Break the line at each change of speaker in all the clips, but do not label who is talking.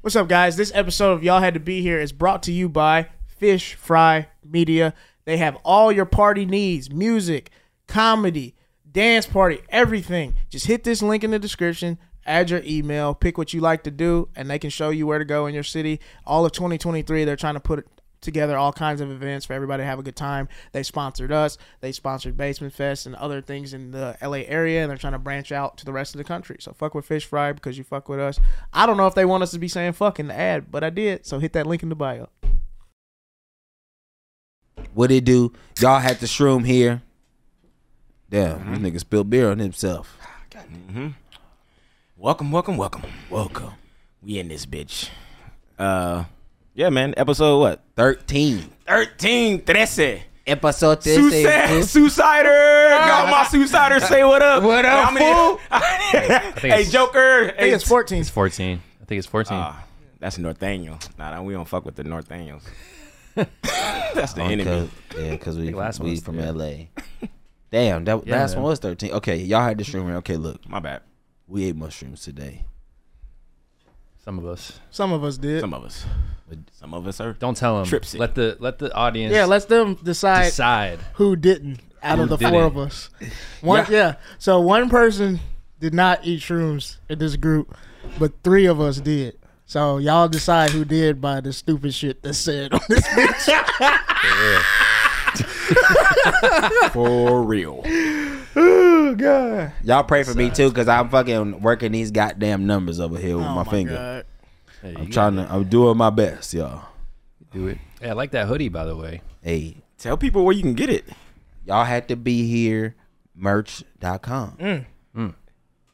What's up, guys? This episode of Y'all Had to Be Here is brought to you by Fish Fry Media. They have all your party needs music, comedy, dance party, everything. Just hit this link in the description, add your email, pick what you like to do, and they can show you where to go in your city. All of 2023, they're trying to put together all kinds of events for everybody to have a good time. They sponsored us. They sponsored Basement Fest and other things in the LA area, and they're trying to branch out to the rest of the country. So fuck with Fish Fry because you fuck with us. I don't know if they want us to be saying fuck in the ad, but I did. So hit that link in the bio.
What it do? Y'all had the shroom here. Damn, this nigga spilled beer on himself.
Welcome, welcome, welcome.
Welcome.
We in this bitch. Uh yeah, man. Episode what?
13.
13, 13.
Episode
Suicide, suicider. Got my suicider say what up.
What up,
How many-
fool?
hey,
it's-
Joker.
I think
Hey,
it's 14.
It's 14. I think it's 14.
Ah, that's Northaniel. Nah, nah, we don't fuck with the Northaniels. that's the enemy.
yeah, because we,
last one
we
was-
from
yeah.
LA. Damn, that
Yeah,
last
man.
one was 13. Okay, y'all had the shroom here. Okay, look,
My bad.
we ate mushrooms today.
Some of us.
Some of us did.
Some of us. Some of us are.
Don't tell them.
Trips it.
Let the let the audience
yeah, let them decide
decide.
who didn't out of
Who
the four
didn't.
of us. One, yeah. So one person did not eat shrooms in this group, but three of us did. So y'all decide who did by the stupid shit that's said on this bitch.
For real.
oh god.
Y'all pray for me too, because I'm fucking working these goddamn numbers over here
Oh
with Oh my, finger.
God.
Hey, you
I'm trying to, I'm doing my best, y'all.
do it. Hey, I like that hoodie by the way.
Hey,
Tell people where you can get it.
y'all had to be here, merch.com.
Mm.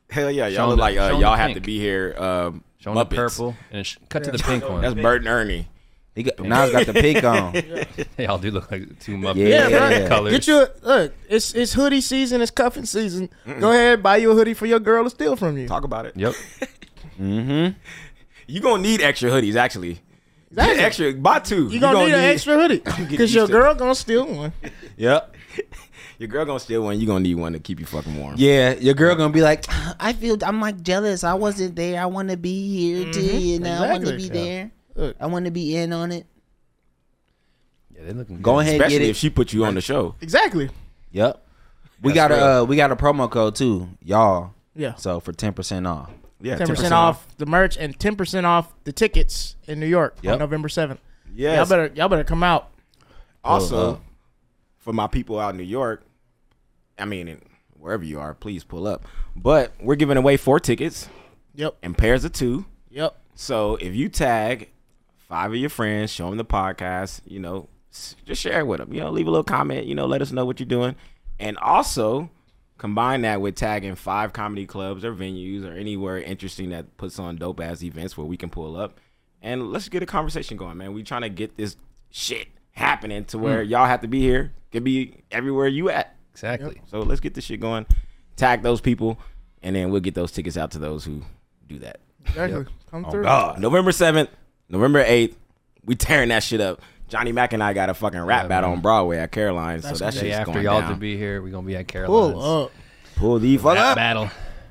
Hell yeah.
Show
Y'all look
'em the-
like uh,
show 'em
y'all
the
have
pink.
to be here. Um,
Show 'em the
Muppets.
purple and sh- cut to the pink one.
That's Bert and Ernie.
He got, now he's got the pink on.
they all do look like two Muppets.
Yeah,
different
bro.
colors.
Get you a, look. It's it's hoodie season. It's cuffing season. Go ahead, buy you a hoodie for your girl to steal from you.
Talk about it.
Yep.
You gonna need extra hoodies, actually. Get
Exactly.
extra, buy two.
You gonna, need, an extra hoodie because
used
your
to
girl gonna steal one.
Yep.
Your girl gonna steal one. You gonna need one to keep you fucking warm.
Yeah, your girl gonna be like, I feel I'm like jealous. I wasn't there. I want to be here too. You know, I want to be
Mm-hmm. Exactly.
there.
Look.
I want to be in on it.
Yeah, they looking
Go
good.
ahead,
Especially
get
if
it.
she put you on the show.
Exactly.
Yep. We
That's
got a
real.
uh, we got a promo code too, y'all.
Yeah.
So for ten percent off.
Yeah,
Ten percent off the merch and ten percent off the tickets in New York on
Yep.
November seventh.
Yes.
Y'all better y'all better come out.
Also,
Uh, uh.
for my people out in New York, I mean, in- wherever you are, please pull up. But we're giving away four tickets
Yep.
and pairs of two.
Yep.
So if you tag five of your friends, show them the podcast, you know, s- just share it with them. You know, leave a little comment, you know, let us know what you're doing. And also combine that with tagging five comedy clubs or venues or anywhere interesting that puts on dope ass events where we can pull up. And let's get a conversation going, man. We trying to get this shit happening to where y'all have to be here. Could be everywhere you at.
Exactly.
So let's get this shit going. Tag those people and then we'll get those tickets out to those who do that.
Exactly. Come through.
Oh, November 7th, November 8th, we tearing that shit up. Johnny Mack and I got a fucking rap
Yeah,
battle
man.
on Broadway at Caroline, so
That's
that
gonna
Day
shit's
after
going
y'all
down.
to be here, we're gonna be at Carolina's.
Pull up.
Pull the fuck
Rap
up.
battle.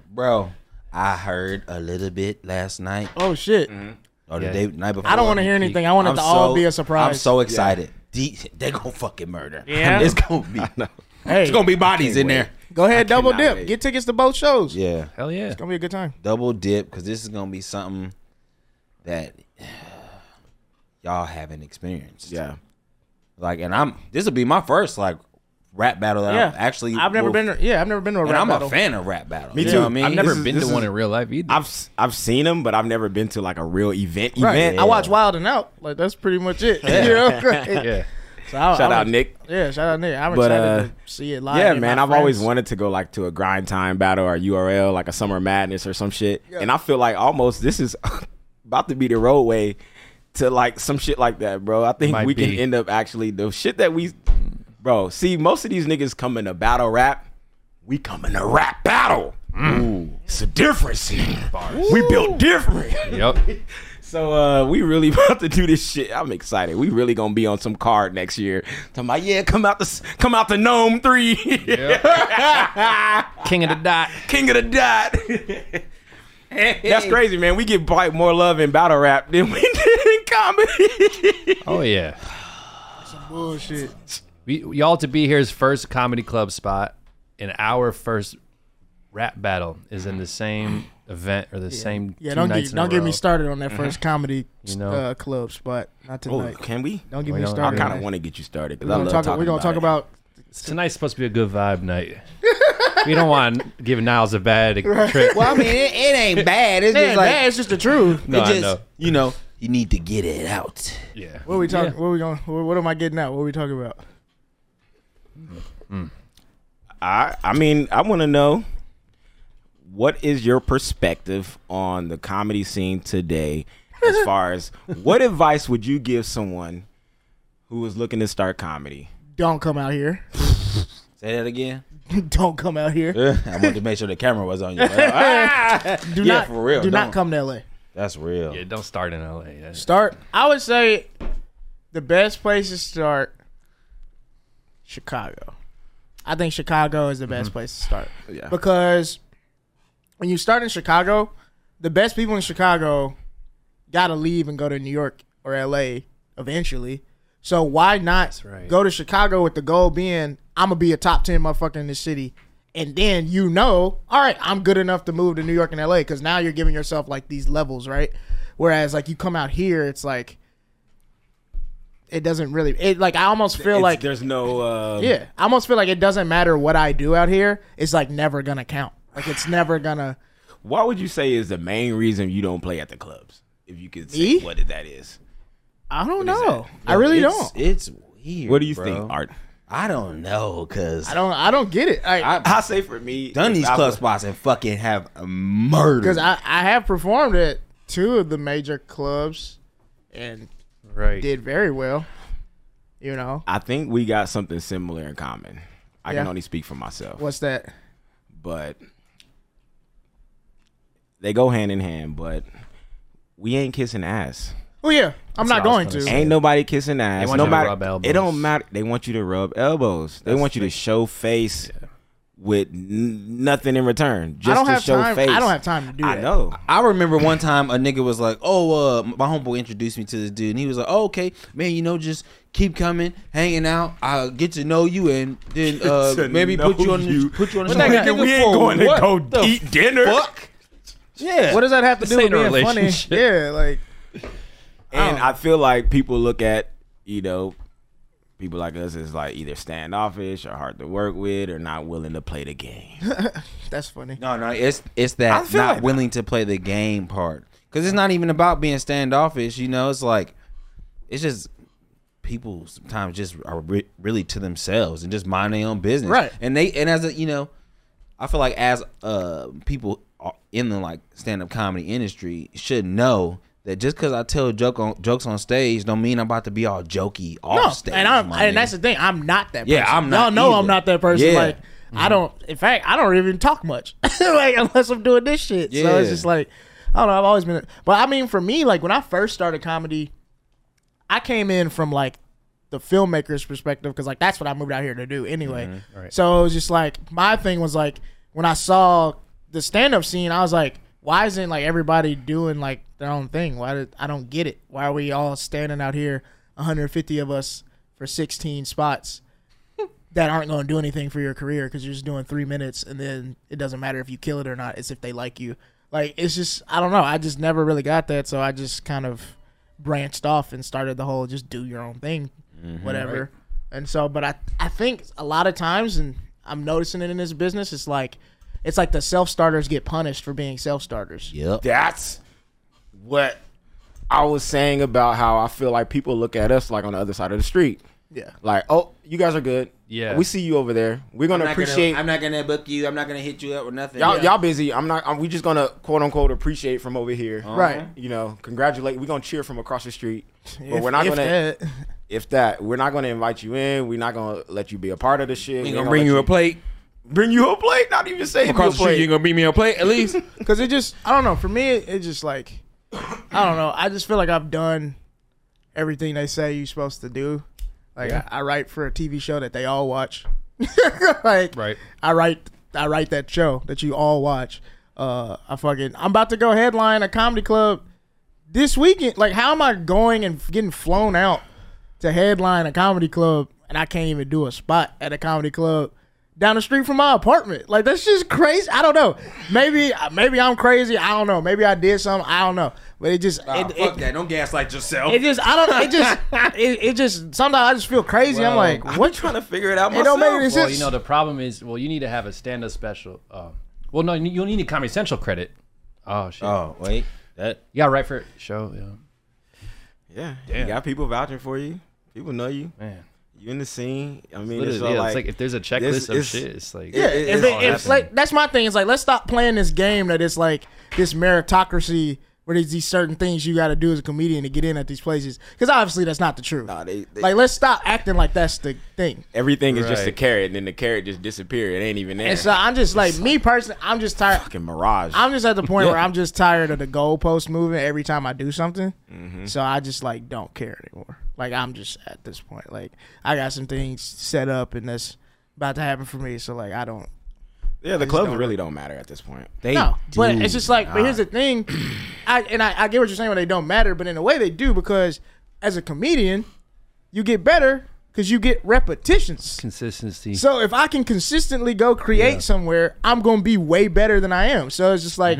Bro, I heard a little bit last night
Oh shit.
or the
Yeah.
day night before.
I don't want to hear anything. I want it
I'm
to all
so-
be a surprise.
I'm so excited. D they gonna fucking murder.
Yeah.
it's gonna be.
hey,
It's gonna be bodies in there.
go ahead, double
cannot
dip.
wait.
Get tickets to both shows.
Yeah.
Hell yeah.
It's gonna be a good time.
double dip because this is gonna be something that y'all haven't experienced.
Yeah.
Like, and I'm this will be my first like rap battle that
yeah,
I'm actually.
I've never
will-
been. To, yeah, I've never been to a
and
rap
I'm
battle.
a fan of rap battle.
Me
you
too.
Know what I mean,
I've never
This is-
Been
this
to
is-
one in real life either.
I've s- I've seen them, but I've never been to like a real event
Right.
event.
I watch Wild and Out. Like that's pretty much it. You know?
yeah.
So I-
Shout
I
out
was-
Nick.
Yeah, shout out Nick. I'm
But,
excited
uh,
to see it live.
Yeah,
Get
man.
my
I've always
friends.
wanted to go like to a grind time battle or URL, like a summer madness or some shit. And I feel like almost this is about to be the roadway to like some shit like that, bro. I think
Might
we can
be.
end up actually the shit that we bro, see, most of these niggas come in a battle rap. We come in a rap battle. It's a difference. We built different.
Yep.
So uh we really about to do this shit. I'm excited. We really gonna be on some card next year. Talking about, yeah, come out the s- come out the gnome three.
Yep. King of the dot.
King of the dot. That's crazy, man. We get like more love in battle rap than we did in comedy.
Oh yeah.
Some bullshit.
We, y'all to be here's first comedy club spot and our first rap battle is in the same event or the same
Yeah,
two
don't
nights
get
in
don't
a
get
row.
me started on that first comedy
You know.
uh, club spot. Not
oh,
tonight.
can we?
Don't get
We
me
don't-
I
I
started.
kind of
on
want to get you started
that.
because
We're
I
gonna
love
talk.
talking
We're gonna
about
talk
it.
about
Tonight's supposed to be a good vibe night. we don't want to give Niles a bad trip.
Well, I mean, it, it ain't bad. It's
Man,
just like
man, it's just the truth.
No,
it
I
just
know.
you know you need to get it out.
Yeah.
What are we talking?
Yeah.
What are we going? What, what am I getting at? What are we talking about?
I I mean, I want to know what is your perspective on the comedy scene today as far as what advice would you give someone who is looking to start comedy?
Don't come out here.
Say that again.
Don't come out here.
I wanted to make sure the camera was on you. Ah!
Do
yeah,
not
for real,
Do not
don't.
come to LA.
That's real.
Yeah, don't start in LA. Yeah.
Start. I would say the best place to start. Chicago. I think Chicago is the best place to start
Yeah.
because when you start in Chicago, the best people in Chicago gotta leave and go to New York or LA eventually. So why not
right.
go to Chicago with the goal being I'm gonna be a top ten motherfucker in this city, and then you know, all right, I'm good enough to move to New York and LA because now you're giving yourself like these levels, right? Whereas like you come out here, it's like it doesn't really it like I almost feel
It's-
like
there's no uh,
yeah, I almost feel like it doesn't matter what I do out here. It's like never gonna count. Like it's never gonna.
What would you say is the main reason you don't play at the clubs? If you could say
Me?
what that is,
I don't
is
know.
that?
I really
It's-
don't.
It's weird.
what do you
bro.
think, Art?
I don't know, cause
I don't. I don't get it. I
I-
I say for me,
done
if
these
I
club
was-
spots and fucking have murdered.
because I, I have performed at two of the major clubs and
Right.
did very well. You know
I think we got something similar in common. I can
Yeah.
only speak for myself,
what's that?
but they go hand in hand. But we ain't kissing ass.
Oh yeah, I'm not
That's what I was
going
gonna
to.
say.
Ain't nobody kissing ass.
want you to
nobody.
rub elbows.
It don't matter. They want you to rub elbows. They want you to show face with n- nothing in return. Just
I don't
to
have
show
time.
face.
I don't have time to do that.
I know.
I remember one time a nigga was like, "Oh, uh, my homeboy introduced me to this dude, and he was like, oh, okay, man, you know, just keep coming, hanging out. I'll get to know you, and then uh,
To
maybe
know
put you on
you.
the put you on the
But
show.
nigga,
Nigga,
we ain't
for
going to
what
go
the
eat dinner.
Fuck? Yeah.
What does that have to do
This
with
ain't a
being funny?
relationship.
Yeah, like
And I feel like people look at you know people like us as like either standoffish or hard to work with or not willing to play the game.
that's funny.
No, no, it's it's
I
that
feel
not
like-
willing to play the game part. Cause it's not even about being standoffish. You know, it's like it's just people sometimes just are re- really to themselves and just mind their own business.
Right.
And they and as a you know, I feel like as uh people are in the like stand up comedy industry should know. That just because I tell joke on, jokes on stage don't mean I'm about to be all jokey off
No,
stage.
and I'm
my
and that's
nigga.
the thing. I'm not that.
Yeah,
person.
I'm not
Y'all know I'm
either.
not that person.
Yeah.
Like I don't. In fact, I don't even talk much. like unless I'm doing this shit. So
Yeah.
it's just like I don't know. I've always been. But I mean, for me, like when I first started comedy, I came in from like the filmmaker's perspective because like that's what I moved out here to do anyway.
Right.
So it was just like my thing was like when I saw the stand up scene, I was like, why isn't like everybody doing like their own thing? Why did, I don't get it? Why are we all standing out here, 150 of us for 16 spots? That aren't going to do anything for your career because you're just doing three minutes, and then it doesn't matter if you kill it or not. It's if they like you. Like it's just I don't know. I just never really got that, so I just kind of branched off and started the whole just do your own thing,
Mm-hmm.
whatever. And so, but I I think a lot of times, and I'm noticing it in this business, it's like it's like the self starters get punished for being self starters.
Yep.
That's what I was saying about how I feel like people look at us like on the other side of the street.
Yeah.
Like, oh, you guys are good.
Yeah.
We see you over there. We're
I'm
gonna
not
appreciate
Gonna, I'm not gonna book you. I'm not gonna hit you up or nothing.
y'all
Yeah.
y'all busy. I'm not I'm, we just gonna quote unquote appreciate from over here.
Uh-huh.
Right.
You know, congratulate. We're gonna cheer from across the street. but
If-
we're not
if
gonna
that-
if that we're not gonna invite you in, we're not gonna let you be a part of the shit.
We
We're
ain't gonna bring
let
you a plate.
bring you a plate, not even say
Across the
you a
street, you
plate.
ain't gonna bring me a plate at least.
Because it just, I don't know. For me, it, it just like, I don't know. I just feel like I've done everything they say you're supposed to do. Like I, I write for a TV show that they all watch. like
Right.
I write, I write that show that you all watch. Uh, I fucking I'm about to go headline a comedy club this weekend. Like, how am I going and getting flown out to headline a comedy club and I can't even do a spot at a comedy club down the street from my apartment? Like, that's just crazy. I don't know. Maybe maybe I'm crazy. I don't know. Maybe I did something. I don't know. But it just
Ah,
it,
fuck
it,
that. Don't gaslight yourself.
it just I don't know. It just it, it just sometimes I just feel crazy. I'm like,
I'm
what?
trying to figure it out
It
myself.
don't make any
Well,
sense.
you know the problem is, well, you need to have a stand-up special. Uh, well, no, you- you'll need a Comedy Central credit. Oh shit,
oh wait, that
you got right for show. Yeah.
yeah, you got people vouching for you. People know you.
Man,
You in the scene. I mean,
Literally,
it's,
yeah,
all like,
if there's a checklist
this-
of
it's-
shit, it's like
Yeah, it-
if
it's
it-
all
if,
happening.
like that's my thing. It's like let's stop playing this game that it's like this meritocracy where there's these certain things you got to do as a comedian to get in at these places. Because obviously that's not the truth.
Nah, they- they-
like let's stop acting like that's the thing.
everything is just a
Right.
carrot, and then the carrot just disappeared. It ain't even there.
And so I'm just like me personally, I'm just tired.
fucking mirage.
I'm just at the point where I'm just tired of the goalpost moving every time I do something.
Mm-hmm.
So I just like don't care anymore. Like I'm just at this point. Like I got some things set up and that's about to happen for me. So like I don't
yeah, the clubs really don't matter at this point.
they
No, but
do
it's just like. But here's the thing, I and I, I get what you're saying when they don't matter, but in a way they do because as a comedian, you get better because you get repetitions.
consistency.
So if I can consistently go create somewhere, I'm gonna be way better than I am. So it's just like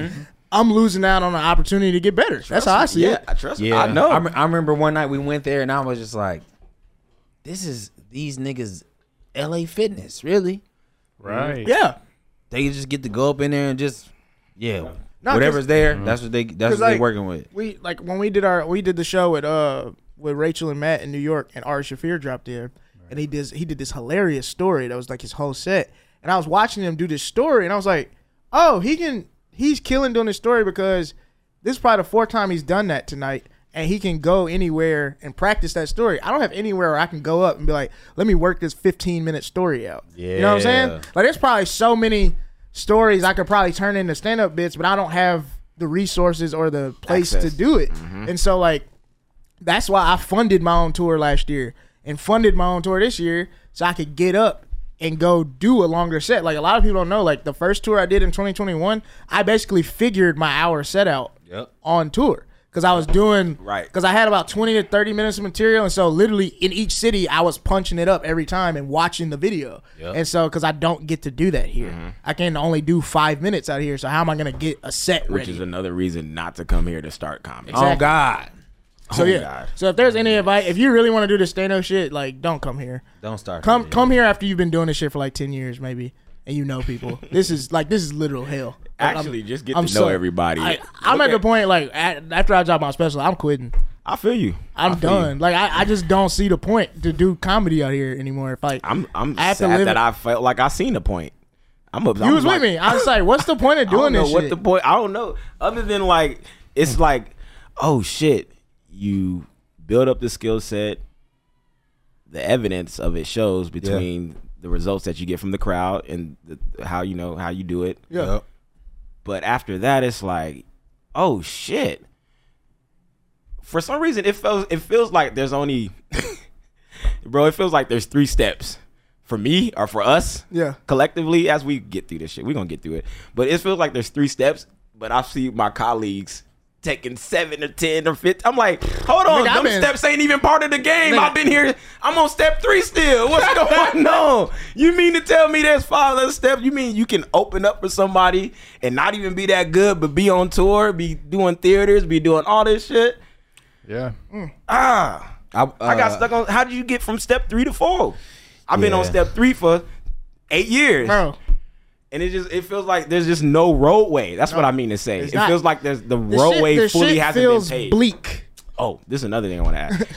I'm losing out on an opportunity to get better. That's how I see
yeah,
it.
I trust.
Yeah,
I know.
I, rem- I remember one night we went there, and I was just like, "This is these niggas, L.A. Fitness, really?
right.
Yeah,
They just get to go up in there and just, yeah,
No,
whatever's there.
Mm-hmm.
That's what they. That's what
like-
they working with.
we like when we did our we did the show with uh with Rachel and Matt in New York and Ari Shafir dropped there and he did he did this hilarious story that was like his whole set and I was watching him do this story and I was like oh he can he's killing doing this story because this is probably the fourth time he's done that tonight and he can go anywhere and practice that story I don't have anywhere where I can go up and be like let me work this 15 minute story out you know what I'm saying
Yeah.
like there's probably so many stories I could probably turn into stand up bits but I don't have the resources or the place
Access.
to do it. And so like that's why I funded my own tour last year and funded my own tour this year so I could get up and go do a longer set. Like a lot of people don't know like the first tour I did in 2021, I basically figured my hour set out
Yep.
on tour cuz I was doing
Right.
cuz I had about 20 to 30 minutes of material and so literally in each city I was punching it up every time and watching the video. And so cuz I don't get to do that here.
Mm-hmm.
I can only do 5 minutes out here so how am I going to get a set
Which
ready?
is another reason not to come here to start comedy.
Exactly.
Oh God,
So
Oh,
yeah.
God.
So if there's any advice, if you really want to do this stand up shit, like don't come here.
don't start.
Come
it.
come here after you've been doing this shit for like ten years maybe, and you know people. this is like this is literal hell. Like,
Actually,
I'm-
just get
I'm
to know
so-
everybody.
I, I'm
Look
at the point like at, after I drop my special, I'm quitting.
I feel you.
I'm
I feel you.
done. Like I, I just don't see the point to do comedy out here anymore. If like
I'm I'm
I have to
sad
live it-
that I felt like I seen the point. I'm up.
you was with me. I was like, what's the point of
I don't
doing
know
this
what
shit? Mm.
the point. I don't know. Other than like, it's like, oh shit, you build up the skill set. The evidence of it shows between the results that you get from the crowd and the, how you know how you do it.
yeah.
Yep.
But after that, it's like, oh shit. For some reason, it feels it feels like there's only, bro. It feels like there's three steps for me or for us.
Yeah.
Collectively, as we get through this shit, we're gonna get through it. But it feels like there's three steps. But I see my colleagues taking seven or ten or fifteen. I'm like, hold on,
Nigga, I've
them
been-
steps ain't even part of the game.
Nigga.
I've been here. I'm on step three still. What's going on? You mean to tell me there's five other steps? You mean you can open up for somebody and not even be that good, but be on tour, be doing theaters, be doing all this shit?
Yeah.
Ah,
I, uh,
I got stuck on. How did you get from step three to four? I've been on
Yeah.
step three for eight years,
Bro,
and it just it feels like there's just no roadway. That's what I mean to say. It
not.
feels like there's the
the
roadway
shit, the
fully
shit
hasn't
feels
been paved.
bleak.
Oh, this is another thing I want to ask.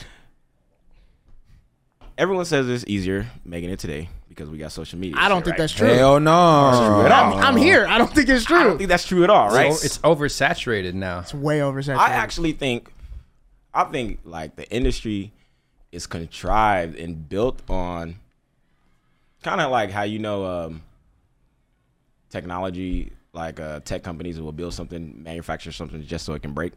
Everyone says it's easier making it today because we got social media.
I don't
shit,
think
right?
that's true.
Hell no.
I'm, I'm here. I don't think it's
I don't
true.
think that's true at all, right?
So it's oversaturated now.
Way oversaturated.
I actually think, I think like the industry is contrived and built on kind of like how you know um, technology, like uh, tech companies will build something, manufacture something just so it can break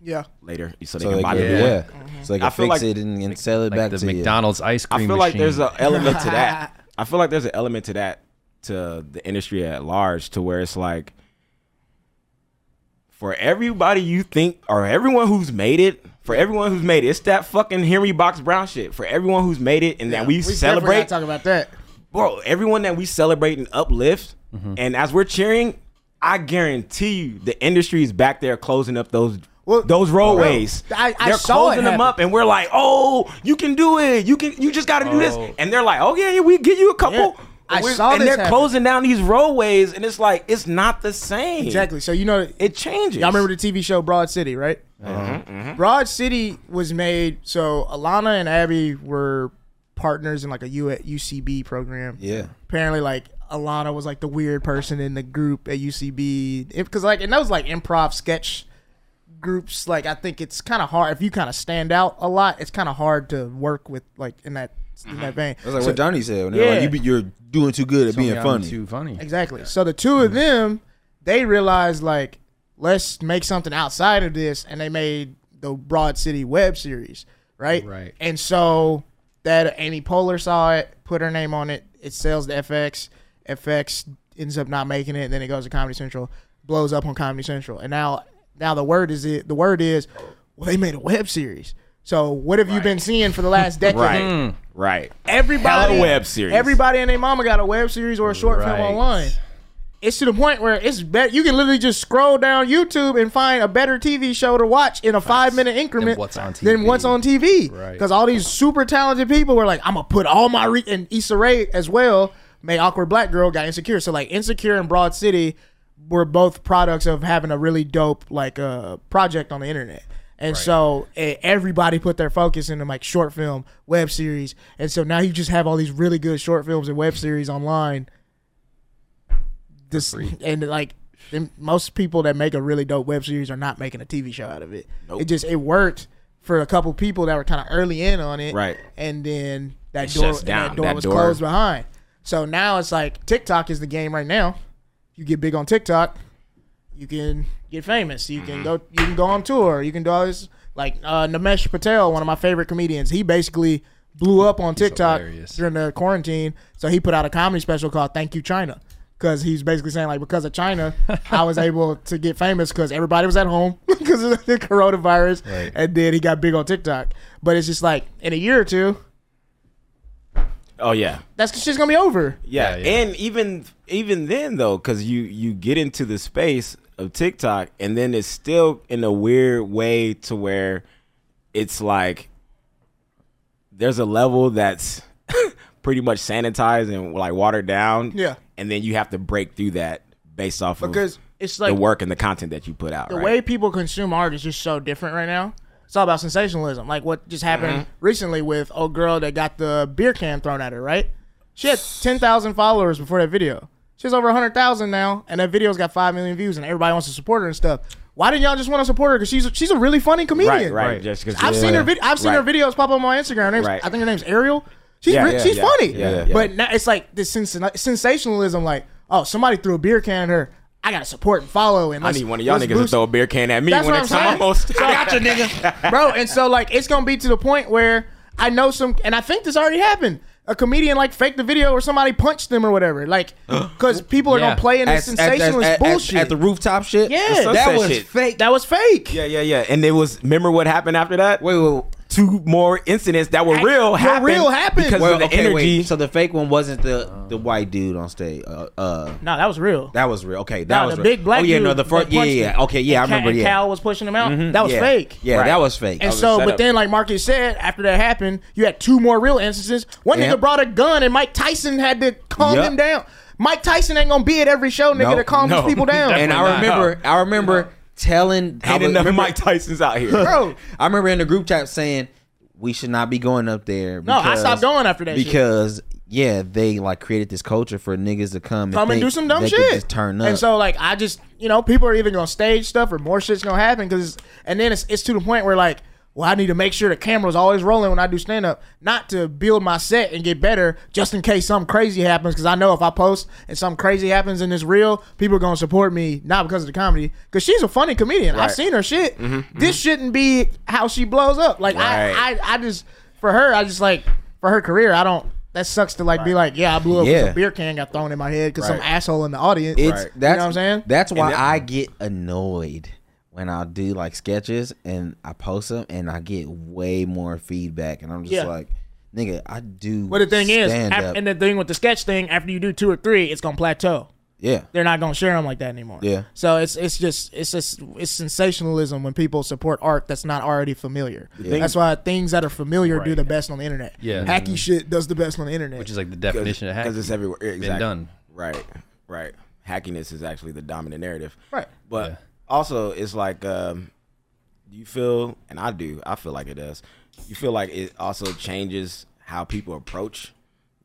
yeah.
later, so they
So
can
they
buy
can,
the new
yeah.
one.
So they
I
can
feel
fix
like-
it and, and sell it
Like
back
the
to
McDonald's ice
I
cream.
feel like there's
machine.
an element to that. I feel like there's an element to that to the industry at large to where it's like for everybody you think or everyone who's made it, for everyone who's made it, it's that fucking Henry Box Brown shit. For everyone who's made it and that we, celebrate,
Talk about that.
bro, everyone that we celebrate and uplift,
Mm-hmm.
and as we're cheering, I guarantee you the industry is back there closing up those
Well,
those roadways.
bro, I- I
they're
saw it
closing them
happen.
up, and we're like, "Oh, you can do it. You can. You just got to do this."
Oh.
And they're like, "Oh yeah, yeah, we give you a couple."
Yeah. I
We're-
saw
and
this
they're
happen.
closing down these roadways, and it's like it's not the same.
Exactly. So you know,
it changes.
y'all remember the TV show Broad City, right?
Mm-hmm,
Broad City was made so Alana and Abby were partners in like a U at UCB program.
Yeah.
Apparently, like Alana was like the weird person in the group at UCB because like and that was like improv sketch groups. Like I think it's kind of hard if you kind of stand out a lot. It's kind of hard to work with like in that in that vein.
That's like
So-
what Johnny said. When yeah.
Yeah.
like, you be, you're doing too good at being
I'm
funny.
Too funny.
Exactly. So the two of them, they realized like, let's make something outside of this, and they made the Broad City web series, right?
Right.
And so that Amy Poehler saw it, put her name on it. It sells to FX. FX ends up not making it, and then it goes to Comedy Central, blows up on Comedy Central, and now now the word is it. The word is, well, they made a web series. So what have you been seeing for the last decade?
Right.
Mm.
Right.
Everybody
Hella web series.
Everybody and their mama got a web series or a short
Right.
film online. It's to the point where it's better. You can literally just scroll down YouTube and find a better TV show to watch in a five minute increment
what's on
than
TV.
what's on TV.
Right.
Because all theseissa super talented people were like, I'm gonna put all my re-, and Issa Rae as well. Made awkward black girl got insecure. So like insecure and Broad City were both products of having a really dope like uh, project on the internet. And so eh, everybody put their focus into like short film, web series, and so now you just have all these really good short films and web series online. This and like them- most people that make a really dope web series are not making a TV show out of it. It just it worked for a couple people that were kind of early in on it,
Right.
And then that
It
door,
shuts
and
down.
that door
That
was
door-
closed behind. So now it's like TikTok is the game right now. You get big on TikTok, you can get famous. You
Mm-hmm.
can go. You can go on tour. You can do all this. Like uh, Namesh Patel, one of my favorite comedians. He basically blew up on TikTok
hilarious.
during the quarantine. So he put out a comedy special called "Thank You China," because he's basically saying like because of China, I was able to get famous because everybody was at home because of the coronavirus,
Right.
and then he got big on TikTok. But it's just like in a year or two,
Oh yeah.
that's just gonna be over.
yeah,
Yeah, yeah.
and even even then though because you you get into the space of tiktok and then it's still in a weird way to where it's like there's a level that's pretty much sanitized and like watered down
Yeah.
and then you have to break through that based off
Because
of
it's
the
like-
work and the content that you put out
the
right?
way people consume art is just so different right now. It's all about sensationalism. Like what just happened
Mm-hmm.
recently with old girl that got the beer can thrown at her, right? She had 10,000 followers before that video. She has over 100,000 now, and that video's got 5 million views, and everybody wants to support her and stuff. Why didn't y'all just want to support her? Because she's, she's a really funny comedian.
right right,
Right.
just 'cause-
I've seen her.
Yeah.
Vid- I've seen her
Right.
videos pop up on my Instagram. Her name's-
Right.
I think her name's Ariel. She's
Yeah,
re-
yeah,
she's
yeah,
funny.
yeah, yeah.
But now it's like this sens- sensationalism. Like, oh, somebody threw a beer can at her. I gotta support and follow. And
I
let's-
need one of y'all
let's
niggas to
boost-
throw a beer can at me
That's
when
what
it's
I'm
time
saying.
almost.
So- bro. And so like it's gonna be to the point where I know some, and I think this already happened. A comedian like faked the video or somebody punched them or whatever, like because people are
Yeah.
gonna play in this sensationalist
at- at-
bullshit.
at the rooftop shit.
Yeah. The
that
sunset
was
shit.
fake.
that was fake.
Yeah, yeah, yeah. And it was. Remember what happened after that?
wait, wait, wait.
two more incidents that were
Act-
real
were
happened.
real happened.
because
Well,
of the
okay,
energy.
wait. So the fake one wasn't the the white dude on stage. Uh, uh
No, that was real.
that was real. Okay, that
No,
was
the
real.
big black
Oh yeah, no,
dude
the front.
that
Yeah,
punched
yeah.
him.
Okay, yeah, I
and Ca-
remember.
and
Yeah, Mm-hmm.
Cal was pushing him out. That was
Yeah.
fake.
Yeah, that was fake.
And
was
so,
a
but
setup.
then, like Marcus said, after that happened, you had two more real instances. One
Yeah.
nigga brought a gun, and Mike Tyson had to calm
Yup.
him down. Mike Tyson ain't gonna be at every show, nigga,
No,
to calm
no.
these people down.
and I
Definitely
not.
remember, I remember telling. I
Ain't
was-
enough
remember-
Mike Tyson's out here.
Bro,
I remember in the group chat saying we should not be going up there.
No, I stopped going after that shit.
because yeah, they like created this culture for niggas to come,
come and
think
do some dumb
they could
shit.
just turn up.
And so, like, I just, you know, people are either gonna stage stuff or more shit's gonna happen. Cause, and then it's, it's to the point where, like, well, I need to make sure the camera's always rolling when I do stand up, not to build my set and get better just in case something crazy happens. Cause I know if I post and something crazy happens in this real, people are gonna support me, not because of the comedy. Cause she's a funny comedian. I've seen her shit.
Mm-hmm.
This shouldn't be how she blows up. Like, I,
Right.
I, I just, for her, I just like, for her career, I don't. That sucks to like be like, yeah, I blew up with
Yeah.
a beer can got thrown in my head because some
Right.
asshole in the audience.
it's
you
that's
know what I'm saying.
That's why
And that-
I get annoyed when I'll do like sketches and I post them and I get way more feedback and I'm just
Yeah.
like, nigga, I do.
But the thing is,
stand
af-
up.
and the thing with the sketch thing, after you do two or three, it's gonna plateau.
yeah,
They're not gonna share them like that anymore.
Yeah.
So it's it's just it's just it's sensationalism when people support art that's not already familiar.
thing-
That's why things that are familiar do the best on the internet.
Yeah.
Mm-hmm.
Hacky shit does the best on the internet.
which is like the definition of hack.
because it's everywhere. Exactly.
done.
Right. Right. Hackiness is actually the dominant narrative.
Right.
But
Yeah.
also, it's like, um, do you feel, and I do, I feel like it does. You feel like it also changes how people approach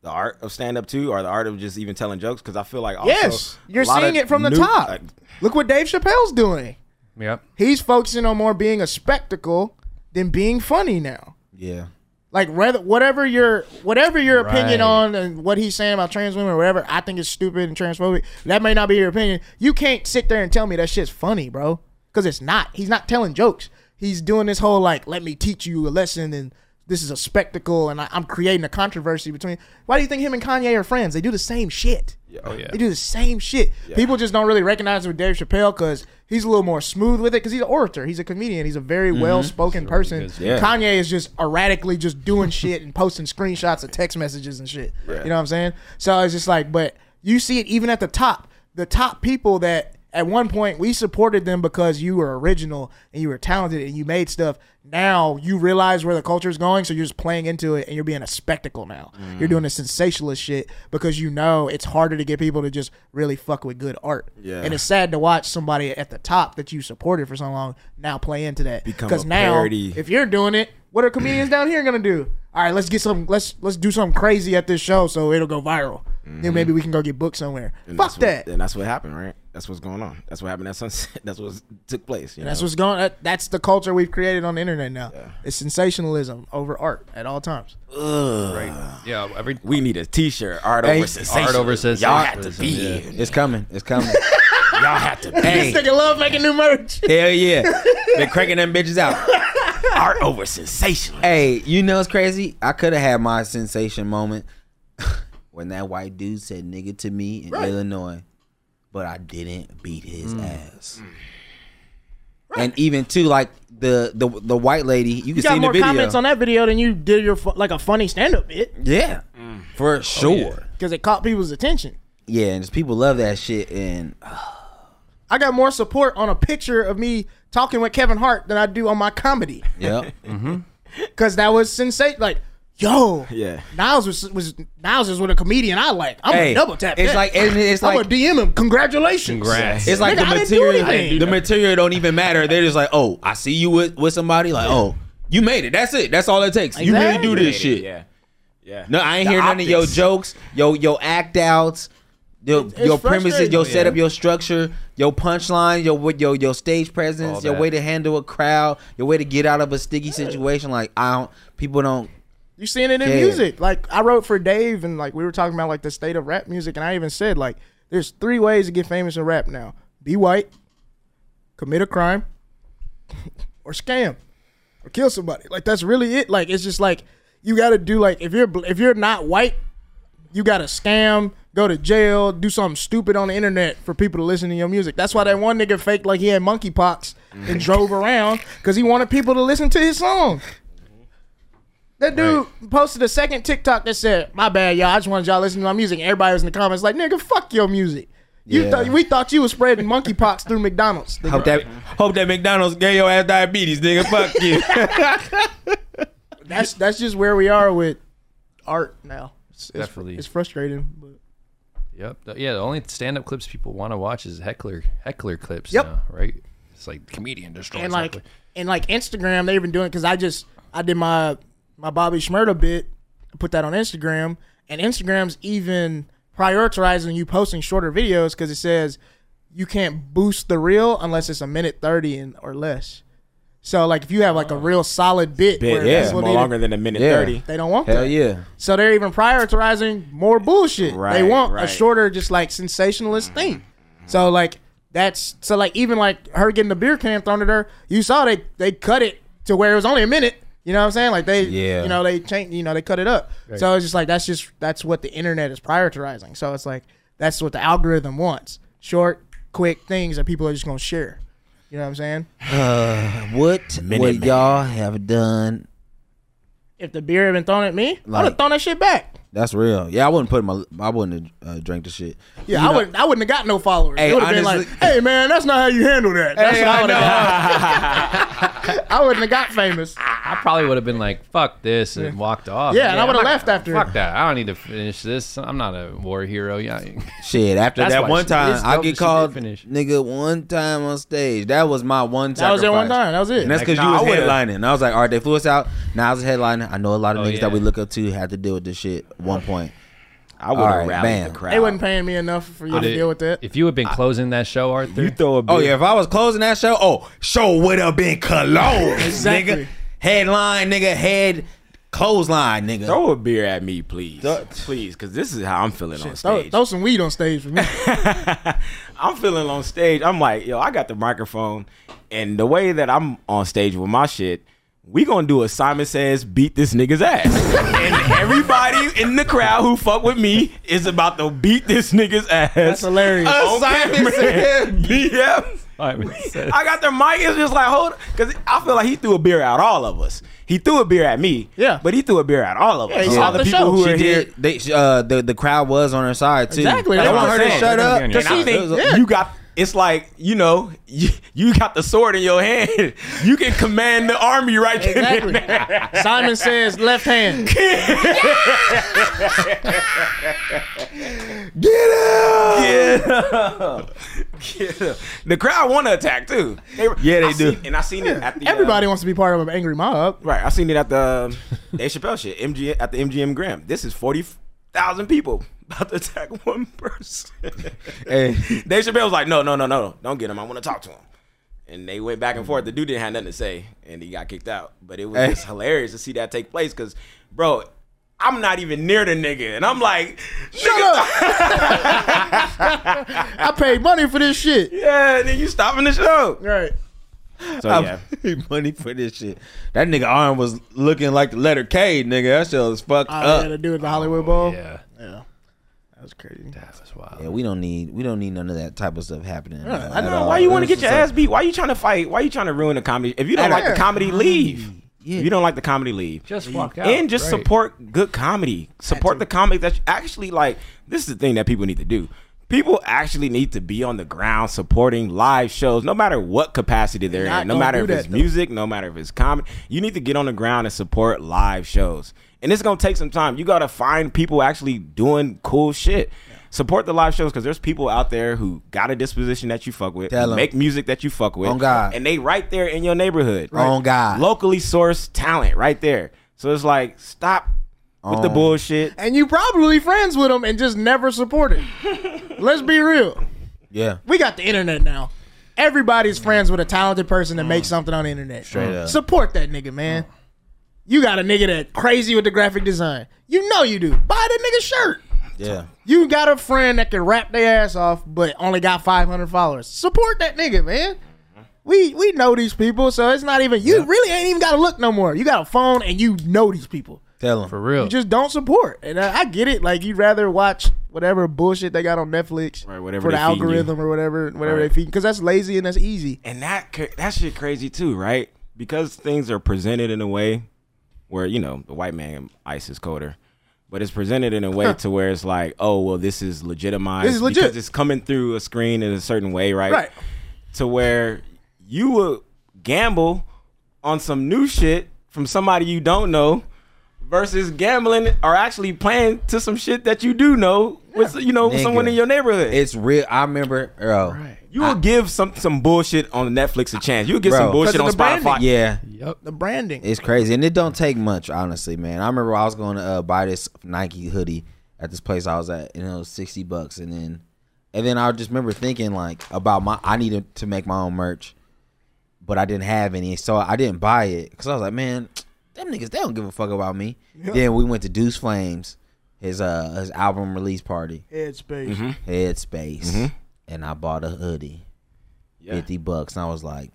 the art of stand up too, or the art of just even telling jokes. Because I feel like also
yes,
a
you're
lot
seeing
of
it from the
new-
top.
like,
Look what Dave Chappelle's doing.
Yep.
He's focusing on more being a spectacle than being funny now.
yeah,
Like rather whatever your whatever your opinion
Right.
on and what he's saying about trans women or whatever, I think is stupid and transphobic. That may not be your opinion. You can't sit there and tell me that shit's funny, bro. Cause it's not. He's not telling jokes. He's doing this whole like, let me teach you a lesson and this is a spectacle and I, I'm creating a controversy between why do you think him and Kanye are friends? They do the same shit.
Oh yeah.
They do the same shit. People just don't really recognize it with Dave Chappelle because he's a little more smooth with it because he's an orator. He's a comedian. He's a very well spoken person.
good
Yeah.
Kanye is just erratically just doing shit and posting screenshots of text messages and shit. You know what I'm saying? So it's just like, but you see it even at the top. The top people that at one point we supported them because you were original and you were talented and you made stuff. Now you realize where the culture is going, so you're just playing into it and you're being a spectacle now.
Mm.
You're doing the sensationalist shit because you know it's harder to get people to just really fuck with good art.
Yeah.
And it's sad to watch somebody at the top that you supported for so long now play into that
Become
because
a
now
parody.
if you're doing it what are comedians down here gonna do all right let's get some let's let's do something crazy at this show so it'll go viral then maybe we can go get booked somewhere
Mm-hmm. and
fuck
that's
that
What, and that's what happened, right? That's what's going on. That's what happened at sunset. That's what took place. You
that's
know?
what's going that, that's the culture we've created on the internet now it's sensationalism over art at all times
Yeah. Every
we need a T-shirt. Art
Hey,
over
art
sensation.
over
Y'all had to be
sensationalism, yeah.
here.
it's coming, it's coming.
Y'all had to be.
this nigga love making new merch
Hell yeah, been cranking them bitches out.
art over sensational.
Hey, you know it's crazy? I could have had my sensation moment when that white dude said nigga to me in Illinois, but I didn't beat his ass. And even too, like the the the white lady, you can
you
see
got
in the
more
video.
comments on that video than you did your fu- like a funny stand-up bit
yeah, for sure.
because it caught people's attention
yeah. and just people love that shit. And
i got more support on a picture of me talking with kevin hart than i do on my comedy
yeah,
because that was sensate like yo
Yeah.
Niles was was Niles is with a comedian I like. I'm
Hey,
gonna double tap.
it's
that.
like- and it's
I'm
like-
gonna DM him. Congratulations.
Congrats.
it's like
Nigga,
the
I didn't do
material.
anything.
The material don't even matter. They're just like, oh, I see you with with somebody. Like, oh, you made it. That's it. That's all it takes. You really do this shit.
Yeah. Yeah.
No, I ain't
The
hear none of your
optics.
jokes, your your act outs, your
It's- it's
your premises, your
frustrating.
setup, your structure, your punchline, your what- your your stage presence,
All
your
that.
way to handle a crowd, your way to get out of a sticky situation. Like I don't, people don't.
You seeing it in
Yeah.
music. Like I wrote for Dave and like we were talking about like the state of rap music and I even said like there's three ways to get famous in rap now. Be white, commit a crime, or scam. Or kill somebody. Like that's really it. Like it's just like you got to do like if you're bl- if you're not white, you got to scam, go to jail, do something stupid on the internet for people to listen to your music. That's why that one nigga faked like he had monkeypox and drove around because he wanted people to listen to his song. That dude posted a second TikTok that said, "My bad, y'all. I just wanted y'all to listen to my music." And everybody was in the comments like, "Nigga, fuck your music. You
Yeah.
thought we thought you was spreading monkeypox through McDonald's." nigga."
Hope that hope that McDonald's gave your ass diabetes, nigga. Fuck you.
That's that's just where we are with art now. It's, it's-
Definitely.
it's frustrating. But
Yep. The- Yeah. The only stand-up clips people want to watch is heckler heckler clips.
Yep.
now, right. It's like comedian destroys
and like
heckler.
and like Instagram, they even doing because I just I did my my Bobby Schmurda bit, I put that on Instagram, and Instagram's even prioritizing you posting shorter videos because it says you can't boost the reel unless it's a minute thirty and or less. So like if you have like a real solid bit, where
yeah,
that's
more
what they-
longer than a minute
Yeah.
thirty.
they don't want
Hell
that.
yeah.
So they're even prioritizing more bullshit. they
Right,
want a
right.
shorter, just like sensationalist thing. So like that's so like even like her getting the beer can thrown at her. You saw they they cut it to where it was only a minute. You know what I'm saying? Like they,
Yeah.
you know, they change. You know, they cut it up. So it's just like that's just that's what the internet is prioritizing. So it's like that's what the algorithm wants: short, quick things that people are just gonna share. You You know what I'm saying?
What would y'all have done?
If the beer had been thrown at me, I would
Like-
have thrown that shit back.
That's real. Yeah, I wouldn't put my. I wouldn't have uh, drank the shit.
Yeah, I wouldn't. I wouldn't have got no followers.
Hey,
it would have been
honestly-
like, "Hey, man, that's not how you handle that." That's
Hey,
what I
I
would have. I wouldn't have got famous.
I probably would have been like, "Fuck this," and walked off.
Yeah, and I
I'm
would've
not-
left after.
Fuck that! I don't need to finish this. I'm not a war hero. Yeah,
Shit, after
That's why
that one
she-
time,
it's
I
dope that she
get
did
called
finish.
nigga one time on stage. That was my one time.
That was it one time. That was it.
And that's
Like,
because
nah,
you
I
was
would've-
headlining. And I was like, all right, they flew us out. Now I was headlining. I know a lot of
Oh,
niggas that we
yeah.
look up to had to deal with this shit at one point.
I would
All
have
right,
rallied
bam.
the crowd.
They wasn't paying me enough for you to deal with that.
If you had been closing that show, Arthur,
You throw a beer.
Oh yeah, if I was closing that show, oh, show would have been closed,
Exactly.
nigga. Headline, nigga, head clothesline, nigga.
Throw a beer at me, please,
Throw-
please, because this is how I'm feeling on
Throw,
stage.
throw some weed on stage for me.
I'm feeling on stage. I'm like, yo, I got the microphone, and the way that I'm on stage with my shit, we gonna do a Simon Says beat this nigga's ass, and everybody in the crowd who fuck with me is about to beat this nigga's ass.
That's hilarious.
On
Simon
camera.
Says
Yeah. I got the mic. It's just like hold, because I feel like he threw a beer at all of us. He threw a beer at me.
Yeah.
but he threw a beer at all of us.
he
all
stopped
the,
the
people
show.
who
She
are
She
here.
did. They, sh- uh, the the crowd was on her side too.
Exactly,
They
that's
want
what
her
I'm saying.
to shut
That's
up.
what I'm saying.
It was-
She-
it was-
yeah.
You got it's like you know you, you got the sword in your hand. You can command the army right then and
Exactly.
there.
Simon says left hand.
Get up. Get up. The crowd want to attack too.
Yeah, they
I
do.
seen- and I seen it at the uh,
Everybody wants to be part of an angry mob.
right, I seen it at the um, Dave Chappelle shit. MG at the MGM Grand. This is forty thousand people about to attack one person.
Hey.
Dave Chappelle was like, no, no, no, no, no. don't get him. I want to talk to him. And they went back and forth. The dude didn't have nothing to say, and he got kicked out. But it was
Mm. Hey.
just hilarious to see that take place because, bro, I'm not even near the nigga, and I'm like, shut up.
I paid money for this shit.
yeah, and then you stopping the show.
Right.
So
I paid money for this shit. That nigga arm was looking like the letter K, nigga. That shit was fucked
Oh,
I had
up.
to do it at the Hollywood Bowl.
yeah,
That was crazy.
that was wild.
Yeah, we don't need we don't need none of that type of stuff happening. uh,
I
at
know.
all.
Why you want to
It's
get your
just
ass beat? Why you trying to fight? Why you trying to ruin the comedy? If you don't
And I-
like the comedy, leave. If you don't like the comedy, leave.
Just walk out
and just
Right.
support good comedy. Support the comic that's actually like. This is the thing that people need to do. People actually need to be on the ground supporting live shows, no matter what capacity they're
Not
in. No
gonna
matter
do
if it's
that, though.
music, no matter if it's comedy, you need to get on the ground and support live shows. And it's gonna take some time. You gotta find people actually doing cool shit. Support the live shows because there's people out there who got a disposition that you fuck with,
Tell 'em.
make music that you fuck with,
On God.
and they right there in your neighborhood,
On God.
locally sourced talent right there. So it's like stop with the
On-
bullshit.
And you probably friends with them and just never support it. Let's be real.
Yeah.
We got the internet now. Everybody's friends with a talented person that makes something on the internet.
Mm.
Mm.
Mm.
Straight up.
Support that nigga, man. You got a nigga that crazy with the graphic design. You know you do. Buy that nigga shirt.
Yeah.
You got a friend that can rap their ass off, but only got 500 followers. Support that nigga, man. We we know these people, so it's not even. You really ain't even got to look no more. You got a phone and you know these people.
Tell him.
for real.
You just don't support, and I, I get it. Like you'd rather watch whatever bullshit they got on Netflix
Right, whatever
for the
they feeding you.
algorithm or whatever, whatever they
Right.
feed, because that's lazy and that's easy.
And that cra- that shit crazy too, right? Because things are presented in a way where you know the white man ice is colder, but it's presented in a way to where it's like, oh well, this is legitimized.
This is legit.
because it's coming through a screen in a certain way, right?
Right.
To where you will gamble on some new shit from somebody you don't know. Versus gambling or actually playing to some shit that you do know with you know
Nigga.
someone in your neighborhood.
It's real. I remember, bro.
You will give some some bullshit on Netflix a chance. You will give
Bro.
some bullshit on
Because of the
Spotify.
branding.
Yeah.
Yup.
The branding.
It's crazy, and it don't take much, honestly, man. I remember I was going to uh, buy this Nike hoodie at this place I was at, and it was sixty bucks, and then, and then I just remember thinking like about my I needed to make my own merch, but I didn't have any, so I didn't buy it because I was like, man, them niggas they don't give a fuck about me. Then we went to Deuce Flames, his uh his album release party,
Headspace.
Mm-hmm.
Headspace, and I bought a hoodie, fifty bucks, and I was like,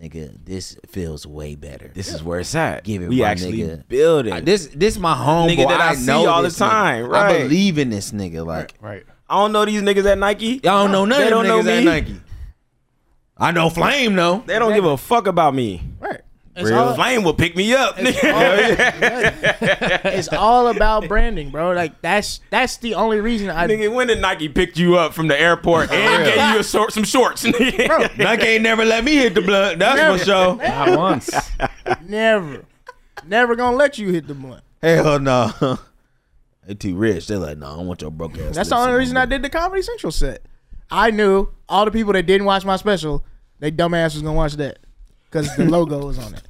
nigga, this feels way better.
This is where it's at.
Give it,
we
my
actually
nigga.
build it.
I- this this my homeboy.
Nigga that I see
know
all the
this nigga.
time,
I
right.
believe in this nigga. Like
Right.
I don't know these niggas at Nike.
y'all don't know none
They
of them
don't know
niggas at
me.
Nike. I know Flame though.
They don't give a fuck about me.
Right. It's
Real
all,
Flame will pick me up.
it's all about branding, bro. Like that's that's the only reason I
Nigga, when did Nike pick you up from the airport and gave you a sor- some shorts? nigga?
Nike ain't never let me hit the blunt. That's for sure.
Not once.
never, never gonna let you hit the blunt.
Hell no. They too rich. They like, no, I don't want your broke ass.
That's the only reason I did the Comedy Central set. I knew all the people that didn't watch my special, they dumbass was gonna watch that because the logo was on it.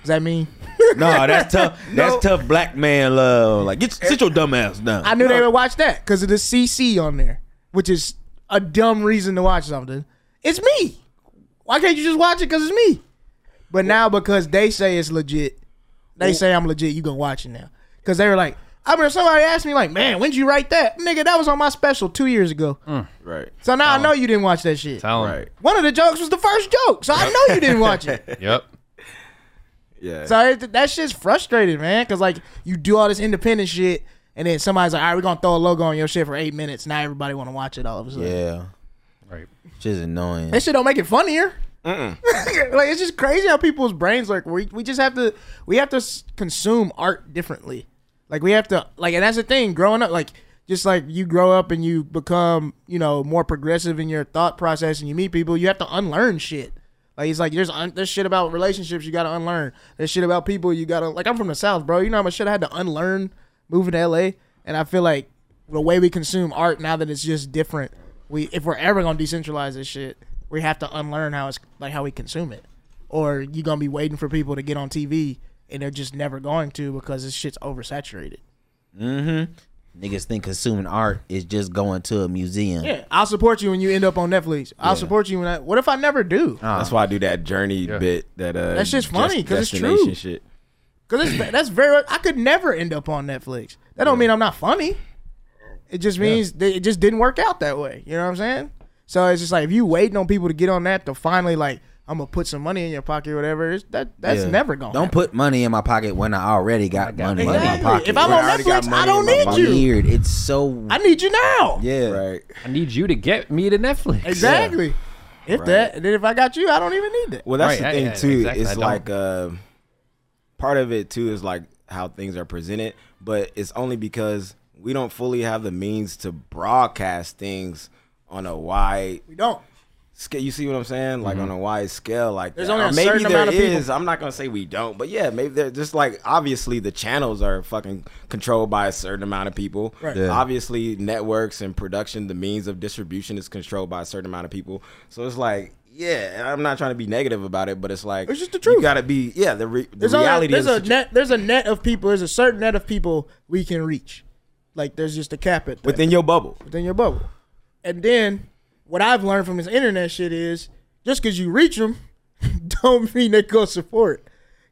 Does that mean?
No, that's tough. That's tough black man love. Like, get sit your dumb ass down.
I knew they would watch that because of the CC on there, which is a dumb reason to watch something. It's me. Why can't you just watch it because it's me? But now because they say it's legit, they say I'm legit. You gonna watch it now? Because they were like, I remember somebody asked me like, "Man, when did you write that, nigga? That was on my special two years ago."
right.
So now I know you didn't watch that shit.
Tell 'em.
Right.
One of the jokes was the first joke, so I know you didn't watch it.
Yep.
Yeah.
So it, that shit's frustrating, man. Because like you do all this independent shit, and then somebody's like, "All right, we're gonna throw a logo on your shit for eight minutes." Now everybody want to watch it all of a sudden.
yeah,
Right.
she's annoying.
That shit don't make it funnier. like it's just crazy how people's brains work. We we just have to we have to s- consume art differently. Like we have to like, and that's the thing. Growing up, like just like you grow up and you become you know more progressive in your thought process, and you meet people, you have to unlearn shit. Like it's like there's un- there's shit about relationships you gotta unlearn. There's shit about people you gotta like. I'm from the south, bro. You know how much shit I had to unlearn moving to LA, and I feel like the way we consume art now that it's just different. We if we're ever gonna decentralize this shit, we have to unlearn how it's like how we consume it, or you gonna be waiting for people to get on TV and they're just never going to because this shit's oversaturated.
Niggas think consuming art is just going to a museum.
Yeah, I'll support you when you end up on Netflix. I'll support you when I. What if I never do?
That's why I do that journey bit. That uh,
That's just funny, 'cause it's true.
destination Shit.
Cause it's, that's very. I could never end up on Netflix. That don't mean I'm not funny. It just means that it just didn't work out that way. You know what I'm saying? So it's just like if you waiting on people to get on that to finally like I'm gonna put some money in your pocket or whatever. It's, that that's
Yeah.
never gonna.
Don't
happen.
put money in my pocket when I already got money in
Exactly.
my pocket.
If I'm
When
on
I already got
Netflix,
money
I don't
in my
need you.
weird. It's so
I need you now.
yeah.
Right.
I need you to get me to Netflix.
Exactly. If that, and then if I got you, I don't even need that.
Well, that's
Right,
the
yeah,
thing
yeah,
too.
exactly. I
It's
don't-
like uh, part of it too is like how things are presented, but it's only because we don't fully have the means to broadcast things on a wide
We don't.
scale. You see what I'm saying? Like
Mm-hmm.
on a wide scale, like
There's
that.
only
Or
a
maybe
certain
there
amount of people.
is. I'm not gonna say we don't, but yeah, maybe they're just like obviously the channels are fucking controlled by a certain amount of people.
Right.
Yeah.
Obviously, networks and production, the means of distribution is controlled by a certain amount of people. So it's like. Yeah, and I'm not trying to be negative about it, but it's like
It's just the
You
truth.
gotta be, yeah. The, re- the
There's only-
reality
there's
is
a net. There's a net of people. There's a certain net of people we can reach. Like there's just a cap at that.
within your bubble.
within your bubble. And then what I've learned from this internet shit is just because you reach them, don't mean they go support.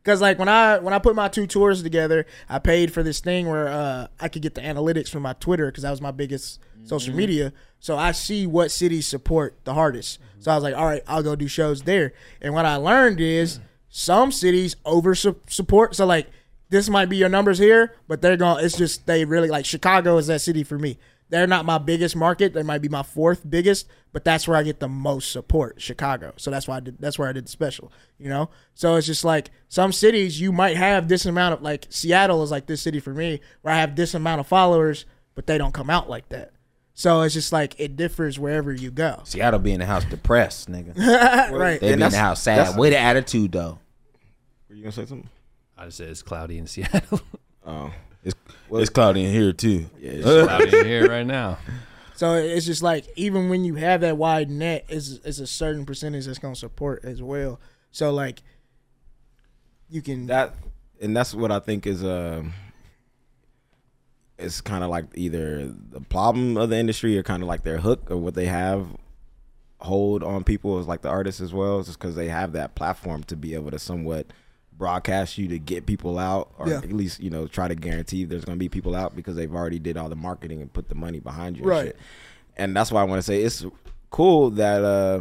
Cause like when I when I put my two tours together, I paid for this thing where uh, I could get the analytics from my Twitter because that was my biggest social media. So I see what cities support the hardest. So I was like, all right, I'll go do shows there. And what I learned is some cities over su- support. So like this might be your numbers here, but they're going. It's just they really like Chicago is that city for me. They're not my biggest market. They might be my fourth biggest, but that's where I get the most support, Chicago. So that's why I did. That's where I did the special. You know. So it's just like some cities you might have this amount of like Seattle is like this city for me where I have this amount of followers, but they don't come out like that. So it's just like it differs wherever you go.
Seattle be in the house depressed, nigga.
right.
They be
And
in the
that's-
house sad.
that's-
With an attitude though.
Were you gonna say something?
I just said it's cloudy in Seattle.
Oh,
It's, it's cloudy in here too.
cloudy in here right now.
So it's just like even when you have that wide net, is it's a certain percentage that's gonna support as well. So like you can
that and that's what I think is um it's kind of like either the problem of the industry or kind of like their hook or what they have hold on people is like the artists as well just because they have that platform to be able to somewhat broadcast you to get people out or
Yeah.
at least you know try to guarantee there's going to be people out because they've already did all the marketing and put the money behind you and
Right.
shit. and that's why i want to say it's cool that uh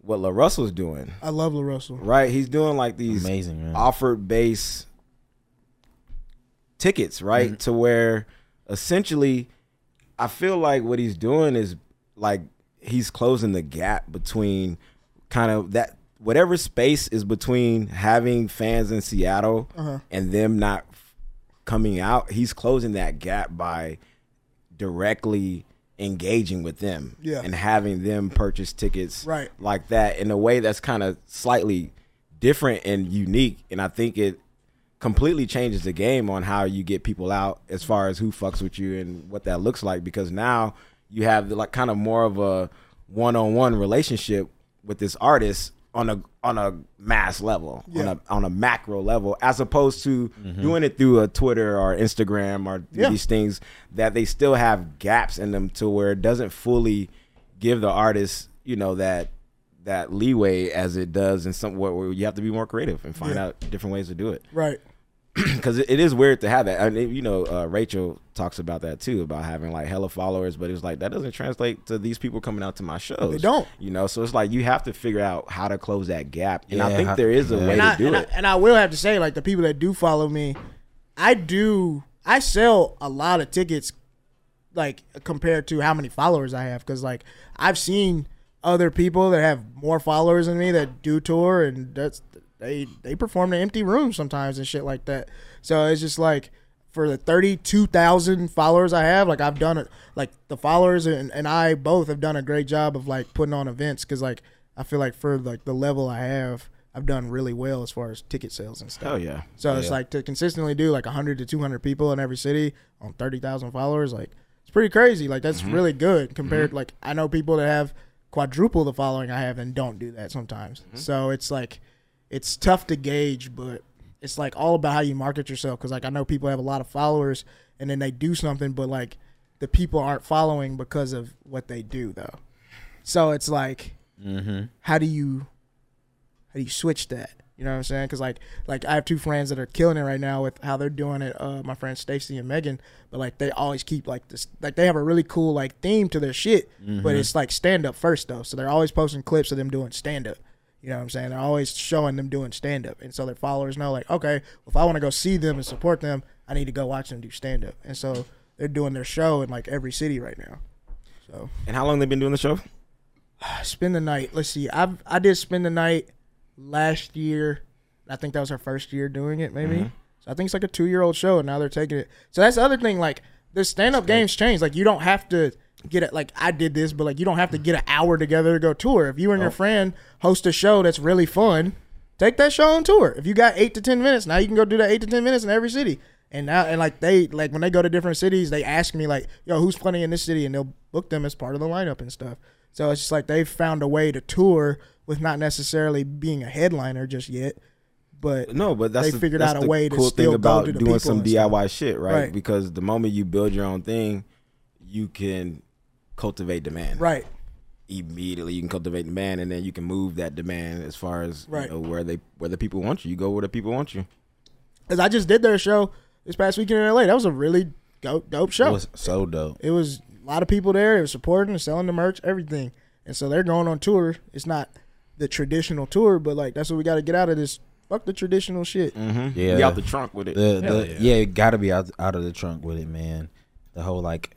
what la russell's doing
I love La Russell.
right he's doing like these
Amazing, man.
offered base tickets, right? To where essentially I feel like what he's doing is like he's closing the gap between kind of that whatever space is between having fans in Seattle and them not f- coming out, he's closing that gap by directly engaging with them
Yeah.
and having them purchase tickets
Right.
like that in a way that's kind of slightly different and unique and I think it completely changes the game on how you get people out as far as who fucks with you and what that looks like because now you have the, like kind of more of a one-on-one relationship with this artist on a on a mass level
Yeah.
on a on a macro level as opposed to doing it through a Twitter or Instagram or through
Mm-hmm. Yeah.
these things that they still have gaps in them to where it doesn't fully give the artist you know that that leeway as it does in some where where you have to be more creative and find
Yeah.
out different ways to do it
Right.
because it it is weird to have that. And it- you know, uh, Rachel talks about that too about having like hella followers, but it's like that doesn't translate to these people coming out to my shows.
They don't.
you know. So it's like you have to figure out how to close that gap, and I
Yeah,
think
how-
there is a
yeah.
way
and I,
to do
and
it.
I, and I will have to say, like the people that do follow me, I do I sell a lot of tickets, like compared to how many followers I have, because like I've seen other people that have more followers than me that do tour and that's they they perform in empty rooms sometimes and shit like that. So it's just like for the thirty two thousand followers I have, like I've done it, like the followers and, and I both have done a great job of like putting on events because like I feel like for like the level I have, I've done really well as far as ticket sales and stuff.
Hell yeah.
So it's like to consistently do like 100 to 200 people in every city on 30,000 followers, like it's pretty crazy. Like that's really good compared like I know people that have quadruple the following I have and don't do that sometimes. So it's like it's tough to gauge, but it's like all about how you market yourself cuz like I know people have a lot of followers and then they do something but like the people aren't following because of what they do though. So it's like how do you how do you switch that? You know what I'm saying? Because like like I have two friends that are killing it right now with how they're doing it. Uh, my friends Stacy and Megan, but like they always keep like this like they have a really cool like theme to their shit, but it's like stand up first though. So they're always posting clips of them doing stand up. You know what I'm saying? They're always showing them doing stand up, and so their followers know like okay, if I want to go see them and support them, I need to go watch them do stand up, and so they're doing their show in like every city right now. So
And how long they been doing the show?
spend the night. Let's see. I I did spend the night last year. I think that was her first year doing it, maybe. So I think it's like a two year old show, and now they're taking it. So that's the other thing. Like the stand up games change. Like you don't have to get it. Like I did this, but like you don't have to get an hour together to go tour. If you and your friend host a show that's really fun, take that show on tour. If you got eight to ten minutes, now you can go do that eight to ten minutes in every city. And now, and like they like when they go to different cities, they ask me like, "Yo, who's playing in this city?" And they'll book them as part of the lineup and stuff. So it's just like they've found a way to tour with not necessarily being a headliner just yet, but
No, but that's
They
the,
figured
that's
out a
the
way to
cool
still
thing
go
about
to the
doing
people
some
and stuff.
DIY shit, right?
Right.
Because the moment you build your own thing, you can cultivate demand.
right,
immediately you can cultivate demand and then you can move that demand as far as
Right.
you know, where they where the people want you. You go where the people want you.
because I just did their show this past weekend in L.A. That was a really dope, dope show.
It was so dope.
It was a lot of people there. It was supporting and selling the merch, everything. And so they're going on tour. It's not the traditional tour, but like that's what we got to get out of this. Fuck the traditional shit.
Yeah,
Be out the trunk with it.
the, the yeah. it gotta be out out of the trunk with it, man. The whole like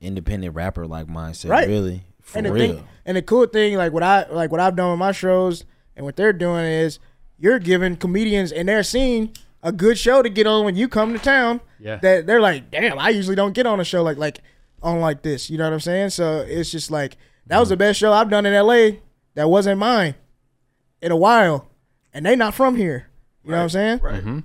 independent rapper like mindset,
Right.
really, for
and the
real.
thing, and the cool thing, like what I like what I've done with my shows and what they're doing is you're giving comedians in their scene a good show to get on when you come to town.
Yeah.
That they're like, damn, I usually don't get on a show like like on like this. You know what I'm saying? So it's just like that
Mm-hmm.
was the best show I've done in LA that wasn't mine in a while. And they not from here. You know what I'm saying? Right.
Mm-hmm.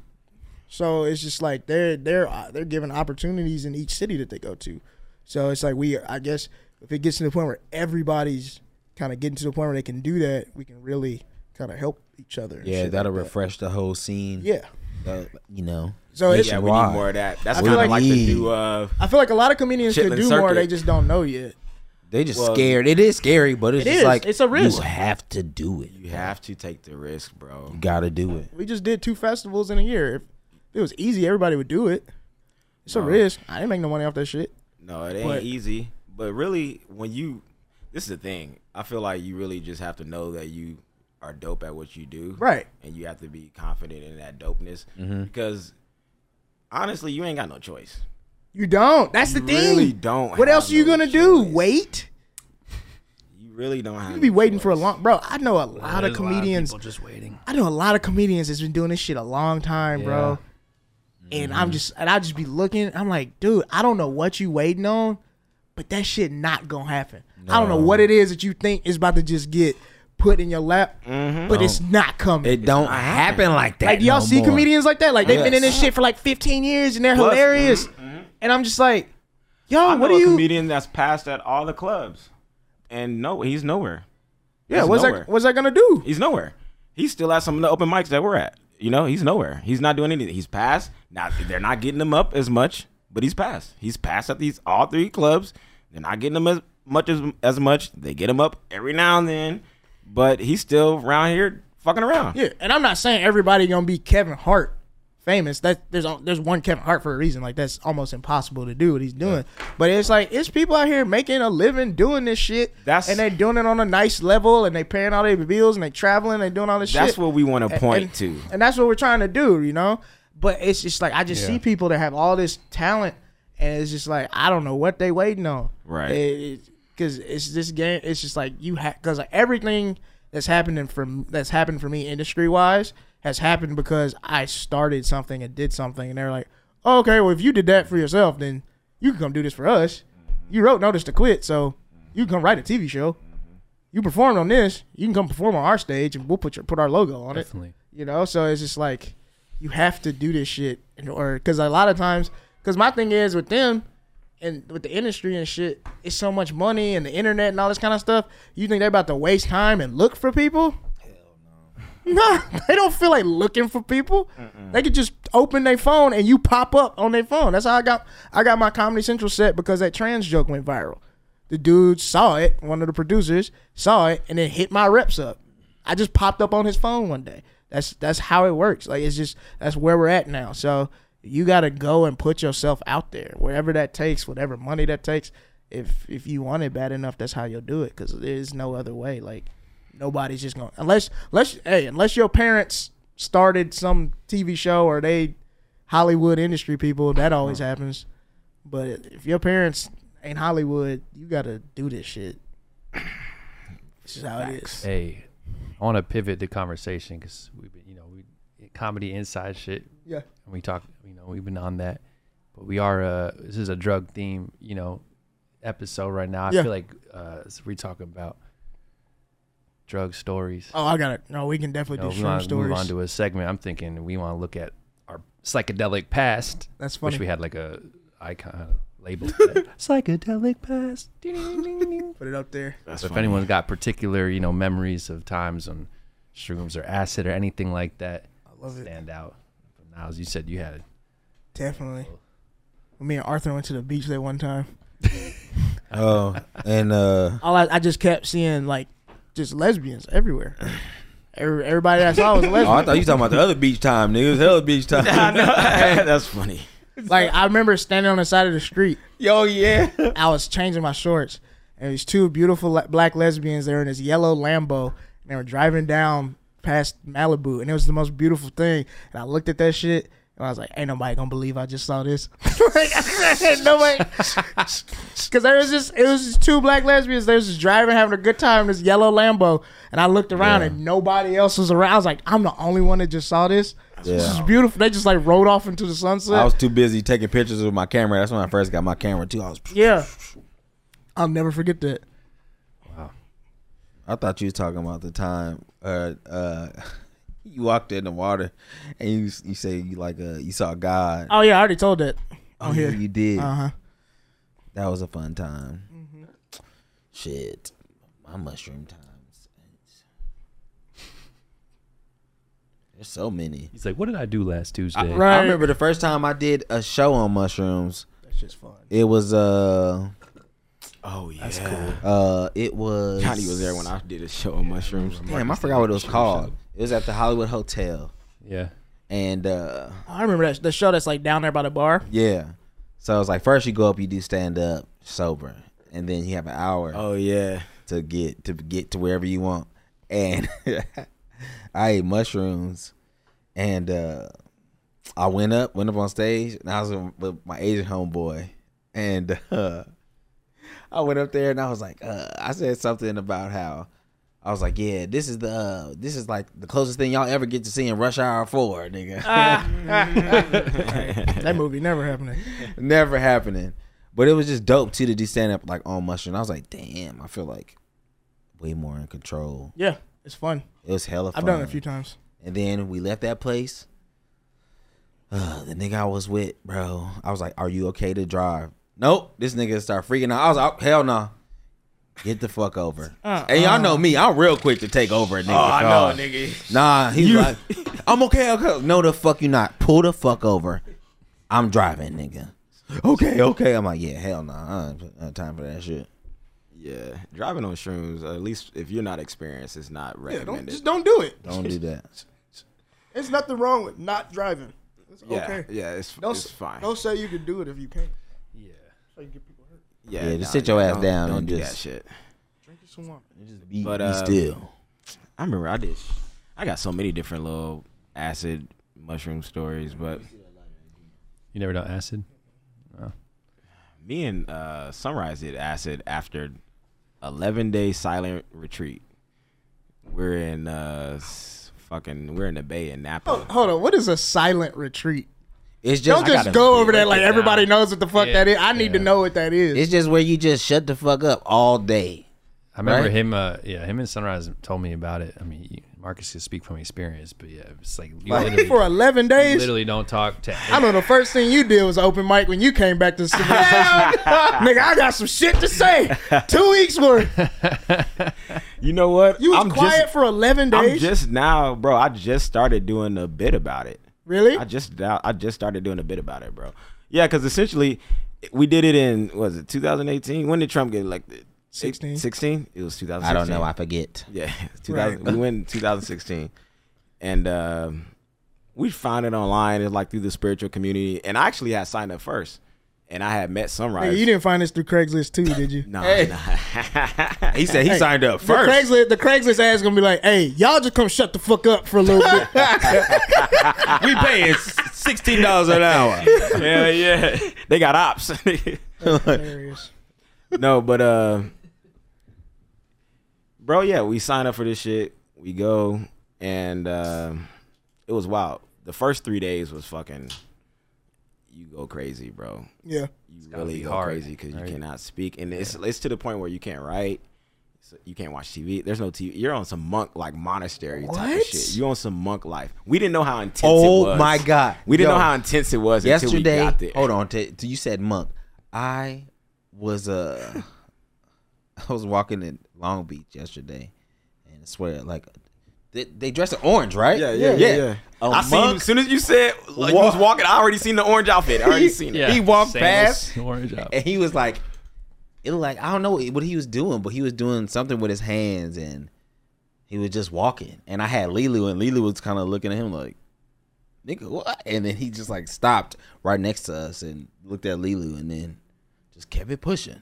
So it's just like they're they're uh, they're given opportunities in each city that they go to. So it's like we, I guess, if it gets to the point where everybody's kind of getting to the point where they can do that, we can really kind of help each other. and
yeah,
shit
that'll
like that.
refresh the whole scene.
Yeah.
Uh, you know.
So it's,
yeah, we
Why?
need more of that. That's
I
kind
feel
of
like-
like, the
Yeah.
new uh
I feel like a lot of comedians could
Chitlin
do more.
Circuit.
They just don't know yet.
They just
Well-
scared. It is scary, but it's
It
just
is.
like
It's a risk.
You have to do it.
you have to take the risk, bro.
You gotta do it.
We just did two festivals in a year. If it was easy, everybody would do it. It's a risk. I didn't make no money off that shit.
No, it ain't
But-
easy. But really when you this is the thing. I feel like you really just have to know that you are dope at what you do.
Right.
And you have to be confident in that dopeness. Because honestly, you ain't got no choice.
You don't. That's
You
the thing.
really don't
What
have
else are you
no
gonna do?
choice.
Wait.
You really don't have.
You be waiting for a long bro. I know a lot of
There's
comedians.
people just waiting.
I know a lot of comedians that's been doing this shit a long time, bro. And I'm just and I just be looking. I'm like, dude, I don't know what you waiting on, but that shit not gonna happen. I don't know what it is that you think is about to just get put in your lap, but it's not coming.
It don't happen like that.
like do y'all
no
see
more.
comedians like that? Like they've been in this
Yes.
shit for like 15 years and they're
Plus-
hilarious. And I'm just like,
I
yo,
know
what
a
do you?
comedian that's passed at all the clubs, and no, he's nowhere.
yeah,
he's
what's
nowhere.
that? What's that gonna do?
He's nowhere. He's still at some of the open mics that we're at. You know, he's nowhere. He's not doing anything. He's passed. Now they're not getting him up as much, but he's passed. He's passed at these all three clubs. They're not getting him as much as as much. They get him up every now and then, but he's still around here fucking around.
Yeah, and I'm not saying everybody gonna be Kevin Hart famous. That there's on- there's one Kevin Hart for a reason. Like that's almost impossible to do what he's doing. But it's like it's people out here making a living doing this shit.
That's-
and they're doing it on a nice level, and they paying all their bills, and they traveling, they doing all this
That's
shit.
what we want to
And-
point
and,
to.
and that's what we're trying to do, you know. But it's just like I just see people that have all this talent, and it's just like I don't know what they waiting on,
Right.
Because it's this game. It's just like you have because like everything that's happening from that's happened for me industry wise has happened because I started something and did something, and they're like, oh, okay, well if you did that for yourself, then you can come do this for us.
Mm-hmm.
You wrote notice to quit, so you can come write a TV show. You performed on this, you can come perform on our stage, and we'll put your put our logo on it
Definitely.
you know so it's just like you have to do this shit in order because a lot of times because my thing is with them and with the industry and shit it's so much money and the internet and all this kind of stuff you think they're about to waste time and look for people no, they don't feel like looking for people. They could just open their phone and you pop up on their phone. That's how I got I got my Comedy Central set because that trans joke went viral. The dude saw it, one of the producers saw it, and then hit my reps up. I just popped up on his phone one day. That's that's how it works. Like it's just that's where we're at now. So you gotta go and put yourself out there, wherever that takes, whatever money that takes. If if you want it bad enough, that's how you'll do it. Because there's no other way. Like nobody's just going to unless unless hey unless your parents started some TV show or they Hollywood industry people that always happens. But if your parents ain't Hollywood, you got to do this shit. This is how it is.
Hey, I want to pivot the conversation because we've been, you know, we comedy inside shit,
Yeah.
and we talk, you know, we've been on that, but we are. Uh, this is a drug theme, you know, episode right now. I
Yeah.
feel like uh, so we talking about drug stories.
Oh, I got it. No, we can
You
definitely
know,
do
we
shroom
want to move
stories.
on to a segment. I'm thinking we want to look at our psychedelic past.
That's
Wish
funny.
we had like a icon label. for that. psychedelic past. Ding, ding, ding, ding.
Put it up there.
That's
So if anyone's got particular, you know, memories of times on shrooms or acid or anything like that,
I love it.
stand out. But now, as you said, you had it.
Definitely. When Me and Arthur went to the beach that one time.
Oh, and uh,
all I, I just kept seeing like just lesbians everywhere. Every, everybody I saw was a
oh, I
lesbian.
thought you talking about the other beach time, nigga. It was hella beach time.
that's funny.
Like I remember standing on the side of the street.
Yo, yeah.
I was changing my shorts, and these two beautiful le- black lesbians. They were in this yellow Lambo, and they were driving down past Malibu, and it was the most beautiful thing. And I looked at that shit, and I was like, "Ain't nobody gonna believe I just saw this." like, nobody, because there was just it was just two black lesbians. They was just driving, having a good time in this yellow Lambo, and I looked around, and nobody else was around. I was like, "I'm the only one that just saw this." This is
Yeah.
beautiful. They just like rode off into the sunset.
I was too busy taking pictures with my camera. That's when I first got my camera too. I was.
yeah, I'll never forget that.
I thought you was talking about the time uh uh you walked in the water and you you say you like uh you saw God.
Oh yeah, I already told that.
Oh,
on
yeah,
here.
you did.
Uh huh.
That was a fun time.
Mm-hmm.
Shit, my mushroom times. There's so many.
He's like, "What did I do last Tuesday?"
Right.
I remember the first time I did a show on mushrooms.
That's just fun.
It was uh
Oh yeah, that's cool.
uh it was
Johnny was there when I did a show on mushrooms.
Damn, I forgot what it was called. It was at the Hollywood Hotel.
Yeah.
And uh
I remember that the show that's like down there by the bar.
Yeah. So it's like first you go up, you do stand up sober, and then you have an hour
Oh yeah.
to get to get to wherever you want. And I ate mushrooms, and uh, I went up, went up on stage, and I was with my Asian homeboy, and uh, I went up there and I was like, uh, I said something about how I was like, yeah, this is the uh, this is like the closest thing y'all ever get to seeing Rush Hour Four, nigga.
Ah. That movie never happened.
Never happening. But it was just dope too to do stand up like on mushroom. I was like, damn, I feel like way more in control.
Yeah, it's fun.
It was hella fun.
I've done it a few times.
And then we left that place. Uh, the nigga I was with, bro, I was like, "Are you okay to drive?" Nope. This nigga start freaking out. I was like, "Oh, "Hell no." Get the fuck over. and y'all know me. I'm real quick to take over a nigga.
Oh,
car.
nigga.
Nah, he's like, I'm okay, okay. No, the fuck you not. Pull the fuck over. I'm driving, nigga. Okay, okay. I'm like, yeah, hell no. Nah. I ain't I ain't time for that shit.
Yeah, driving on shrooms. At least if you're not experienced, it's not
Yeah,
recommended.
don't just don't do it.
Don't do that.
There's nothing wrong with not driving. It's
yeah,
okay.
yeah, it's,
Don't
it's
s-
fine.
Don't say you can do it if you can't.
Yeah.
So you get people hurt.
Yeah, just sit your ass
don't-
down
Don't
and
do
just-
that shit.
Drink you some water.
Be,
But,
be
uh,
um,
still.
I remember I did. I got so many different little acid mushroom stories, but
You never done acid?
me and uh, Sunrise did acid after 11 day silent retreat. We're in uh, s- fucking we're in the bay in Napa.
Oh, hold on. What is a silent retreat?
It's just
Don't
I
just
gotta-
go over there like
down.
everybody knows what the fuck
Yeah,
that is. I need to
yeah.
know what that is.
It's just where you just shut the fuck up all day.
I remember
Right?
him. Uh, yeah, him and Sunrise told me about it. I mean, you- Marcus could speak from experience, but yeah, it's like you literally,
For 11
you
days?
literally don't talk to.
I know the first thing you did was open mic when you came back to civilization. Nigga, I got some shit to say. Two weeks worth.
You know what?
You was
I'm
quiet
just
for 11
I'm
days?
just now, bro. I just started doing a bit about it.
really?
I just doubt- I just started doing a bit about it, bro. Yeah, because essentially, we did it in what was it 2018? When did Trump get elected?
16.
16? It was 2016.
I don't know. I forget.
Yeah, 2000, we went in 2016, and um, we found it online. It's like through the spiritual community, and I actually had signed up first, and I had met Sunrise.
Nigga, you didn't find this through Craigslist too, did you?
Nah,
Hey.
nah.
He said he signed up
The Craigslist, the Craigslist ad's gonna be like, "Hey, y'all just come shut the fuck up for a little bit."
we paying sixteen dollars an hour.
yeah, yeah. They got ops.
Hilarious.
no, but uh, bro, yeah, we sign up for this shit. We go, and uh, it was wild. The first three days was fucking. You go crazy, bro.
Yeah,
You
gotta
really
be
go
hard,
crazy because
right?
you cannot speak, and it's it's to the point where you can't write. So You can't watch TV. There's no TV. You're on some monk like monastery type of
What?
shit. You're on some monk life. We didn't know how intense it
Oh
was.
my god.
We didn't
Yo,
know how intense it was until we
yesterday.
got there.
Hold on, t- t- you said monk. I was uh I was walking in Long Beach yesterday, and I swear, like they, they dress in orange, right?
Yeah, yeah, yeah. yeah.
A
I seen
monk.
as soon as you said like, you was walking, I already seen the orange outfit. I already seen it.
Yeah,
He walked
sandals,
past.
orange out.
and he was like, it looked like I don't know what he was doing, but he was doing something with his hands and he was just walking. And I had Lilu, and Lilu was kind of looking at him like, "Nigga, what?" And then he just like stopped right next to us and looked at Lilu, and then just kept it pushing.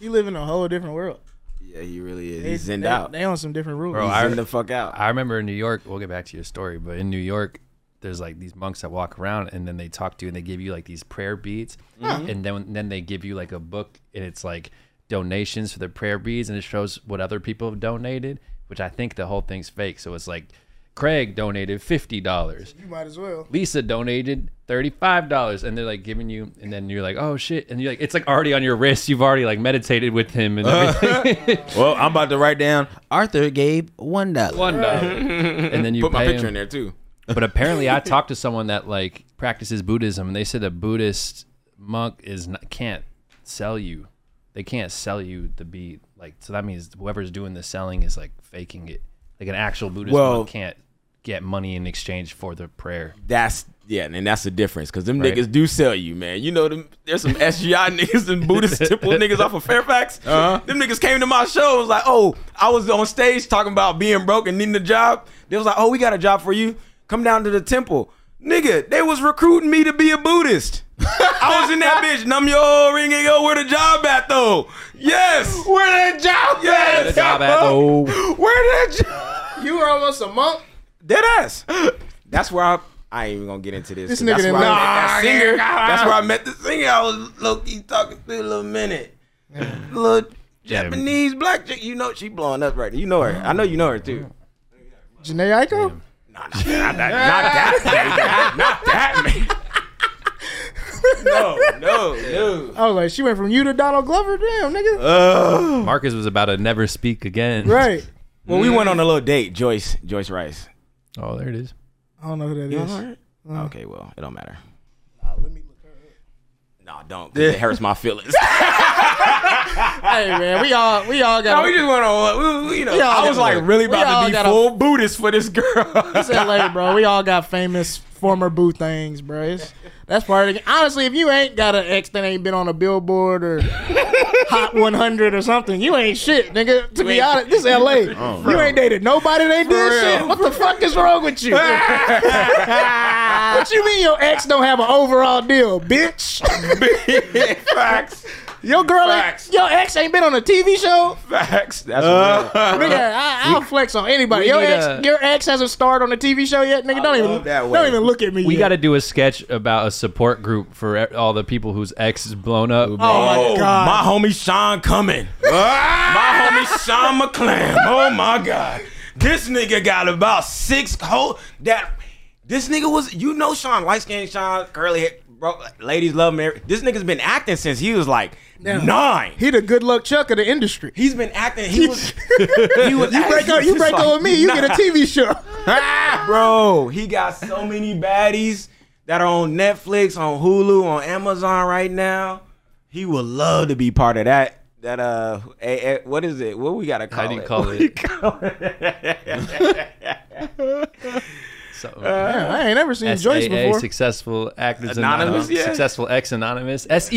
you live in a whole different world.
Yeah, he really is. He's
They-
zinned
they,
out.
They on some different rules.
Bro,
He's
I-
zinned the fuck out.
I remember in New York, we'll get back to your story, but in New York, there's like these monks that walk around and then they talk to you and they give you like these prayer beads. And then then they give you like a book and it's like donations for the prayer beads and it shows what other people have donated, which I think the whole thing's fake. So it's like Craig donated fifty dollars.
you might as well.
Lisa donated thirty-five dollars, and they're like giving you, and then you're like, "Oh shit!" And you're like, "It's like already on your wrist. You've already like meditated with him and everything."
Well, I'm about to write down Arthur gave one dollar.
One dollar, and then you
Put my
pay
picture
him.
in there too.
But apparently, I talked to someone that like practices Buddhism, and they said a Buddhist monk is not, can't sell you. They can't sell you the beat. Like, so that means whoever's doing the selling is like faking it. Like an actual Buddhist
Well-
monk can't get money in exchange for the prayer.
That's yeah, and that's the difference because them
Right.
niggas do sell you, man. You know them. There's some SGI niggas and Buddhist temple niggas off of Fairfax. Uh-huh. Them niggas came to my show. Was like, oh, I was on stage talking about being broke and needing a job. They was like, oh, we got a job for you. Come down to the temple, nigga. They was recruiting me to be a Buddhist. I was in that bitch. Num yo ring yo. Where the job at though? Yes. Where the job yes,
The job at, oh,
Where the job?
You were almost a monk.
Dead ass. That's where I. I ain't even gonna get into this.
This
'cause
nigga
that's
didn't
where I
know.
met that singer. That's where I met the singer. I was low key talking to a little minute. little
Yeah.
Japanese black chick. You know she blowing up right now. You know her. I know you know her too.
Janae Aiko?
Not, not that. Not that. Man. Not that. Man. No, no, no.
I was like, she went from you to Donald Glover? Damn, nigga.
Uh.
Uh,
Ugh.
Marcus was about to never speak again.
right.
Well, we went on a little date, Joyce, Joyce Rice.
Oh, there it is.
I don't know who that is.
Okay, well, it don't matter. Nah, don't. 'cause It hurts my feelings.
Hey man, we all we all
no,
got.
Oh, we just went on. We, we, you know,
We all
I was
got
like
a-
really
we all
about to be
got a-
full Buddhist for this girl.
It's LA, bro. We all got famous former boo things, bro. It's, that's part of the Honestly, if you ain't got an ex that ain't been on a billboard or Hot 100 or something, you ain't shit, nigga. To be honest, this LA. you ain't dated nobody that ain't did
Oh, real.
shit. What the fuck is wrong with you? what you mean your ex don't have an overall deal, bitch?
facts,
Your girl, ain't,
Facts.
your ex ain't been on a TV show.
facts. That's
Nigga, I, I'll flex on anybody.
we
Your
need
ex,
a-
your ex hasn't starred on a TV show yet, nigga. Don't even,
love that way.
don't even look at me.
We
yet.
got to do a sketch about a support group for e- all the people whose ex is blown up.
Oh my god. Ah!
my homie Sean coming. my homie Sean McClam. Oh my god, this nigga got about six whole that. This nigga was, you know, Sean, light skinned Sean, curly hair, bro. Ladies love Mary. This nigga's been acting since he was like nine.
he the good luck Chuck of the industry.
He's been acting. He was. He was
You break up, you break up with me, you get a TV show.
Ah, bro, he got so many baddies that are on Netflix, on Hulu, on Amazon right now. He would love to be part of that. That uh, a, a- what is it? What we gotta call
I
it?
didn't call it. so,
Yeah, I ain't never seen Joyce
SAA,
before.
successful actors anonymous,
Anonymous, yeah.
successful ex anonymous, sex.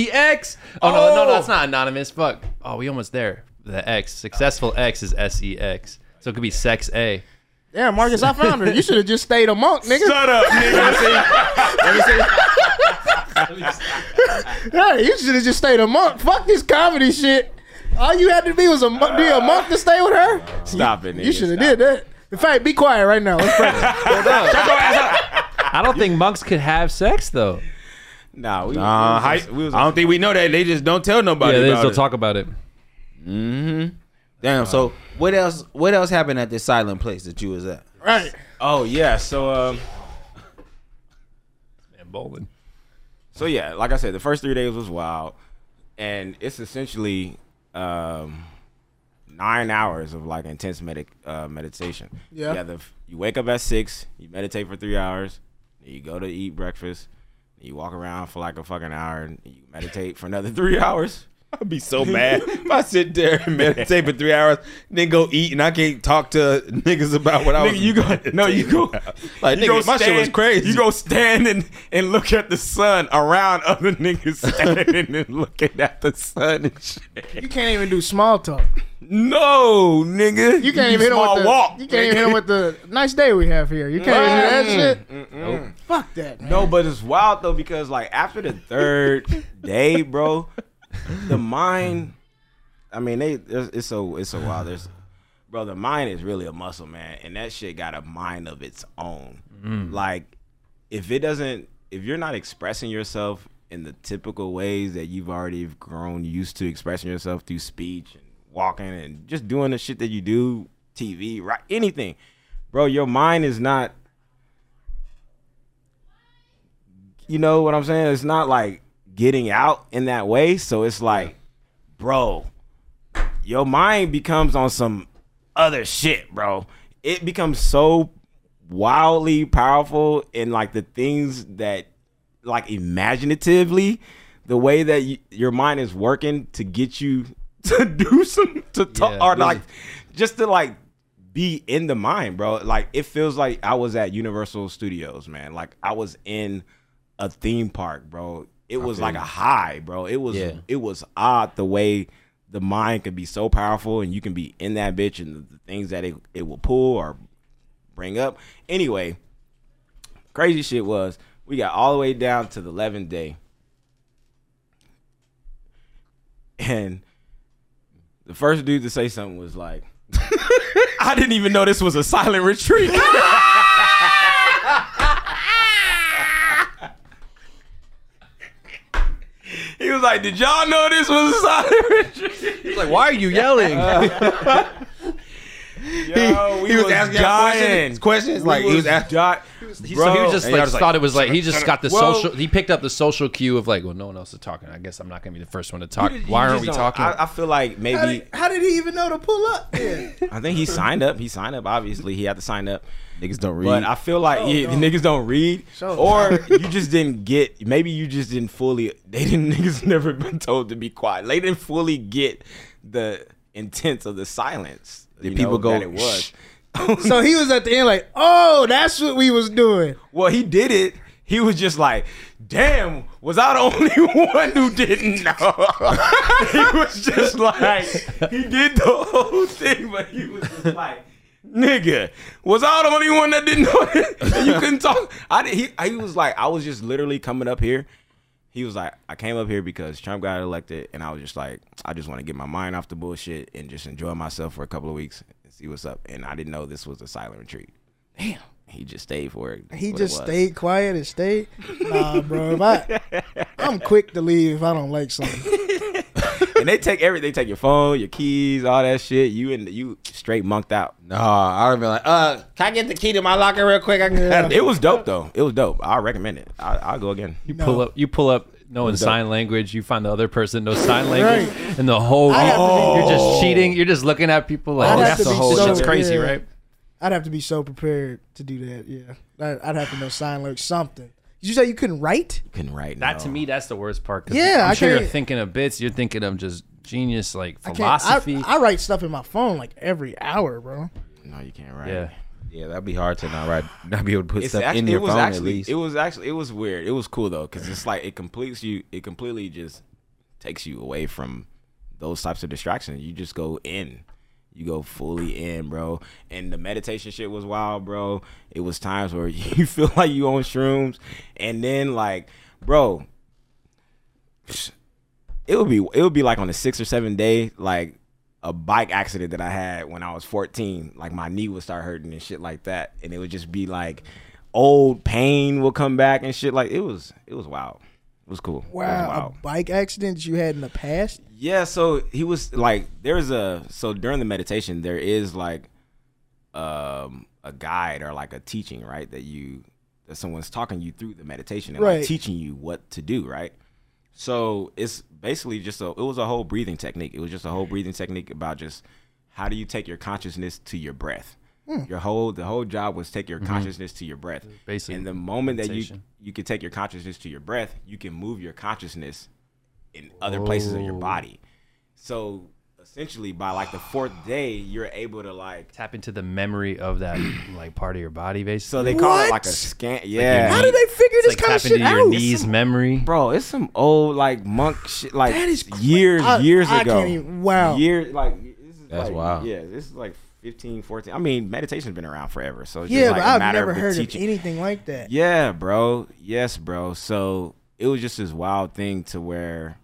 Oh, no, no, no, it's not anonymous. Fuck. Oh, we almost there. The X, successful X is sex. So it could be sex A.
Yeah, Marcus, I found her. You should have just stayed a monk, nigga.
Shut up, nigga.
Yeah, you should have just stayed a monk. Fuck this comedy shit. All you had to be was a mon- be a monk to stay with her.
Stop it, nigga.
You should have
Stop.
did that. In fact, be quiet right now. Let's pray.
I don't think monks could have sex though.
Nah, we,
Uh,
we
I,
was, we was,
I don't think we know that. They just don't tell nobody.
Yeah, they
about
still
it.
talk about it.
Damn. So what else? What else happened at this silent place that you was at?
right.
oh yeah. So um,
And bowling.
so yeah, like I said, the first three days was wild, and it's essentially um, nine hours of like intense medic uh, meditation.
Yeah.
You, have the, you wake up at six, you meditate for three hours, then you go to eat breakfast, then you walk around for like a fucking hour, and you meditate for another three hours.
I'd be so mad if I sit there and meditate for three hours, then go eat, and I can't talk to niggas about what I was.
Nigga, you go no, you go.
Like,
you
nigga, my shit was crazy.
You go stand and, and look at the sun around other niggas standing and looking at the sun and shit.
You can't even do small talk.
No, nigga,
You can't even hit him
small
with the.
walk.
you can't even hit him with the nice day we have here. You can't even hit that shit. Fuck that. Man.
No, but it's wild though because like after the third day, bro, the mind. I mean, they it's, it's so it's so wild. There's, bro, the mind is really a muscle, man, and that shit got a mind of its own. Like, if it doesn't, if you're not expressing yourself in the typical ways that you've already grown used to expressing yourself through speech and walking and just doing the shit that you do, TV, right, anything, bro, your mind is not you know what I'm saying? It's not like getting out in that way. So it's like, bro, your mind becomes on some other shit, bro. It becomes so wildly powerful in like the things that, like, imaginatively, the way that you, your mind is working to get you to do some, to talk,
Yeah.
or like, just to like be in the mind, bro. Like, it feels like I was at Universal Studios, man. Like, I was in a theme park, bro. It was like a high, bro. It was
Yeah.
it was odd the way the mind could be so powerful and you can be in that bitch and the, the things that it, it will pull or bring up. Anyway, crazy shit was we got all the way down to the 11th day. And the first dude to say something was like, I didn't even know this was a silent retreat. he He was like, "Did y'all know this was a solid retreat?"
Like, why are you yelling?
Yo, we
he was, asking y'all questions, questions like he was asking.
He- so he was just
And y'all
like
just like,
thought it was like he just got the
Well-
social. He picked up the social cue of like, well, no one else is talking. I guess I'm not gonna be the first one to talk.
You just-
Why
you
aren't we
just don't-
talking?
I, I feel like
How
maybe
did, how did he even know to pull up? then?
I think he signed up. He signed up. Obviously, he had to sign up.
Niggas don't read.
But I feel like yeah, the niggas don't read,
Sure.
or you just didn't get. Maybe you just didn't fully. They didn't niggas never been told to be quiet. They didn't fully get the intent of the silence.
Did
you
people
know,
go,
that it was.
so he was at the end like, oh, that's what we was doing.
well, he did it. He was just like, "Damn, was I the only one who didn't know?" he was just like, he did the whole thing, but he was just like. Nigga, was I the only one that didn't know it? And you couldn't talk. I did, he, he was like, I was just literally coming up here. He was like, I came up here because Trump got elected, and I was just like, I just want to get my mind off the bullshit and just enjoy myself for a couple of weeks and see what's up. And I didn't know this was a silent retreat. Damn, he just stayed for it. That's
He
what it
just
was.
stayed quiet and stayed. Nah, bro. If I, I'm quick to leave if I don't like something.
and they take everything. They take your phone, your keys, all that shit. You and you straight monked out.
nah, I would have been like, uh, can I get the key to my locker real quick? I can-
Yeah.
It was dope though. It was dope. I recommend it. I, I'll go again.
you pull up. You pull up. Knowing sign language, you find the other person knows sign language, and the whole
I have to
Oh.
be-
you're just cheating. You're just looking at people like
I'd have
that's
to
the
be
whole
so-
shit's crazy,
yeah.
right?
I'd have to be so prepared to do that. Yeah, I'd, I'd have to know sign language something. Did you say you couldn't write?
Couldn't write
That to me, that's the worst part. 'cause
Yeah,
I'm
I
sure you're
can't-
thinking of bits. You're thinking of just genius like
I can't- I-
philosophy.
I, write stuff in my phone like every hour, bro.
No, you can't write.
yeah,
yeah, that'd be hard to not write, not be able to put
It's
stuff
actually,
in your
it was
phone
actually,
at least.
It was actually it was weird. It was cool though because it's like it completes you. It completely just takes you away from those types of distractions. You just go in. You go fully in, bro. And the meditation shit was wild, bro. It was times where you feel like you on shrooms, and then like, bro, it would be it would be like on the sixth or seventh day, like a bike accident that I had when I was fourteen. Like my knee would start hurting and shit like that, and it would just be like old pain will come back and shit. Like it was it was wild. It was cool. It was
Wow,
wild.
a bike accident you had in the past.
Yeah, so he was like, there's a so during the meditation there is like, um, a guide or like a teaching, right? That you that someone's talking you through the meditation and
Right.
like teaching you what to do, right? So it's basically just a it was a whole breathing technique. It was just a whole breathing technique about just how do you take your consciousness to your breath. Your whole the whole job was take your consciousness to your breath.
Mm-hmm. Basically,
and the moment that you
meditation.
you can take your consciousness to your breath, you can move your consciousness in other places of your
Oh.
body. So essentially, by like the fourth day, you're able to like.
tap into the memory of that like part of your body, basically.
So they call it
What?
like a scan. Yeah,
How did they figure
It's
this
like
kind of
tap into
shit
your
out?
knees memory.
bro? It's some old like monk shit. Like
That is cra-
years,
I-
years
I
ago.
can't even- wow.
years like this is
That's
like,
wild.
Yeah, this is like 15, 14. I mean, meditation's been around forever, so it's
Yeah,
just like
but
a
I've
matter
never
of the
heard
teaching.
of anything like that.
Yeah, bro. Yes, bro. So it was just this wild thing to where,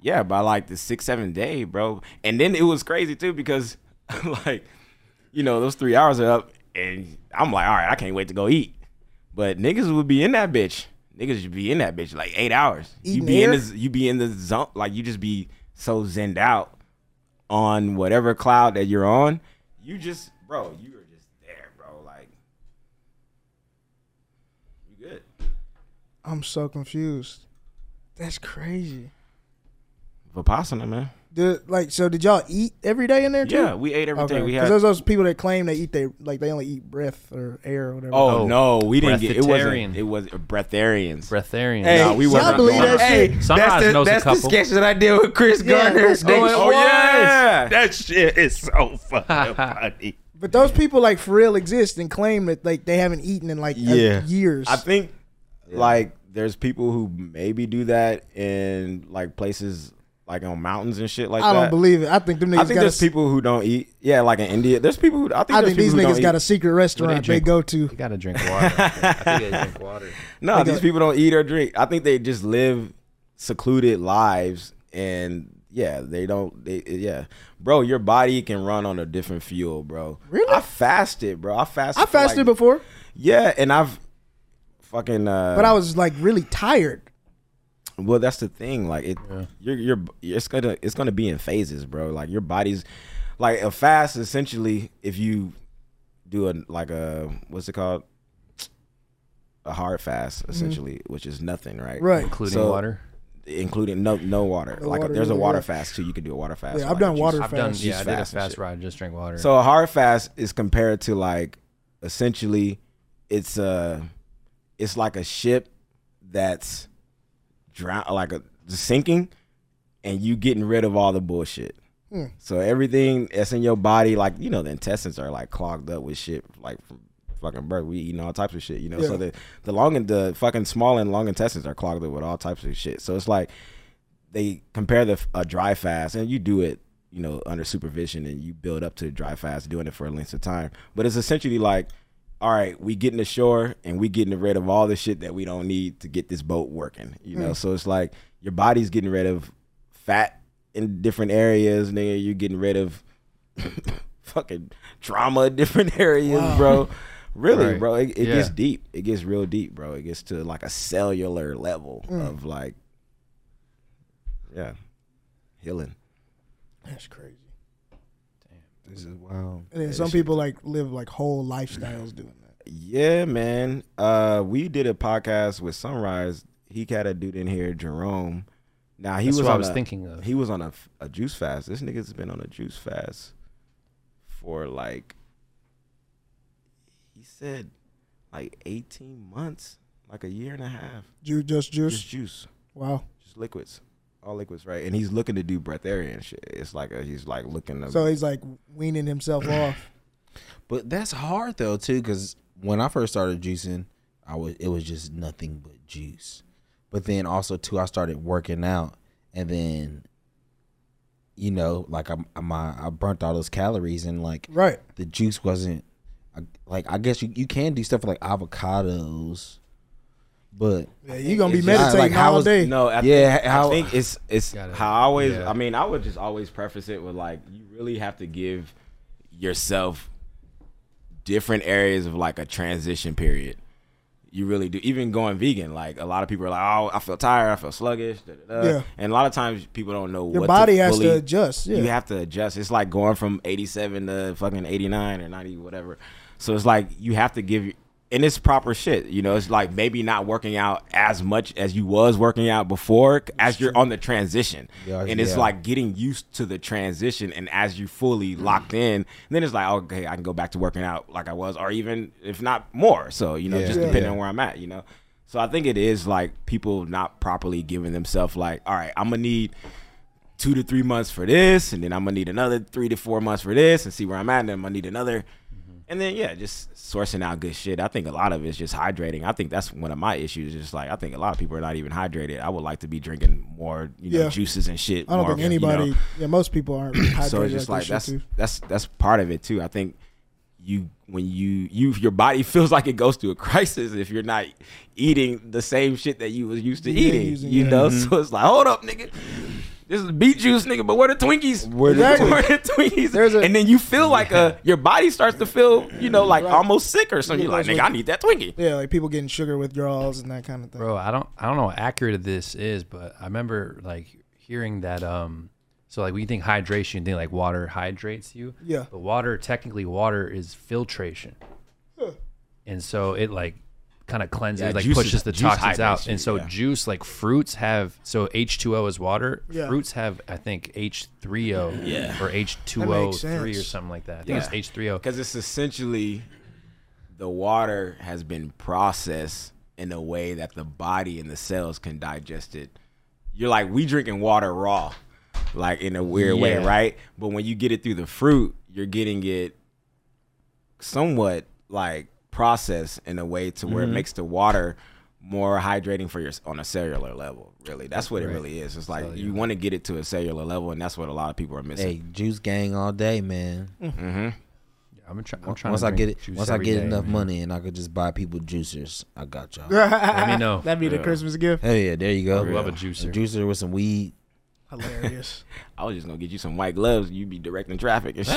yeah, by like the six, seven day, bro. And then it was crazy too because, like, you know, those three hours are up, and I'm like, all right, I can't wait to go eat. But niggas would be in that bitch. Niggas should be in that bitch like eight hours.
Eating
you be
air?
in the you be in the zone, like you just be so zenned out on whatever cloud that you're on, you just, bro, you are just there, bro. Like, you good.
I'm so confused. That's crazy.
Vipassana, man.
Did, like, so did y'all eat every day in there too?
Yeah, we ate everything.
Okay.
We
'Cause
had.
there's those people that claim they eat they like they only eat breath or air or whatever.
Oh,
Oh,
no, we didn't get. It
breatharian.
wasn't. It was breatharians.
Breatharian.
Hey,
No, we
y'all
wasn't.
believe that
hey,
shit?
Sunrise
that's the,
knows a
that's the
couple.
sketch that I did with Chris
Yeah,
Gardner.
that's-
They-
oh, it
Oh yeah.
that shit is so fucking funny.
But those people like for real exist and claim that like they haven't eaten in like a-
Yeah.
years.
I think like there's people who maybe do that in like places like on mountains and shit like
I
that.
don't believe it. I think them niggas
I think
got
there's
a,
people who don't eat. Yeah, like in India, there's people. Who, I think,
I
there's
think these
people who don't
niggas got
eat.
a secret restaurant they,
drink-
go to.
You gotta drink water. I think. I think they drink water.
No,
Like uh,
these
a-
people don't eat or drink. I think they just live secluded lives, and yeah, they don't. They yeah, bro, your body can run on a different fuel, bro.
Really?
I fasted, bro. I fasted.
I
for, like-
fasted before,
Yeah, and I've fucking. Uh,
but I was like really tired.
Well, that's the thing. Like it, you're, you're, it's gonna, it's gonna be in phases, bro. Like your body's, like a fast. Essentially, if you do a like a what's it called, a hard fast, essentially, which is nothing, right?
Mm-hmm. Right.
including
So-
water.
Including no, no water. like
water,
there's a
yeah,
water
yeah.
fast too. You can do a water fast.
Yeah,
like
I've done
a juice
water
I've done
fast.
yeah, I did a
fast and
fast
shit.
ride, just drank water.
So a hard fast is compared to like essentially it's a it's like a ship that's drown like a sinking and you getting rid of all the bullshit. So everything that's in your body, like you know, the intestines are like clogged up with shit, like from fucking birth. We eating all types of shit, you know.
Yeah.
So the the long and the fucking small and long intestines are clogged up with all types of shit. So it's like they compare the a dry fast, and you do it, you know, under supervision, and you build up to the dry fast, doing it for a length of time. But it's essentially like, all right, we getting ashore, and we getting rid of all the shit that we don't need to get this boat working, you know. So it's like your body's getting rid of fat in different areas, nigga. You're getting rid of fucking trauma in different areas, bro. Really,
Right.
bro. It, it
Yeah.
gets deep. It gets real deep, bro. It gets to like a cellular level of like, yeah, healing.
That's crazy.
This is wow.
And then some people like live like whole lifestyles doing that.
Yeah, man. Uh, we did a podcast with Sunrise. He had a dude in here, Jerome. Now he
That's
was
what I
on
was
a-
thinking of.
He was on a, f- a juice fast. This nigga's been on a juice fast for like he said like eighteen months, like a year and a half.
Ju- just juice.
Just juice,
Wow.
just liquids, all liquids, right? And he's looking to do breatharian shit. It's like a, he's like looking to.
So he's like weaning himself off.
But that's hard though too, because when I first started juicing, I was it was just nothing but juice. But then also too, I started working out, and then, you know, like I, I my I burnt all those calories, and like
Right.
the juice wasn't I, like I guess you, you can do stuff like avocados, but
Yeah, you're gonna be
It's just-
meditating
like, how
all
was-
day.
No, I
Yeah,
think,
how-
I think it's it's
Gotta-
how I always.
yeah.
I mean, I would just always preface it with like, you really have to give yourself different areas of like a transition period. You really do. Even going vegan, like a lot of people are like, "Oh, I feel tired. I feel sluggish." Da, da, da.
Yeah.
And a lot of times people don't know
Your
what
body
to
has to
fully-
adjust. Yeah.
you have to adjust. It's like going from 87 to fucking 89 or 90, whatever. So it's like you have to give, and it's proper shit. You know, it's like maybe not working out as much as you was working out before as you're on the transition.
Yeah,
and it's
yeah.
like getting used to the transition. And as you
Mm.
fully locked in, then it's like, okay, I can go back to working out like I was, or even if not more. So, you know,
Yeah.
just
Yeah.
depending on where I'm at, you know? So I think it is like people not properly giving themselves like, all right, I'm gonna need two to three months for this, and then I'm gonna need another three to four months for this, and see where I'm at, and then I'm gonna need another.
Mm-hmm.
And then yeah, just sourcing out good shit. I think a lot of it's just hydrating. I think that's one of my issues. Just like I think a lot of people are not even hydrated. I would like to be drinking more, you know,
Yeah.
juices and shit.
I don't
more,
think
you know.
anybody. Yeah, most people aren't hydrated.
So it's just
like,
like
they should
that's
too.
that's that's part of it too. I think you when you you your body feels like it goes through a crisis if you're not eating the same shit that you was used to
Yeah,
eating.
using-
you
yeah.
know, so it's like hold up, nigga. This is beet juice, nigga. But where the Twinkies? Where
the Exactly.
where the Twinkies?
There's a-
and then you feel like a your body starts to feel you know like almost sick or something. You're like,
those
nigga, I need that Twinkie.
Yeah, like people getting sugar withdrawals and that kind of thing.
Bro, I don't I don't know how accurate this is, but I remember like hearing that um so like when you think hydration, you think like water hydrates you.
Yeah.
But water technically water is filtration. And so it like kind of cleanses,
Yeah,
like
juice is-
pushes the
juice
toxins
hydrates
out.
you,
And so
yeah.
juice, like fruits have so H two O is water.
Yeah.
Fruits have I think H three O
Yeah.
or H two
That
O
makes
three or
sense.
something like that. I think it's
Yeah.
H three O.
because it's essentially the water has been processed in a way that the body and the cells can digest it. You're like we drinking water raw, like in a weird way,
Yeah.
right? But when you get it through the fruit, you're getting it somewhat like processed in a way to where it makes the water more hydrating for your on a cellular level. Really, that's what it really is. It's like you want to get it to a cellular level, and that's what a lot of people are missing.
hey, juice gang all day, man.
I'm, try- I'm trying
Once
to
I get
drink
it,
juice
once I
every
get
day,
enough
man.
money, and I could just buy people juicers. I got y'all.
Let me know.
That'd be the Christmas gift.
Hell yeah, there you go.
I love a juicer.
juicer with some weed.
Hilarious.
I was just gonna get you some white gloves. You be directing traffic and shit.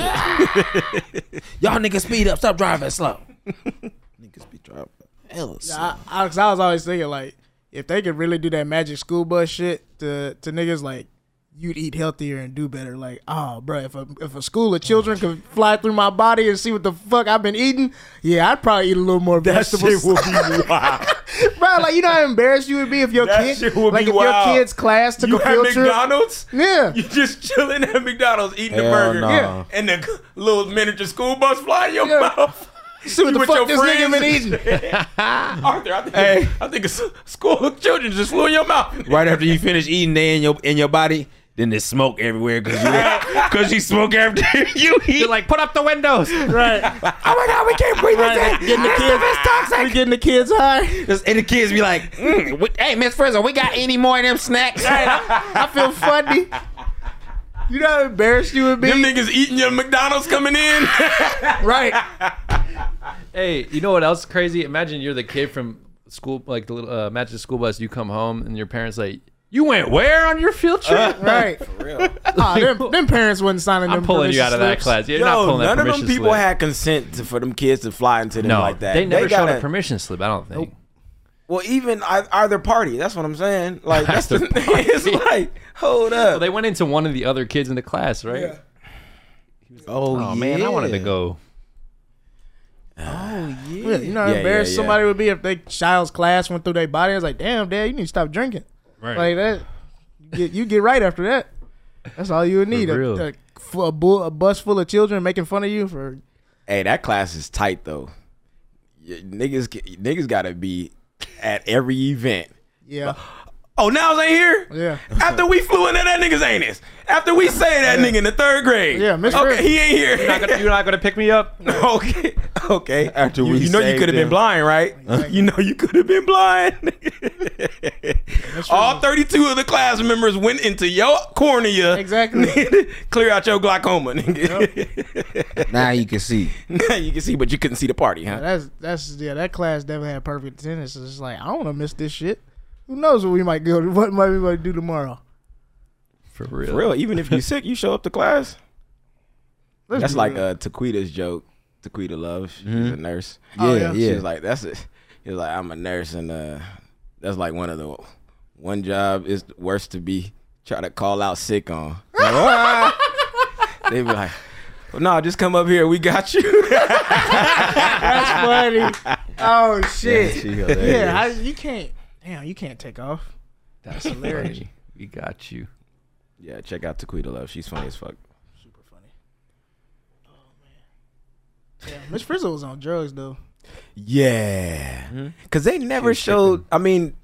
Y'all niggas speed up. Stop driving slow. niggas be driving. Hell,
I, I, 'cause I was always thinking like if they could really do that magic school bus shit to to niggas like you'd eat healthier and do better like oh bro if a, if a school of children could fly through my body and see what the fuck i've been eating yeah i'd probably eat a little more
That shit
vegetables
will be wild.
bro like you know how embarrassed you would be if your
That
kid
shit would
like
be
if
wild.
your kid's class took
you
a field
at
trip
McDonald's?
yeah
You just chilling at McDonald's eating the
Hell
burger,
no. Yeah.
and the little miniature school bus fly in your
Yeah.
mouth.
see what
You
the
with
fuck
your
this nigga been
friends.
eating
Arthur, I think,
Hey.
I think it's school of children just flew in your mouth.
Right after you finish eating, they in your in your body, then there's smoke everywhere because you because you smoke after you eat.
They're like, put up the windows.
right
oh my god, we can't breathe
right uh, getting the kids we getting the kids high
Just- And the kids be like, mm, we- "Hey, Miss Frizzo, we got any more of them snacks?"
i feel funny you know how embarrassed you would be
Them niggas eating your McDonald's coming in.
right
Hey, you know what else is crazy? Imagine you're the kid from school, like the little uh, magic school bus. You come home and your parents like, you went where on your field trip?
Uh,
Right. For real. them, them parents wasn't signing them
I'm pulling you out of that
permission slips.
class. You're
Yo,
not pulling that
none of
permission
them people
slip.
had consent to, for them kids to fly into them
no,
like that.
they never showed
gotta-
a permission slip. I don't think.
Well, even ei- either party. That's what I'm saying. Like that's the
Either
thing. It's like, hold up.
Well, they went into one of the other kids in the class, right?
Oh,
Oh man, I wanted to go.
Yeah, you know how
Yeah, yeah,
embarrassed
yeah.
somebody would be if their child's class went through their body. It's like, damn, dad, you need to stop drinking.
Right.
Like that. You get, you get right after that. That's all you would need. A,
real.
a, fu- a, bu- a bus full of children making fun of you for.
Hey, that class is tight though. Y- Niggas, ca- niggas gotta be at every event.
Yeah.
Oh, now's ain't here?
Yeah.
After we flew into that nigga's anus. After we say that nigga in the third grade.
Yeah, Miss
Okay,
Grimm.
he ain't here.
you're not gonna pick me up.
okay, okay.
After
you,
we
you know you
saved
could have
them.
been blind, right? You know you could have been blind. All thirty-two of the class members went into your cornea.
Exactly.
Clear out your glaucoma, nigga.
Now you can see.
you can see, but you couldn't see the party, huh?
That's that's yeah. That class never had perfect attendance. It's just like I don't want to miss this shit. Who knows what we might go? What might we might do tomorrow?
For real.
For real. Even if you sick, you show up to class.
Let's
That's
be
like
real.
uh, Taquita's joke. Taquita loves. She's a nurse.
Oh,
Mm-hmm.
yeah.
yeah, yeah.
She was like, that's it. He was like, I'm a nurse, and uh, that's like one of the one job is worse to be try to call out sick on. they be like, well, no, just come up here. We got you.
that's funny. Oh shit. Yeah,
yeah,
I, you can't. Damn, you can't take off.
That's hilarious. We got you.
yeah, check out Taquita Love. She's funny as fuck.
Super funny. Oh man. Yeah, Miss Frizzle was on drugs though.
Yeah. Cause they never showed I mean,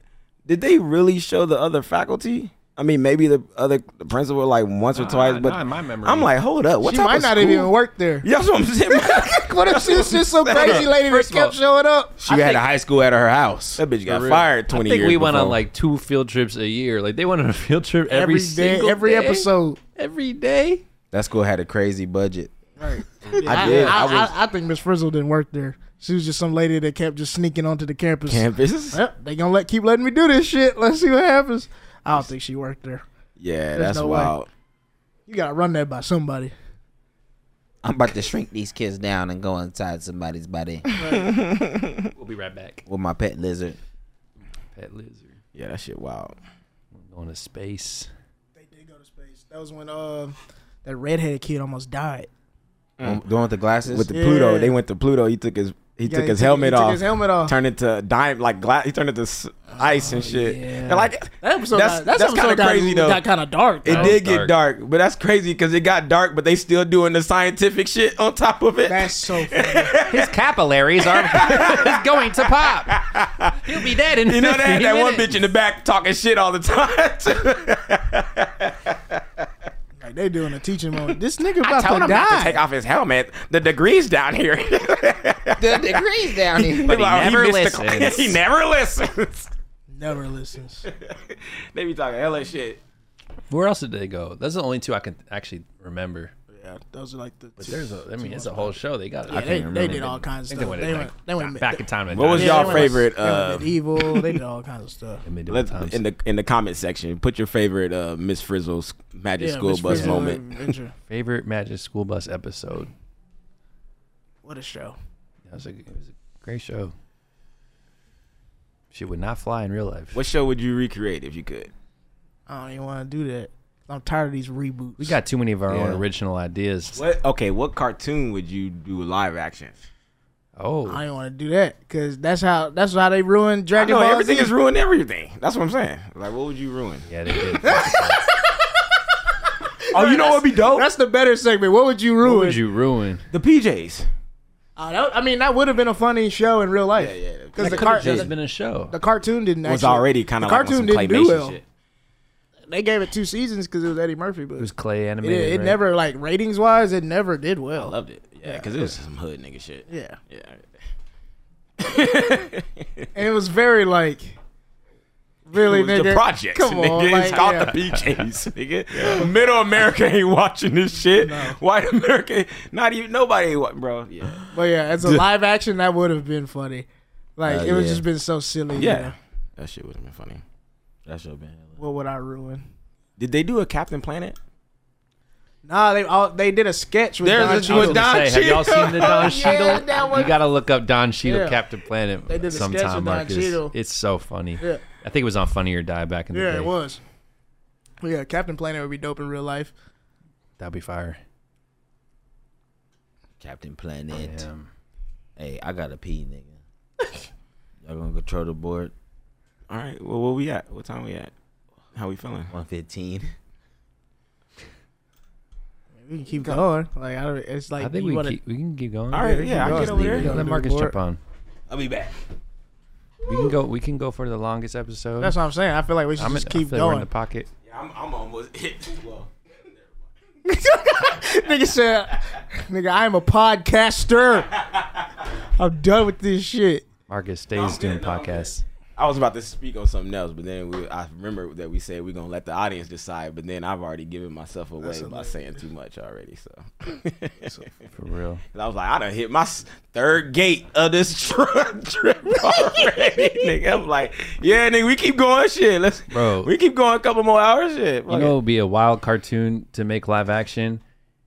did they really show the other faculty? I mean, maybe the other the principal like once or twice, but
not in my memory.
I'm like, hold up, what
she
type
might
of
not
school?
have even work there.
Yeah, that's what I'm saying.
What if she was just some crazy lady that
First of
kept showing up?
she had a high school at her house.
that bitch got
For real.
fired twenty
I think
years.
we went on
before.
like two field trips a year. Like they went on a field trip
Every
every,
day,
single
every
day,
episode.
every day.
That school had a crazy budget.
Right.
I did. I,
I, I,
was
I think Miss Frizzle didn't work there. She was just some lady that kept just sneaking onto the campus.
campus.
Well, they gonna let keep letting me do this shit. Let's see what happens. I don't think she worked there.
Yeah, that's
no way.
wild.
You gotta run that by somebody.
I'm about to shrink these kids down and go inside somebody's body
We'll be right back.
with my pet lizard.
Pet lizard
Yeah, that shit wild.
going to space.
They did go to space. That was when uh that redheaded kid almost died.
The one with the glasses.
With the
Yeah.
Pluto, they went to Pluto. He took his he
Yeah,
took
he
his
took-
helmet
he took
off.
his helmet off.
Turned it to dime like glass. He turned it to s- ice and shit.
Oh, yeah.
And like
That episode got-
That's-
that
that's
episode
kinda
got-
crazy, though.
Got kind of dark.
It
though.
was
did get
dark.
dark, but that's crazy because it got dark, but they still doing the scientific shit on top of it.
That's so funny.
His capillaries are is going to pop. He'll be dead in
you know that
15
that one
minutes.
bitch in the back talking shit all the time. too.
like they doing a teaching moment. This nigga
I
about
told
to
him not to take
die.
off his helmet. The degrees down here.
the degrees down here.
Like, oh,
never
missed the class.
listens.
he never listens.
Never listens.
they be talking hella shit.
Where else did they go? That's the only two I can actually remember.
Yeah, those are like the. But
There's a, I mean, it's a whole show. They got. I
Yeah,
can't
they,
remember.
they did all kinds of
They
stuff.
went,
They
like,
went. They went
back in time.
What was
they
y'all
went like-
favorite,
they went
uh,
medieval. they did all kinds of stuff.
Let's in the in the comment section put your favorite uh, Miss Frizzle's magic
Yeah,
school
Miss
bus
Frizzle
moment.
Adventure.
favorite Magic School Bus episode.
What a show!
That was a, it was a great show. Shit would not fly in real life.
What show would you recreate if you could?
I don't even want to do that. I'm tired of these reboots.
We got too many of our own
Yeah.
original ideas.
What? Okay, what cartoon would you do live action?
I
Oh,
don't want to do that because that's how that's how they ruined
I
Dragon
know
Ball.
everything
Z.
is ruined. Everything. That's what I'm saying. Like, what would you ruin?
yeah, they did.
Oh, you know what'd be dope?
That's the better segment. What would you ruin?
What would you ruin?
the PJs.
Oh, that- I mean, that would have been a funny show in real life.
yeah, yeah.
Because the,
That
car-
could
the,
just been a show.
the cartoon didn't.
was
actually-
already kind
the
of like on
cartoon
some
didn't do
claymation
well.
shit.
They gave it two seasons because it was Eddie Murphy, but
It was clay
it,
animated.
it
right?
never like ratings wise, it never did
I
well.
loved it. Yeah, because it was some hood nigga shit.
yeah,
Yeah.
and it was very like really
It was
nigga.
the projects,
Come
nigga.
on,
it's
like,
called
yeah.
the PJs, nigga. Middle America ain't watching this shit. White America, not even nobody, ain't wa- bro. Yeah,
but yeah, as a live action, that would have been funny. Like
Uh,
it would
yeah.
just been so silly. you know.
yeah. That shit would have been funny.
That should have been hella.
What would I ruin?
Did they do a Captain Planet?
Nah, they all they did a sketch with
There's
Don
a-
I was
Cheadle.
with Don-
gonna say, have y'all seen the Don Cheadle?
Yeah, that one-
You gotta look up Don Cheadle,
Yeah.
Captain Planet.
They did a sketch with Don
sometime, Marcus.
Cheadle.
It's so funny.
Yeah.
I think it was on Funny or Die back in the
Yeah,
day.
it was. But yeah, Captain Planet would be dope in real life.
That'd be fire.
Captain Planet.
Damn.
Hey, I gotta pee, nigga. Y'all gonna control the board?
All right. Well, where we at? What time we at? How we feeling?
One fifteen.
We can keep going. Like I don't, it's like
I think
you
we
wanna,
keep, we can keep going.
All right. Yeah, I get over
Yeah.
there.
Let Marcus jump on.
I'll be back.
We can go. We can go for the longest episode.
That's what I'm saying. I feel like we should
I'm
just
in- I
keep
feel like we're in
going.
the pocket.
Yeah, I'm, I'm almost it. Well,
nigga said, "Nigga, I am a podcaster. I'm done with this shit."
Marcus stays doing
no, I'm good.
podcasts.
I was about to speak on something else, but then we, I remember that we said we're gonna let the audience decide. But then I've already given myself away by saying too much already. So 'Cause
For real.
I was like, I done hit my s- third gate of this trip, trip already, nigga. I'm like, yeah, nigga, we keep going, shit. Let's,
Bro.
we keep going a couple more hours, shit.
You know, what would be a wild cartoon to make live action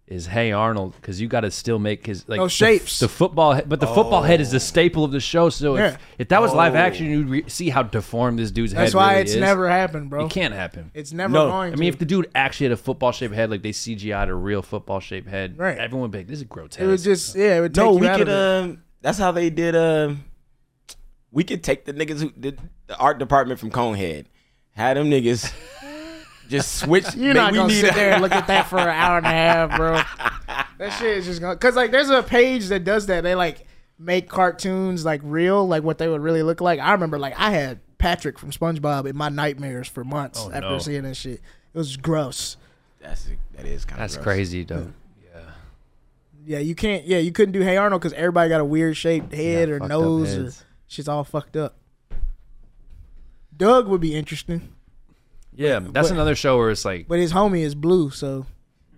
is Hey Arnold because you got to still make his like
No
the-
shapes.
The, football, he- but the football head is the staple of the show. So
Yeah.
if, if that was live action, you'd re- see how deformed this dude's head.
That's why
really
it's
is.
never happened, bro.
It can't happen.
It's never
No,
going.
I mean, if
to.
the dude actually had a football shaped head, like they CGI'd a real football shaped head,
Right.
Everyone would be like, "This is grotesque."
it would just yeah, it would take
no,
you
we
out
could.
of it.
Um, that's how they did. Um, we could take the niggas who did the art department from Conehead, had them niggas just switch.
You're
man,
not
we
gonna
need
sit
a-
there and look at that for an hour and a half, bro. That shit is just gonna because like there's a page that does that. They like make cartoons like real, like what they would really look like. I remember like I had Patrick from SpongeBob in my nightmares for months after
Oh, no.
seeing that shit. It was gross.
That's that is kind
That's
of
crazy, though.
Yeah, you can't. Yeah, you couldn't do Hey Arnold because everybody got a weird shaped head
Yeah,
or
fucked up
nose. Or,
heads.
shit's all fucked up. Doug would be interesting,
Yeah, that's
but-
another show where it's like,
but his homie is blue, so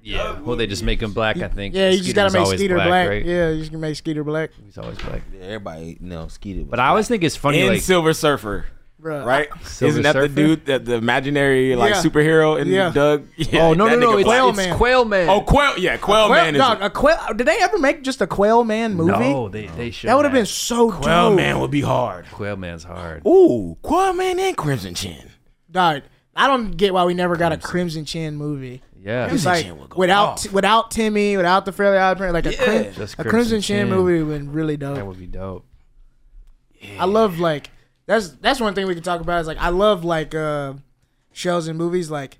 yeah, well, they just make him black. I think.
yeah, you just gotta
Skeeter's
make
always
Skeeter black.
right?
Yeah, you just make Skeeter black,
He's always black.
Yeah, everybody, you know, skeeted.
But I always think it's funny,
In
like
Silver Surfer,
Bruh.
right?
Silver
Isn't that
Surfer?
the dude that the imaginary like
Yeah.
superhero in
Yeah.
Doug? Yeah,
Oh no no
that
no!
nigga
It's
Quail
black.
Quail Man.
Man.
Quail Man.
Oh Quail, yeah, Quail,
Quail,
Man is.
dog, a quail. Did they ever make just a Quail Man movie?
no, they they should.
That would have been so
Quail
dope.
Man would be hard.
Quail Man's hard.
Ooh, Quail Man and Crimson Chin.
Dog, I don't get why we never got a Crimson Chin movie.
Yeah,
It's like
Chin would go
without
off.
without Timmy, without the Fairly Odd Parents, like a, Crim- a
Just
Crimson,
Crimson
Chin,
Chin.
movie would been really dope.
that would be dope.
I love like that's that's one thing we can talk about is like I love like uh shows and movies like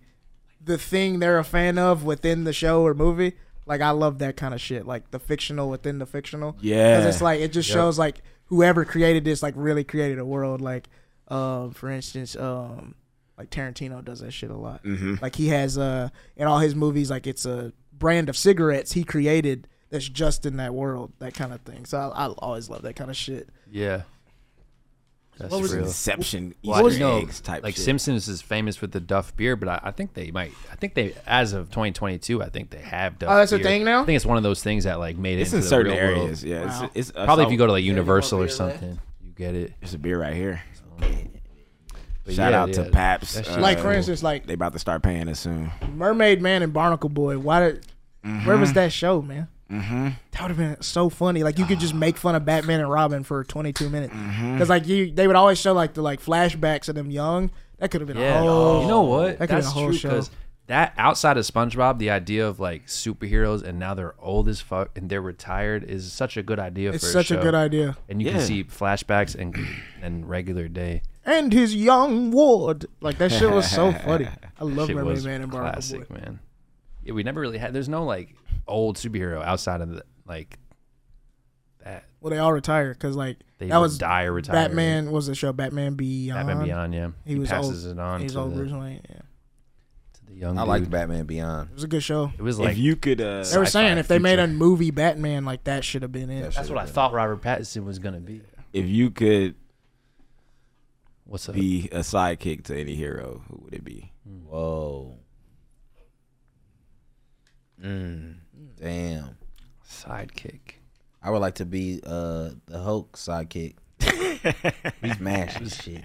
the thing they're a fan of within the show or movie. Like I love that kind of shit, like the fictional within the fictional.
Yeah.
because it's like it just shows like whoever created this like really created a world. Like, um, for instance, um, like Tarantino does that shit a lot. Like he has uh in all his movies, like it's a brand of cigarettes he created that's just in that world, that kind of thing. So I, I always love that kind of shit.
Yeah, that's
was
real.
Inception,
Well, I
Easter
know,
eggs type
like
shit.
Simpsons is famous with the Duff beer, but I, I think they might. I think they, as of 2022, I think they have Duff.
Oh, that's a
beer.
thing now?
I think it's one of those things that like made it
It's
into
in
the
certain
real
areas.
World.
Yeah,
Wow.
it's, it's
Probably if you go to
to.
like Universal or something, you get it.
There's a beer right here.
But
Shout
yeah,
out to
yeah,
Paps.
that shit-
Uh,
Like for instance, like
They about to start paying us soon.
Mm-hmm.
Mermaid Man and Barnacle Boy. Why did? Where was that show, man? That would have been so funny. Like you could just make fun of Batman and Robin for 22 minutes, because
Mm-hmm.
like you, they would always show like the like flashbacks of them young. That could have been a
Yeah. Oh,
whole.
you
Oh.
know what?
That could have been a
That's
whole
true
show.
because that outside of SpongeBob, the idea of like superheroes and now they're old as fuck and they're retired is such a good idea.
It's
for
such a
show.
good idea.
And you
Yeah.
can see flashbacks and and regular day.
And his young ward, like that shit was so funny. I love
Shit
Mermaid
was
Man and Barnacle Boy.
classic, man. Yeah, we never really had. There's no like old superhero outside of the, like that.
Well, they all retired because like
They
that
would
was
die or retire.
Batman what was the show Batman Beyond.
Batman Beyond. Yeah, he,
was
passes
old.
it on
He
to
was
the,
old originally. Yeah.
to the young.
I like
dude.
Batman Beyond.
It was a good show.
It was like
if you could, uh,
They were
sci-fi
saying if they made a
future.
movie Batman, like that should have been it.
that's what I thought Robert Pattinson was gonna be.
if you could
What's up?
be a sidekick to any hero, who would it be?
Whoa. Mm. Damn.
Sidekick.
I would like to be uh the Hulk sidekick. He's mad this shit.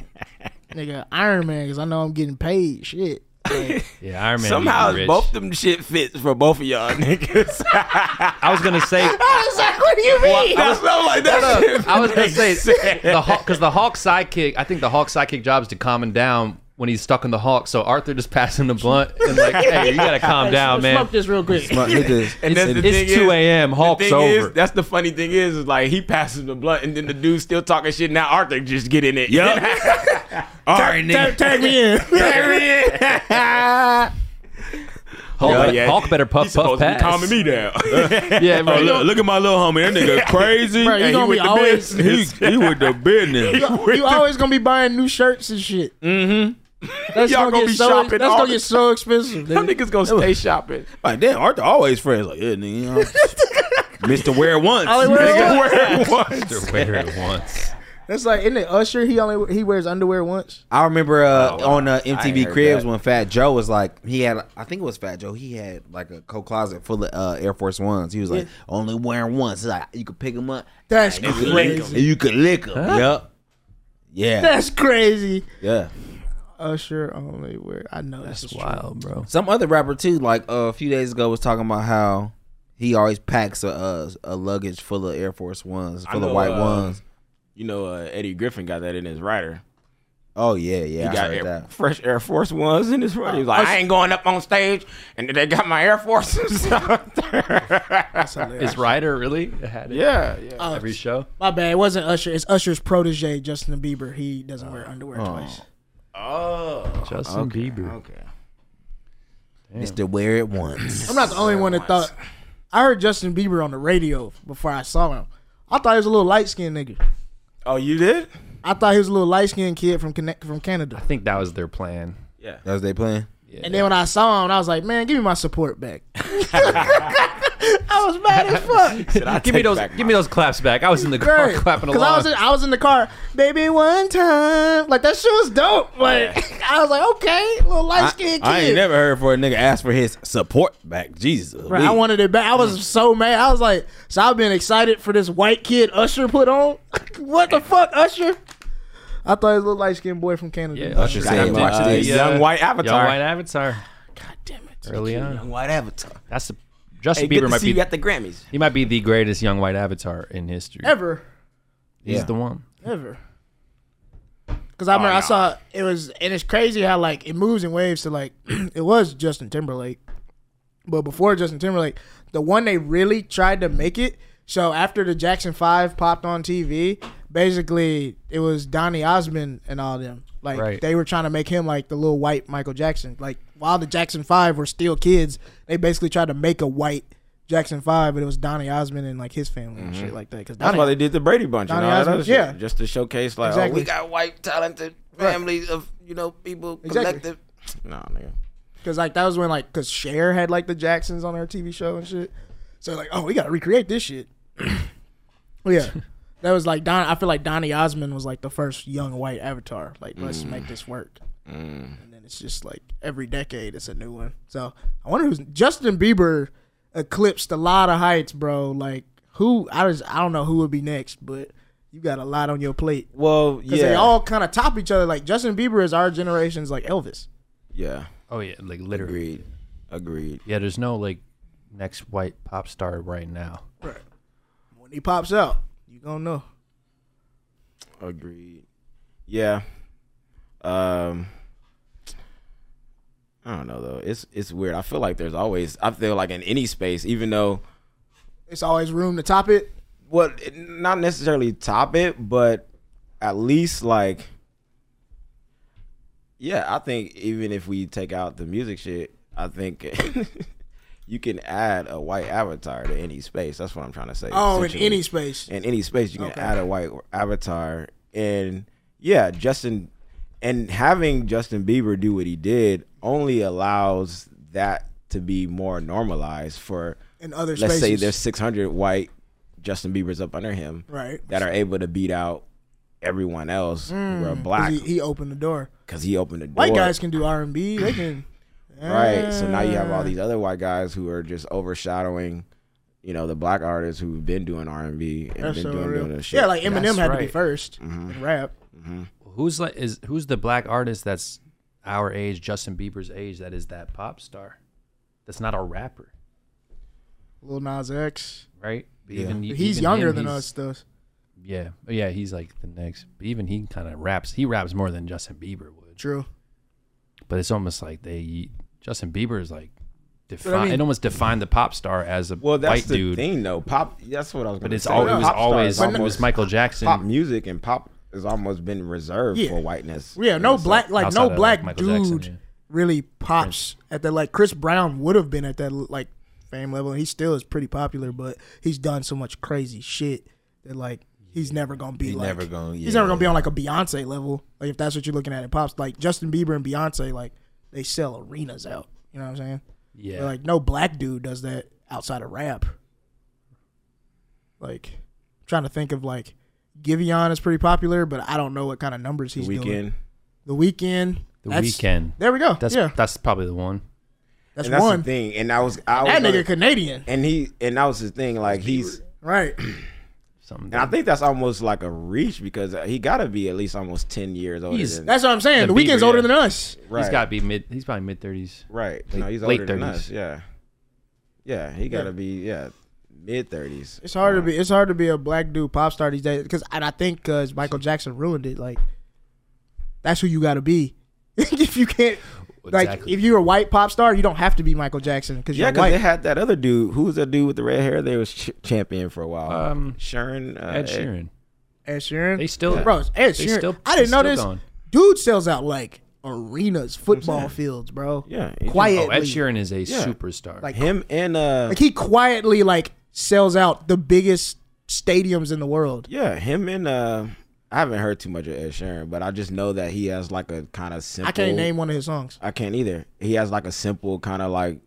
Nigga, Iron Man, because I know I'm getting paid. Shit. Like,
Yeah, Iron Man.
Somehow
rich.
both them shit fits for both of y'all niggas.
I was gonna say.
I was like, what do you mean?
That's not like that. shit
I was gonna say
makes sense.
the Hulk because the Hulk sidekick. I think the Hulk sidekick job is to calm him down when he's stuck in the Hulk. So Arthur just passed him the blunt and like, hey, you gotta calm down, man.
Smoke this real quick.
But niggas,
And that's the
It's
thing
two
is-
a.m.
The
Hulk's
thing is,
over.
that's the funny thing is, is like he passes the blunt, and then the dude still talking shit. Now Arthur just get in it. Yep. All right, nigga.
Tag me in.
Oh,
Hulk,
oh, Yeah.
Hulk better puff
He's supposed
puff
to be
pass.
calming me Oh, down.
Yeah, bro.
look at my little homie. That nigga crazy.
Bro, you
Hey,
gonna be always
he, he with the business.
you always gonna be buying new shirts and shit. Mm-hmm. That's
Y'all
gonna,
gonna
get
be
so,
shopping
That's
all
gonna
the-
get so expensive.
Them
nigga.
niggas gonna stay shopping.
Like, damn, Arthur always friends. Like, yeah, nigga. You know, Mr. Wear Once.
Only wear it once.
After wear it once.
That's like in the Usher. He only he wears underwear once.
I remember uh,
Oh, wow.
on uh,
I
MTV
heard
Cribs
that.
when Fat Joe was like, he had, I think it was Fat Joe, he had like a coat closet full of uh, Air Force Ones. He was like, only wearing ones. He's like, you could pick them up
That's
and you could lick 'em.
crazy.
And you could lick them. Yep. Yeah.
That's crazy.
yeah.
Usher only wear. I know that's
That's
true.
wild, bro.
Some other rapper too, like uh, a few days ago, was talking about how he always packs a a, a luggage full of Air Force Ones, full
know,
of white
uh,
ones.
You know, uh, Eddie Griffin got that in his rider.
Oh yeah, yeah,
He
I
got
heard
Air-
that.
fresh Air Force Ones in his rider. He was like, I ain't going up on stage, and they got my Air Forces out there.
That's hilarious.
Is Ryder really had it
yeah, yeah.
Uh,
every show?
my bad. It wasn't Usher. It's Usher's protege, Justin Bieber. He doesn't wear underwear twice.
oh,
Justin Bieber.
okay.
Mister Wear It Once.
I'm not the only one that thought. I heard Justin Bieber on the radio before I saw him. I thought he was a little light skinned nigga.
Oh, you did?
I thought he was a little light skinned kid from Connect, from Canada.
I think that was their plan.
Yeah.
That's they playing.
And then when I saw him, I was like, man, give me my support back. I was mad as fuck.
give me those. Give me those claps back. I was in the car
Right.
clapping along.
I was in, I was in the car, baby, one time. Like that shit was dope. Like I was like, okay, little light skinned kid.
I ain't never heard for a nigga ask for his support back. Jesus.
Right, I wanted it back. I
Mm.
was so mad. I was like, so I've been excited for this white kid Usher put on. what the fuck, Usher? I thought he was a little light skinned boy from Canada.
yeah,
Usher said,
Captain,
"Watch
uh,
this."
yeah.
Young White Avatar.
Young White Avatar.
God damn it.
Early on,
White Avatar.
that's the, Justin
Hey, good
Bieber
to
might
see you
be.
at the Grammys.
He might be the greatest young white avatar in history.
Ever.
He's
Yeah.
the one.
Ever. Cause I
Oh,
remember I saw it was and it's crazy how like it moves in waves to like it was Justin Timberlake. But before Justin Timberlake, the one they really tried to make it. So after the Jackson Five popped on TV, basically it was Donny Osmond and all them. Like
Right.
they were trying to make him like the little white Michael Jackson. Like while the Jackson Five were still kids, they basically tried to make a white Jackson Five, but it was Donny Osmond and like his family and shit like that. Because
Mm-hmm. That's why they did the Brady Bunch
Donny
and all that
Osmond,
other shit,
yeah.
just to showcase like
Exactly.
oh, we got white talented families of you know people
Exactly.
collective. No, nigga.
Cause like that was when like cause Cher had like the Jacksons on her TV show and shit. So like, oh, we gotta recreate this shit. Well, yeah. That was like Don I feel like Donny Osmond was like the first young white avatar. Like, let's make this work. And then it's just like every decade it's a new one. So I wonder who's Justin Bieber eclipsed a lot of heights, bro. Like who I was I don't know who would be next, but you got a lot on your plate.
Well,
Cause
yeah,
they all kind of top each other. Like Justin Bieber is our generation's like Elvis.
yeah,
Oh yeah, like literally.
agreed, agreed.
Yeah, there's no like next white pop star right now.
When he pops out, you gonna know.
Agreed. Yeah. Um. I don't know though. It's it's weird. I feel like there's always. I feel like in any space, even though,
It's always room to top it.
well, it- not necessarily top it, but at least like, yeah. I think even if we take out the music shit, I think you can add a white avatar to any space. That's what I'm trying to say.
Oh, in
essentially.
any space.
in any space you can
Okay.
add a white avatar and yeah justin and having justin bieber do what he did only allows that to be more normalized for
In other
let's
spaces.
say there's 600 white justin biebers up under him
right.
that are able to beat out everyone else who are black
Mm. 'Cause He, he opened the door.
because he opened the door
White guys can do R and B. They can.
Right. So now you have
Ah.
all these other white guys who are just overshadowing, you know, the black artists who've been doing R and B and
That's
been
so
doing,
real.
doing this shit. Mm-hmm.
Yeah, like Eminem
That's
had to be
right.
1st in rap.
Who's like is who's the black artist that's our age, Justin Bieber's age, that is that pop star? That's not a rapper,
Lil Nas X.
right? But E- Even
He's younger than us, though.
Yeah, Oh, yeah, he's like the next. But even he kind of raps. He raps more than Justin Bieber would.
True.
But it's almost like they Justin Bieber is like define.
mean-
it almost defined the pop star as a
Well, that's
white
the
dude.
thing, though. Pop. That's what I was.
But it's
all.
all it was always it was Michael Jackson.
pop music and pop has almost been reserved
Yeah.
for whiteness.
Yeah, no
So-
black like
uh, outside
no
of, like,
black
Michael
dude
Jackson, yeah.
really pops at that like Chris Brown would have been at that like fame level and he still is pretty popular but he's done so much crazy shit that like he's never gonna be like
never gonna-
he's never
yeah.
gonna be on like a Beyonce level like if that's what you're looking at in pops like Justin Bieber and Beyonce like they sell arenas out you know what I'm saying
yeah,
But, like no black dude does that outside of rap like trying to think of like Giveon is pretty popular but I don't know what kind of numbers he's doing
weekend.
the weekend.
The Weeknd.
There we go.
that's
yeah,
that's probably the one.
that's,
And that's
one.
the thing. And I was. I was
That
gonna-
nigga Canadian,
And he. And that was the thing. Like he's.
right?
Something.
And I think that's almost like a reach because uh, he got to be at least almost ten years older
He's-
than.
That's what I'm saying.
The
The, weekend's
Bieber,
older
yeah.
than us.
right.
He's got to be mid. He's probably mid thirties.
Right. no, he's
late
older than
30s.
us. Yeah. Yeah, he got to be yeah, mid thirties.
It's hard to be. It's hard to be a black dude pop star these days because and I think because Michael Jackson ruined it. Like that's who you got to be. if you can't, like,
Exactly.
if you're a white pop star, you don't have to be Michael Jackson because
Yeah,
you're
because
white.
they had that other dude. Who was that dude with the red hair? They was ch- champion for a while.
Um,
Sharon. Uh,
Ed Sheeran.
Ed Sheeran,
They still-
bro. it's Ed
they
Sheeran.
still-
I didn't
they
know
still
this.
going.
Dude sells out like arenas, football fields, bro.
Yeah, he-
quietly.
Oh, Ed Sheeran is a superstar.
Like-
Him and uh,
Like he quietly like sells out the biggest stadiums in the world.
yeah, him and uh, I haven't heard too much of Ed Sheeran, but I just know that he has like a kind of simple.
I
Oh.
can't name one of his songs.
I can't either. He has like a simple kind of like,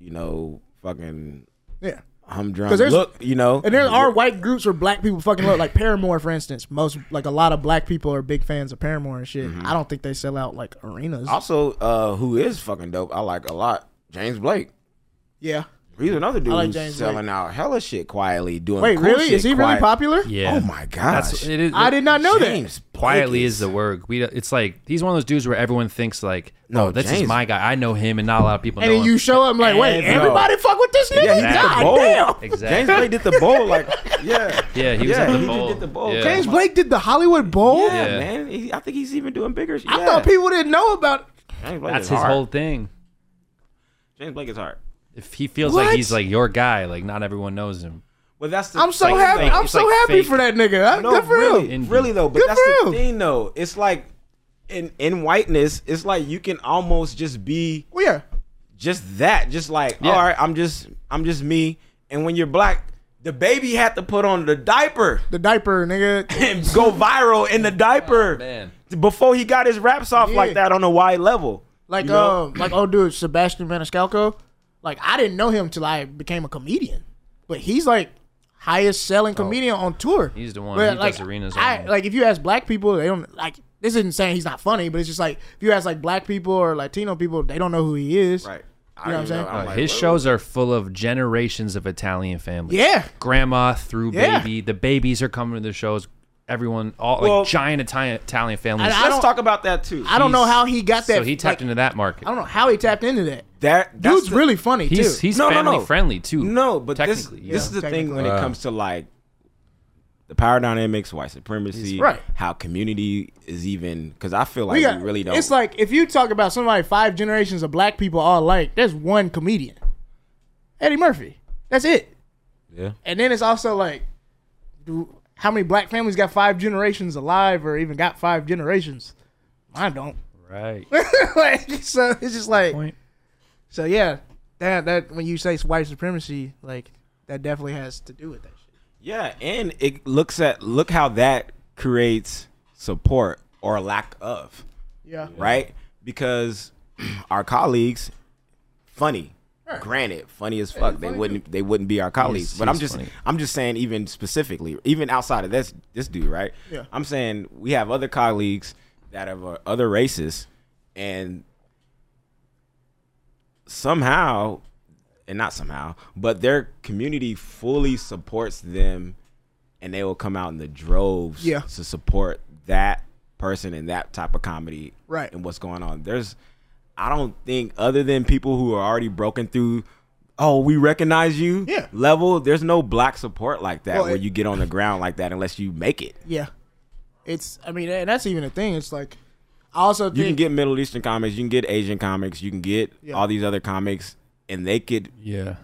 you know, fucking
Yeah.
humdrum
'Cause there's-
look. You know,
And there are white groups where black people fucking love, like Paramore, for instance. Most, like, a lot of black people are big fans of Paramore and shit.
Mm-hmm.
I don't think they sell out like arenas.
also uh, who is fucking dope. I like a lot. James Blake.
yeah.
He's another dude
like
who's
James Blake.
selling out hella shit quietly, doing.
Wait,
cool
really?
shit
Is he really
quiet.
popular?
yeah.
Oh my gosh!
That's it is.
I did not know that.
James Blake
Quietly is the word. We don't- it's like he's one of those dudes where everyone thinks like,
No,
oh, this is
James-
my guy. I know him, and not a lot of people
And
know
then
him.
you show up, I'm like, wait,
Everybody.
everybody fuck with this nigga?
Yeah, he did the
God
bowl.
damn.
exactly.
James Blake did the bowl like yeah.
Yeah, he was
Yeah,
at the
he
bowl.
did the bowl.
Yeah.
James Blake did the Hollywood Bowl?
Yeah,
Yeah.
man. He, I think he's even doing bigger. shit.
I
Yeah.
thought people didn't know about
James Blake
That's
is
his
hard.
whole thing.
James Blake is hard.
If he feels like
What?
he's like your guy, like not everyone knows him.
Well, that's the
I'm so
thing,
happy.
though.
I'm
It's
so
like
happy
fake.
for that nigga. That's
no,
good for
really,
him.
Indeed.
really though. But
Good
that's
for
the
him.
thing though. It's like in in whiteness, it's like you can almost just be
Well, yeah.
just that. Just like
Yeah.
all right, I'm just I'm just me. And when you're black, the baby had to put on the diaper
The diaper, nigga.
and go viral in the diaper
Oh, man.
before he got his raps off
Yeah.
like that on a wide level.
Like
You know?
um, like old dude Sebastian Maniscalco. Like I didn't know him till I became a comedian, but he's like highest selling comedian on tour.
Oh. He's the one.
But,
He does arenas
I,
only.
like if you ask black people, they don't like. This isn't saying he's not funny, but it's just like if you ask like black people or Latino people, they don't know who he is.
Right.
You know what I'm saying?
Uh, his shows are full of generations of Italian families.
Yeah.
Grandma through
Yeah.
baby. The babies are coming to the shows. everyone, all like
Well-
giant Italian Italian families.
And I
Let's
don't-
talk about that too.
I don't know how he got that.
so he tapped
like,
into that market.
I don't know how he tapped into that.
that that's
Dude's
the-
really funny
He's
too.
he's
No, no,
family
no.
friendly too.
No, but this,
technically, yeah.
this is the thing when
Wow.
it comes to like the power dynamics, white supremacy,
Right.
how community is even because I feel like
we
we,
got,
really don't.
It's like if you talk about somebody five generations of black people all alike, there's one comedian, Eddie Murphy. That's it.
Yeah.
And then it's also like, do, how many black families got five generations alive, or even got five generations? Mine don't.
right.
like, so it's just like,
Point.
so yeah, that that when you say white supremacy, like that definitely has to do with that shit.
yeah, and it looks at look how that creates support or lack of
Yeah.
right because our colleagues funny. Granted, funny as fuck. They wouldn't. They wouldn't be our colleagues.
He's-
but I'm
he's
just.
funny.
I'm just saying. Even specifically, even outside of this, this dude, right?
Yeah.
I'm saying we have other colleagues that have uh, other races, and somehow, and not somehow, but their community fully supports them, and they will come out in the droves
Yeah.
to support that person and that type of comedy,
Right.
And what's going on? There's, I don't think other than people who are already broken through. Oh, we recognize you.
Yeah.
Level. There's no black support like that
Well,
where
it-
you get on the ground like that unless you make it.
Yeah. It's. I mean, and that's even a thing. It's like, I also think
You can get Middle Eastern comics. You can get Asian comics. You can get
Yeah.
all these other comics, and they could
Yeah.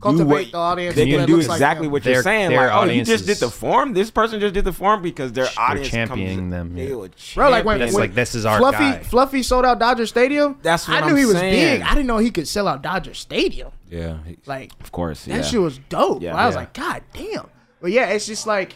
cultivate
do what-
the audience.
they
that
can do
looks like
exactly
them.
what you're
Their-
saying.
their
Like, oh, you just
audiences-
did the form. This person just did the form because their audience
championing
comes,
them,
They
yeah.
were
Bro, like when,
That's
when
like, this is our
Fluffy,
guy.
Fluffy sold out Dodger Stadium.
That's what
I knew
I'm
he was
saying.
big. I didn't know he could sell out Dodger Stadium.
Yeah.
Like
of course,
that
yeah.
shit was dope.
Yeah.
bro. I was
Yeah.
like, God damn. But yeah, it's just like,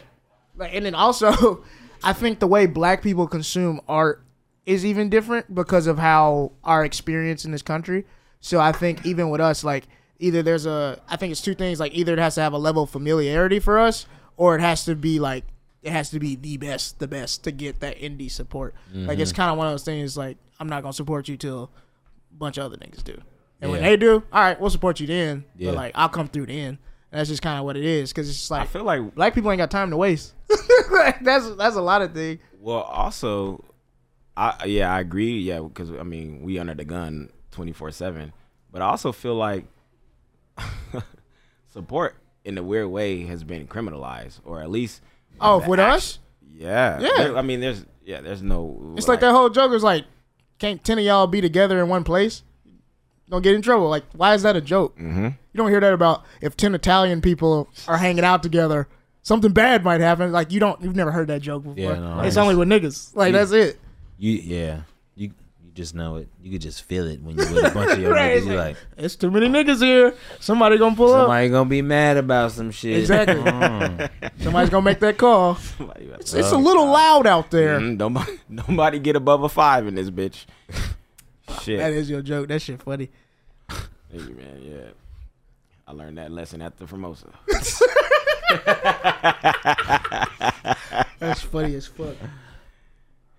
like, and then also, I think the way Black people consume art is even different because of how our experience in this country. So I think even with us, like, either there's a, I think it's two things. Like, either it has to have a level of familiarity for us, or it has to be like, it has to be the best, the best to get that indie support. Like,
Mm-hmm.
it's kind of one of those things. Like, I'm not gonna support you till bunch of other niggas do. And when
Yeah.
they do, all right, we'll support you then.
Yeah.
But like, I'll come through then. And that's just kind of what it is, because it's just
I
like
feel like
black people ain't got time to waste. Like, that's that's a lot of thing.
well, also, I yeah, I agree. Yeah, because I mean, we under the gun twenty four seven, but I also feel like support in a weird way has been criminalized, or at least
Oh,
the
with
act-
us,
yeah,
Yeah.
There- I mean, there's yeah, there's no.
it's like that whole joke is like, can't ten of y'all be together in one place? Don't get in trouble. Like, why is that a joke? Mm-hmm. You don't hear that about if ten Italian people are hanging out together, something bad might happen. Like, you don't, you've never heard that joke before.
Yeah, no, I
it's only with niggas. Like, that's it.
You yeah. You you just know it. You could just feel it when you with a bunch of your
Right,
niggas.
it's
You
like-
like
It's too many niggas here. Somebody gonna pull up.
somebody gonna be mad about some shit.
Exactly. Somebody's gonna make that call. It's, it's a little loud out there.
Mm, nobody, nobody get above a five in this bitch. Shit.
That is your joke. That shit funny.
Thank you, man. Yeah. I learned that lesson at the Formosa.
That's funny as fuck.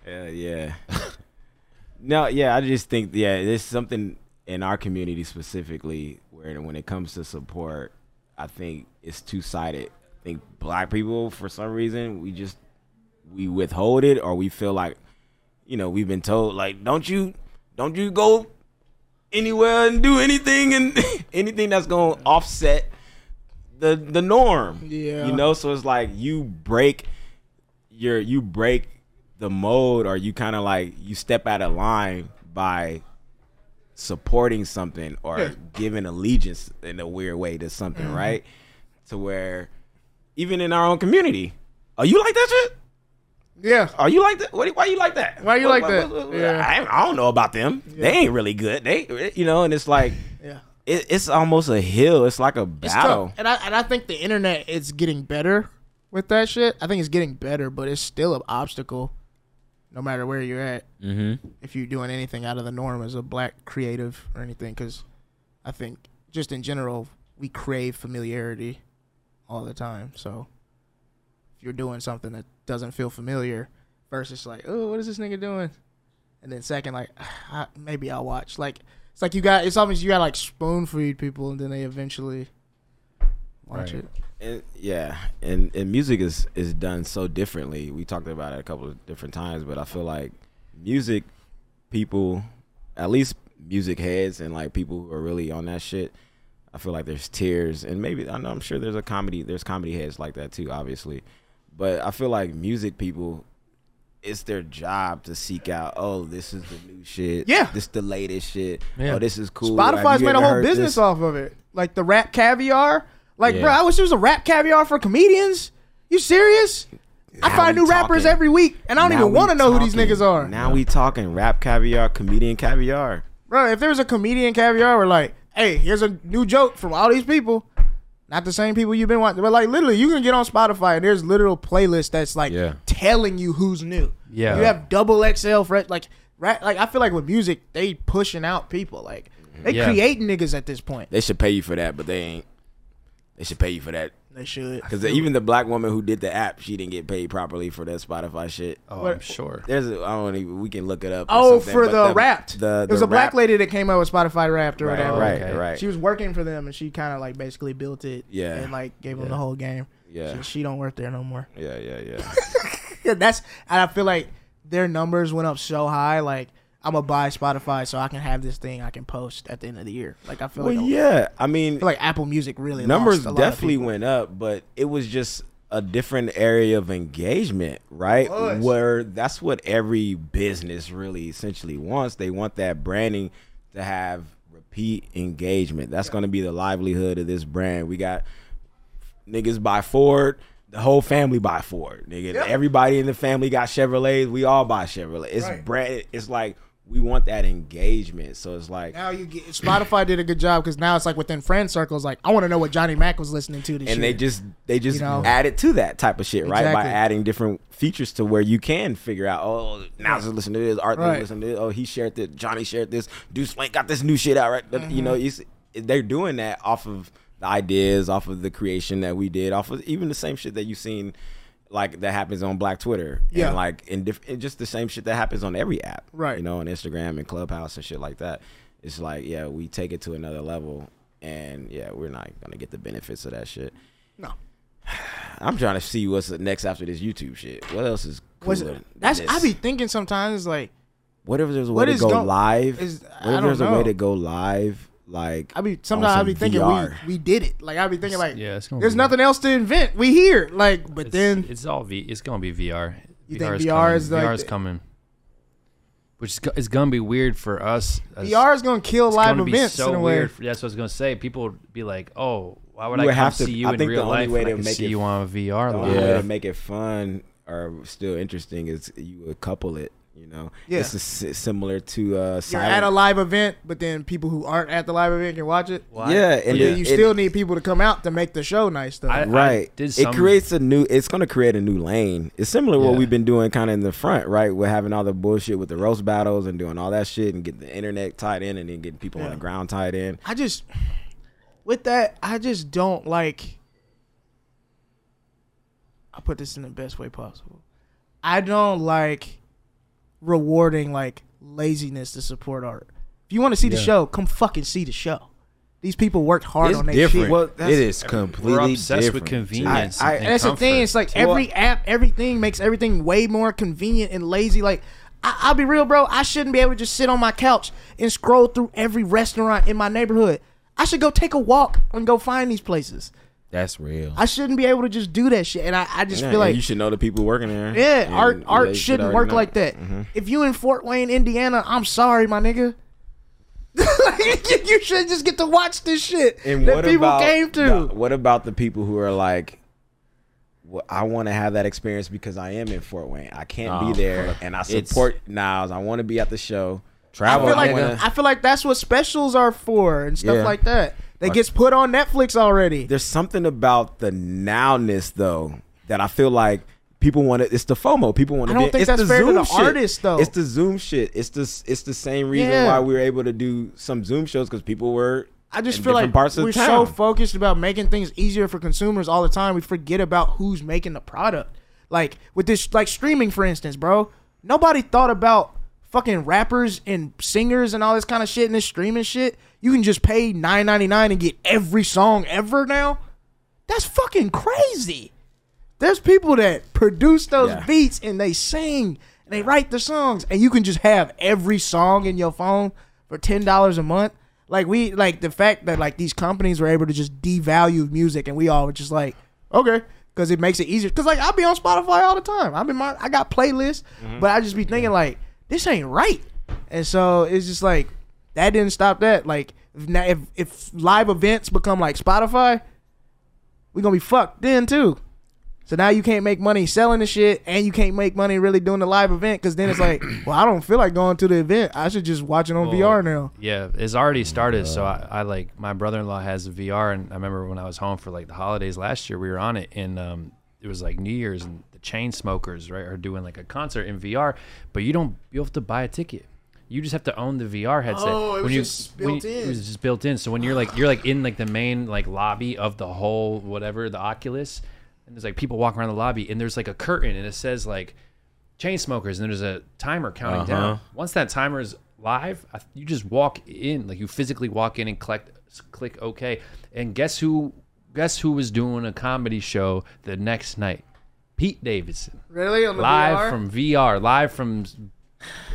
Yeah, yeah. no, yeah, I just think yeah, there's something in our community specifically where when it comes to support, I think it's two sided. I think black people for some reason we just we withhold it or we feel like you know, we've been told like don't you don't you go anywhere and do anything and anything that's gonna offset the the norm.
Yeah.
You know, so it's like you break you're you break the mode or you kind of like you step out of line by supporting something or
Yeah. Mm-hmm.
giving allegiance in a weird way to something right to where even in our own community are you like that shit
Yeah.
are you like that what, why you like that
Why you
What-
like
what-
that?
what- what-
Yeah.
I, ain't- I don't know about them they ain't really good they you know and it's like
Yeah.
it, it's almost a hill it's like a
It's
battle
tough. And I and I think the internet is getting better with that shit. I think it's getting better, but it's still an obstacle no matter where you're at. Mm-hmm. If you're doing anything out of the norm as a black creative or anything, because I think just in general, we crave familiarity all the time. So if you're doing something that doesn't feel familiar, versus like, oh, what is this nigga doing? And then second, like, "Ah, maybe I'll watch. Like, it's like you got, it's almost you got like spoon feed people, and then they eventually watch
Right.
it.
And, yeah, and and music is is done so differently. We talked about it a couple of different times, but I feel like music people, at least music heads and like people who are really on that shit. I feel like there's tears, and maybe I know I'm sure there's a comedy. There's comedy heads like that too, obviously, but I feel like music people. It's their job to seek out. Oh, this is the new shit.
Yeah.
this the latest shit.
Yeah.
Oh, this is cool. Have
Spotify's
you
made a
ever
whole
heard this?
business off of it. Like the rap caviar. Like,
Yeah.
bro, I wish there was a rap caviar for comedians. You serious? I find
we
new rappers
talking.
every week, and I don't
Now
even
we
want to know who these
talking.
niggas are.
Now we talking rap caviar, comedian caviar.
Bro, if there was a comedian caviar, we're like, hey, here's a new joke from all these people. Not the same people you've been watching, but like literally, you can get on Spotify and there's literal playlists that's like
Yeah.
telling you who's new.
Yeah.
you have double XL for like, rap, like I feel like with music they pushing out people like they
Yeah.
create niggas at this point.
They should pay you for that, but they ain't. They should pay you for that
They should.
because even the black woman who did the app, she didn't get paid properly for that Spotify shit.
Oh, I'm sure.
There's, a, I don't even. We can look it up. or
Oh,
something,
for
but
the, Wrapped.
The,
it was
the
a black
rap-
lady that came up with Spotify Wrapped or
Right,
whatever.
right,
Okay.
right.
She was working for them and she kind of like basically built it.
Yeah.
And like gave them the whole game.
Yeah.
She, she don't work there no more.
yeah, yeah, yeah.
Yeah, that's and I feel like their numbers went up so high. Like I'm gonna buy Spotify so I can have this thing I can post at the end of the year. Like I feel
well,
like I
yeah. I mean,
feel like Apple Music really
numbers
lost a lot of
definitely
people.
went up, but it was just a different area of engagement, right?
was.
Where that's what every business really essentially wants. They want that branding to have repeat engagement. That's going to be the livelihood of this brand. We got niggas buy Ford. The whole family buy Ford, nigga. Everybody in the family got Chevrolets. We all buy Chevrolet. It's
Right.
brand. It's like we want that engagement. So it's like
Now you get Spotify did a good job because now it's like within friend circles. Like I want to know what Johnny Mac was listening to this
and
year.
they just they just
You know?
added to that type of shit, right? By
Exactly.
adding different features to where you can figure out, oh, now just listen to this, Arthur
Right.
listen to this, oh, he shared this, Johnny shared this, Deuce Swank got this new shit out, right? But, You know,
Mm-hmm.
it's, they're doing that off of the ideas, off of the creation that we did, off of even the same shit that you've seen. Like that happens on Black Twitter,
Yeah.
and like in diff- and just the same shit that happens on every app,
Right.
You know, on Instagram and Clubhouse and shit like that. It's like, yeah, we take it to another level, and yeah, we're not gonna get the benefits of that shit.
no.
I'm trying to see what's next after this YouTube shit. What else is cooler?
Was
than
that's
this?
I be thinking sometimes like
What if there's a way
What
to
is
go
go-
live?
is-
what
I
if
don't
there's a way
know.
to go live? Like
I be
on
sometimes I
some
be thinking
VR?
we we did it. Like I be thinking like
yeah, it's gonna
there's
be-
nothing else to invent. We here like but
It's,
then
it's all V. It's gonna be VR.
You think
is
VR
coming.
is like
VR is
the-
coming, which is go- it's gonna be weird for us. as-
VR is gonna kill
it's
live
gonna be
events
so
in a way.
weird. For, that's what I was gonna say. People would be like, "Oh, why would
You
I
would
come
have to-
see you
I
in
think the
real
only
life?
way
when I
to
can
make
see
it- Oh,
you on a VR
The
live."
only way to make it fun or still interesting is you would couple it. You know,
Yeah.
this is si- similar to uh,
You're
silent.
at a live event, but then people who aren't at the live event can watch it.
Why?
yeah, and
But then
it-
you
it-
still need people to come out to make the show nice, though.
I-
right
did
it
some-
creates a new it's going to create a new lane it's similar to what
Yeah.
we've been doing kind of in the front right we're having all the bullshit with the roast battles and doing all that shit and getting the internet tied in and then getting people on
Yeah.
the ground tied in
I just with that, I just don't like. I put this in the best way possible. I don't like rewarding like laziness to support art. If you want to see the show, come fucking see the show. These people worked hard on their shit.
Well,
that's-
it is completely
We're obsessed
different.
with convenience.
I- I-
and
And that's
comfort.
the thing. It's like every app, everything makes everything way more convenient and lazy. Like, I, I'll be real, bro. I shouldn't be able to just sit on my couch and scroll through every restaurant in my neighborhood. I should go take a walk and go find these places.
That's real.
I shouldn't be able to just do that shit. And I, I just
Yeah,
feel
and
like
you should know the people working there
yeah,
And,
art
yeah, you
art
should
shouldn't
already
work
know. Mm-hmm.
like that. If you in Fort Wayne, Indiana, I'm sorry, my nigga. Like, you should just get to watch this shit
and
that
what
people
about
came to.
the- what about the people who are like well, I want to have that experience because I am in Fort Wayne. I can't be there, and I
Oh, It's-
support Niles. I want to be at the show.
I
Travel,
feel like
nigga.
I feel like that's what specials are for and stuff
Yeah.
like that. That gets put on Netflix already.
there's something about the nowness though that I feel like people want to. It's the FOMO. People want to.
I don't
be,
think
it's
that's
the
fair to
Zoom
the
shit.
artist, though.
It's the Zoom shit. It's the it's the same reason
Yeah.
why we were able to do some Zoom shows because people were.
I just
in
feel
different
like
parts of
we're so
town.
focused about making things easier for consumers all the time. We forget about who's making the product. Like with this, like streaming, for instance, bro. Nobody thought about fucking rappers and singers and all this kind of shit and this streaming shit. You can just pay nine ninety nine and get every song ever now. That's fucking crazy. There's people that produce those
Yeah.
beats and they sing and they write the songs, and you can just have every song in your phone for ten dollars a month. Like we like the fact that like these companies were able to just devalue music, and we all were just like, okay, because it makes it easier. Because like I'll be on Spotify all the time. I'm in my I got playlists, but I just be thinking like this ain't right, and so it's just like that didn't stop that. Like if now if, if live events become like Spotify, we gonna be fucked then too. So now you can't make money selling the shit, and you can't make money really doing the live event because then it's like, well, I don't feel like going to the event. I should just watch it on VR now.
Yeah, it's already started. So I, I like my brother in law has a VR, and I remember when I was home for like the holidays last year, we were on it, and um, it was like New Year's, and the chain smokers right are doing like a concert in VR, but you don't you have to buy a ticket. You just have to own the VR headset.
Oh, it was just
when
built in.
It was just built in. So when you're like you're like in like the main like lobby of the whole whatever the Oculus, and there's like people walking around the lobby, and there's like a curtain, and it says like chain smokers and there's a timer counting down once that timer is live I- you just walk in like you physically walk in and collect click okay and guess who guess who was doing a comedy show the next night pete davidson
Really, on the
live
VR?
from vr live from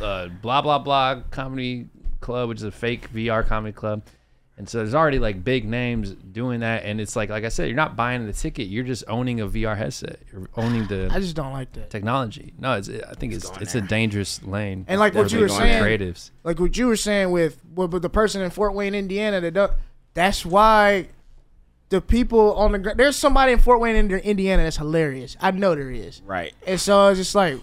uh, blah blah blah comedy club which is a fake vr comedy club and so there's already like big names doing that and it's like like i said you're not buying the ticket you're just owning a vr headset you're owning the
I just don't like that.
technology. No, it's, I think it's it's, a dangerous lane.
And like what
for
you were
the
saying,
creatives.
like what you were saying with with, with the person in Fort Wayne, Indiana, that don't, that's why the people on the ground. There's somebody in Fort Wayne, Indi- Indiana, that's hilarious. I know there is.
Right.
And so it's just like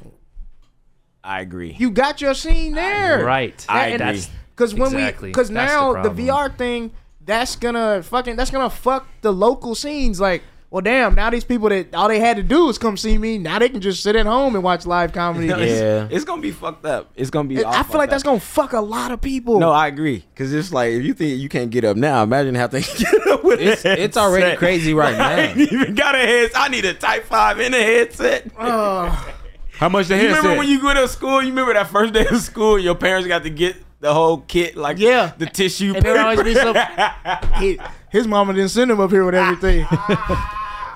I agree.
you got your scene there,
Right.
I
and
agree.
Because when we,
Exactly.
because
That's the
now the,
problem.
VR thing, that's gonna fucking, that's gonna fuck the local scenes. Like, well, damn, now these people that all they had to do was come see me. Now they can just sit at home and watch live comedy.
It's, it's gonna be fucked up. It's gonna be.
And
all
I
fucked
feel like
up.
that's gonna fuck a lot of people.
No, I agree. Cause it's like if you think you can't get up now, imagine how they get up with
It's,
a
it's already
headset.
crazy right
I ain't
now.
even got a headset. I need a Type Five and a headset.
Ugh.
How much the
you
headset?
remember when you go to school? You remember that first day of school? Your parents got to get the whole kit, like
Yeah.
the tissue.
and there
paper.
always be some. He- his mama didn't send him up here with everything.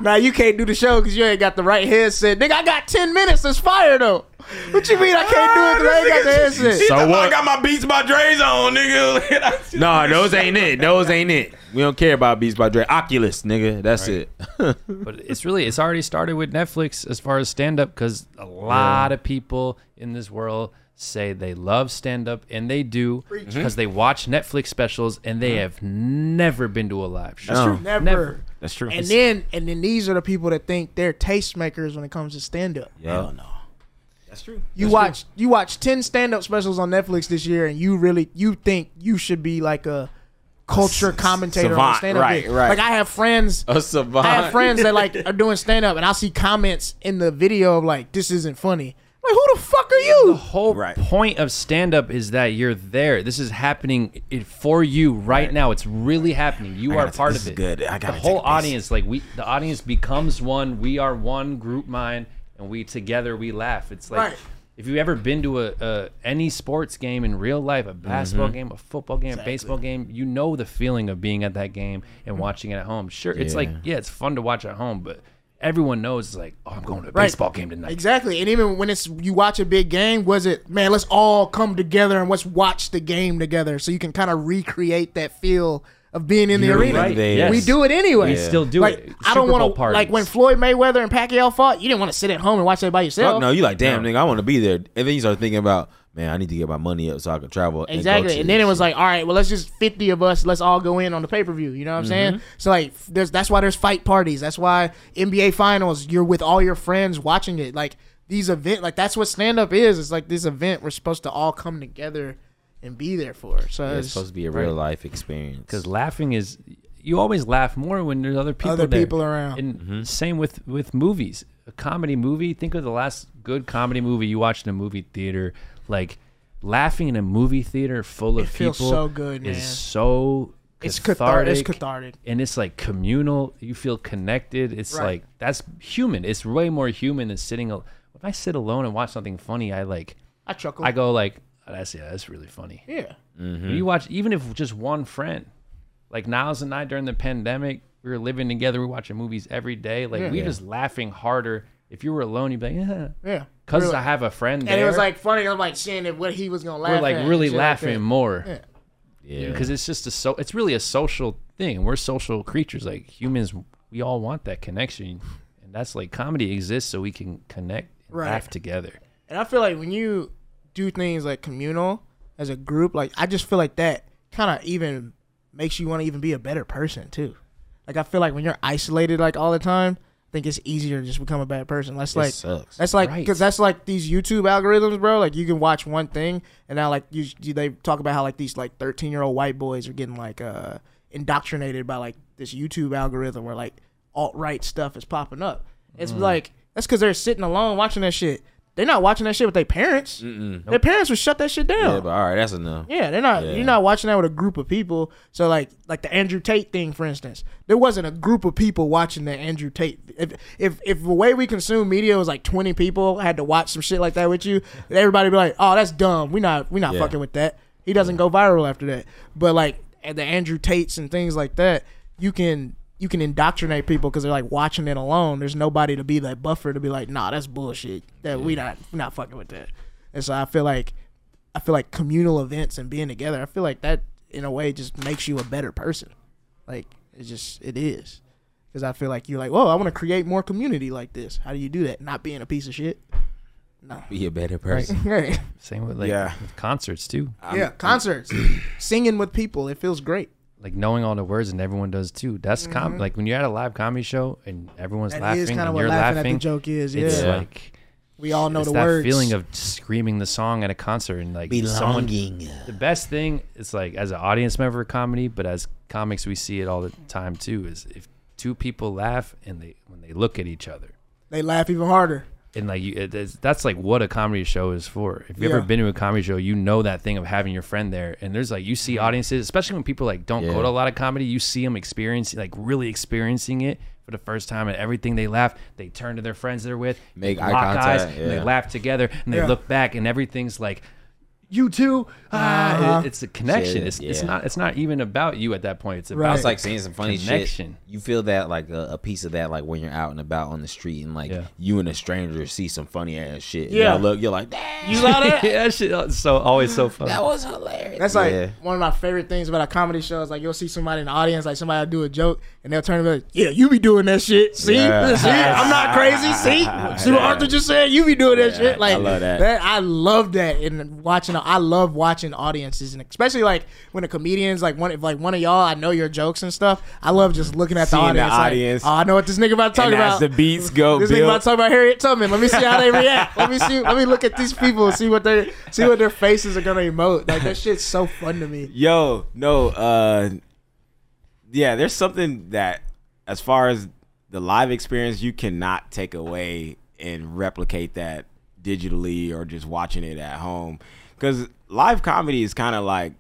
Now you can't do the show because you ain't got the right headset. Nigga, I got ten minutes. It's fire though. What you mean I can't do it because I ain't got the headset?
So
I
what?
got my Beats by Dre's on, nigga.
Nah, those ain't it. Those ain't it.
we don't care about Beats by Dre. Oculus, nigga. That's it.
But it's really it's already started with Netflix as far as stand up because a lot of people in this world say they love stand up and they do because they watch Netflix specials and they have never been to a live show.
Never.
Never.
That's true.
And then and then these are the people that think they're tastemakers when it comes to stand up.
Hell no.
That's true.
You watch you watch ten stand up specials on Netflix this year, and you really you think you should be like a culture commentator on
savant,
stand up.
right, right.
Like I have friends,
A savant.
I have friends that like are doing stand up, and I see comments in the video of like this isn't funny. Like who the fuck are you?
The whole
Right.
point of stand up is that you're there. This is happening i- for you right, now. It's really happening. You are
gotta-
part
this
of
is
it.
good. I
the
gotta
whole
take this.
audience, like we, the audience becomes one. We are one group mind, and we together we laugh. It's like.
Right.
If you've ever been to a, a any sports game in real life, a
Mm-hmm.
basketball game, a football game, a baseball game, you know the feeling of being at that game and watching it at home. Sure, it's like yeah, it's fun to watch at home, but everyone knows it's like, oh, I'm going to a baseball game tonight.
Exactly. And even when it's you watch a big game, was it man? Let's all come together and let's watch the game together, so you can kind of recreate that feel of being in the arena.
right. Yes.
We do it anyway.
We still do
like,
it.
I don't
Super Bowl
want to
parties.
like when Floyd Mayweather and Pacquiao fought. You didn't want to sit at home and watch that by yourself.
Fuck no, you like, damn, nigga, I want to be there. And then you start thinking about, man, I need to get my money up so I can travel. and go
Exactly.
to
And then it
this
was like, all right, well, let's just 50 of us, let's all go in on the pay per view. You know
Mm-hmm.
what I'm saying? So, like, there's that's why there's fight parties. That's why NBA finals, you're with all your friends watching it. Like, these event, like, that's what stand up is. It's like this event we're supposed to all come together and be there for. So,
shit. It's
it's,
supposed to be a real life experience.
because laughing is you always laugh more when there's other people
Other
there.
people around.
and same with with movies a comedy movie think of the last good comedy movie you watched in a movie theater like laughing in a movie theater full of people
feels so good,
is
man.
so
it's cathartic. It's
cathartic
cathartic.
and it's like communal. You feel connected. It's
Right.
like that's human. It's way more human than sitting. Al- when I sit alone and watch something funny, I like
I chuckle.
I go like "Oh, that's yeah, that's really funny.
yeah.
When you watch, even if just one friend, like Niles and I during the pandemic, We were living together. We were watching movies every day. Like
Yeah.
we were just laughing harder. If you were alone, you'd be like, yeah.
Yeah.
Cause
Really.
I have a friend there.
And it was like funny. I'm like seeing if what he was gonna laugh.
we're like
at and
really
shit like that.
laughing more.
Yeah.
Yeah. Because it's just a so it's really a social thing. We're social creatures. Like humans, we all want that connection. And that's like comedy exists so we can connect and
Right.
laugh together.
And I feel like when you do things like communal as a group, like I just feel like that kind of even makes you want to even be a better person too. Like I feel like when you're isolated like all the time, I think it's easier to just become a bad person. That's like
sucks.
that's like
Right.
because that's like these YouTube algorithms, bro. Like you can watch one thing and now like you, you they talk about how like these like 13 year old white boys are getting like uh indoctrinated by like this YouTube algorithm where like alt right stuff is popping up. It's like that's because they're sitting alone watching that shit. They're not watching that shit with their parents. Their parents would shut that shit down.
Yeah, but all right, that's enough.
Yeah, they're not.
Yeah.
You're not watching that with a group of people. So like, like the Andrew Tate thing, for instance, there wasn't a group of people watching the Andrew Tate. If if if the way we consume media was like 20 people had to watch some shit like that with you, everybody be like, oh, that's dumb. We not we not fucking with that. He doesn't go viral after that. But like at the Andrew Tates and things like that, you can you can indoctrinate people because they're like watching it alone. There's nobody to be that buffer to be like, nah, that's bullshit. That we not we not fucking with that. And so I feel like I feel like communal events and being together, I feel like that in a way just makes you a better person. Like it just it is. Cuz I feel like you're like, "Whoa, I want to create more community like this." How do you do that? Not being a piece of shit.
Be a better person.
yeah.
Same with like
Yeah.
with concerts too.
yeah, concerts, singing with people, it feels great.
Like knowing all the words and everyone does too. That's com- like when you're at a live comedy show and everyone's
Mm-hmm. That is
laughing
kind of
and
what
you're
laughing,
laughing.
at the joke is. Yeah.
It's like
we all know
it's
the
that
words.
feeling of screaming the song at a concert and like someone
Belonging.
the best thing is like as an audience member of comedy, but as comics we see it all the time too, is if two people laugh and they when they look at each other.
they laugh even harder.
And like you, it, it's- that's like what a comedy show is for. If you've ever
Yeah.
been to a comedy show, you know that thing of having your friend there. And there's like you see
Mm-hmm.
audiences, especially when people like don't go to a lot of comedy, you see them experiencing like really experiencing it for the first time, and everything they laugh, they turn to their friends they're with,
Make
they
eye
lock
contact,
and they
yeah.
laugh together, and they
Yeah.
look back, and everything's like you too. Ah,
Uh-huh.
it- it's a connection.
Shit,
It's, it's
yeah.
not. It's not even about you at that point. It's about
Right.
It's like seeing some funny
Connection.
shit. You feel that like a, a piece of that like when you're out and about on the street and like
Yeah.
you and a stranger see some funny ass shit.
Yeah.
Yeah, you look, you're like, damn,
You saw that?
yeah, that shit. is So always so fun.
that was hilarious.
That's like
Yeah.
one of my favorite things about a comedy show is like you'll see somebody in the audience, like somebody will do a joke, and they'll turn to me like, "Yeah, you be doing that shit. See,
Yeah.
See? I'm not crazy. See, see what Arthur just said. You be doing that shit. Like I
love that.
I love that. And watching, I love watching audiences, and especially like when a comedian's like one, if like one of y'all, I know your jokes and stuff. I love just looking at the
Seeing the
audience. like,
audience.
oh, I know what this nigga about to talk
and
about.
as the beats go,
This nigga
Bill-
about to talk about Harriet Tubman. Let me see how they react. Let me see. Let me look at these people. and See what they see what their faces are gonna emote. Like that shit's so fun to me.
Yo, no, uh yeah, there's something that as far as the live experience you cannot take away and replicate that digitally or just watching it at home cuz live comedy is kind of like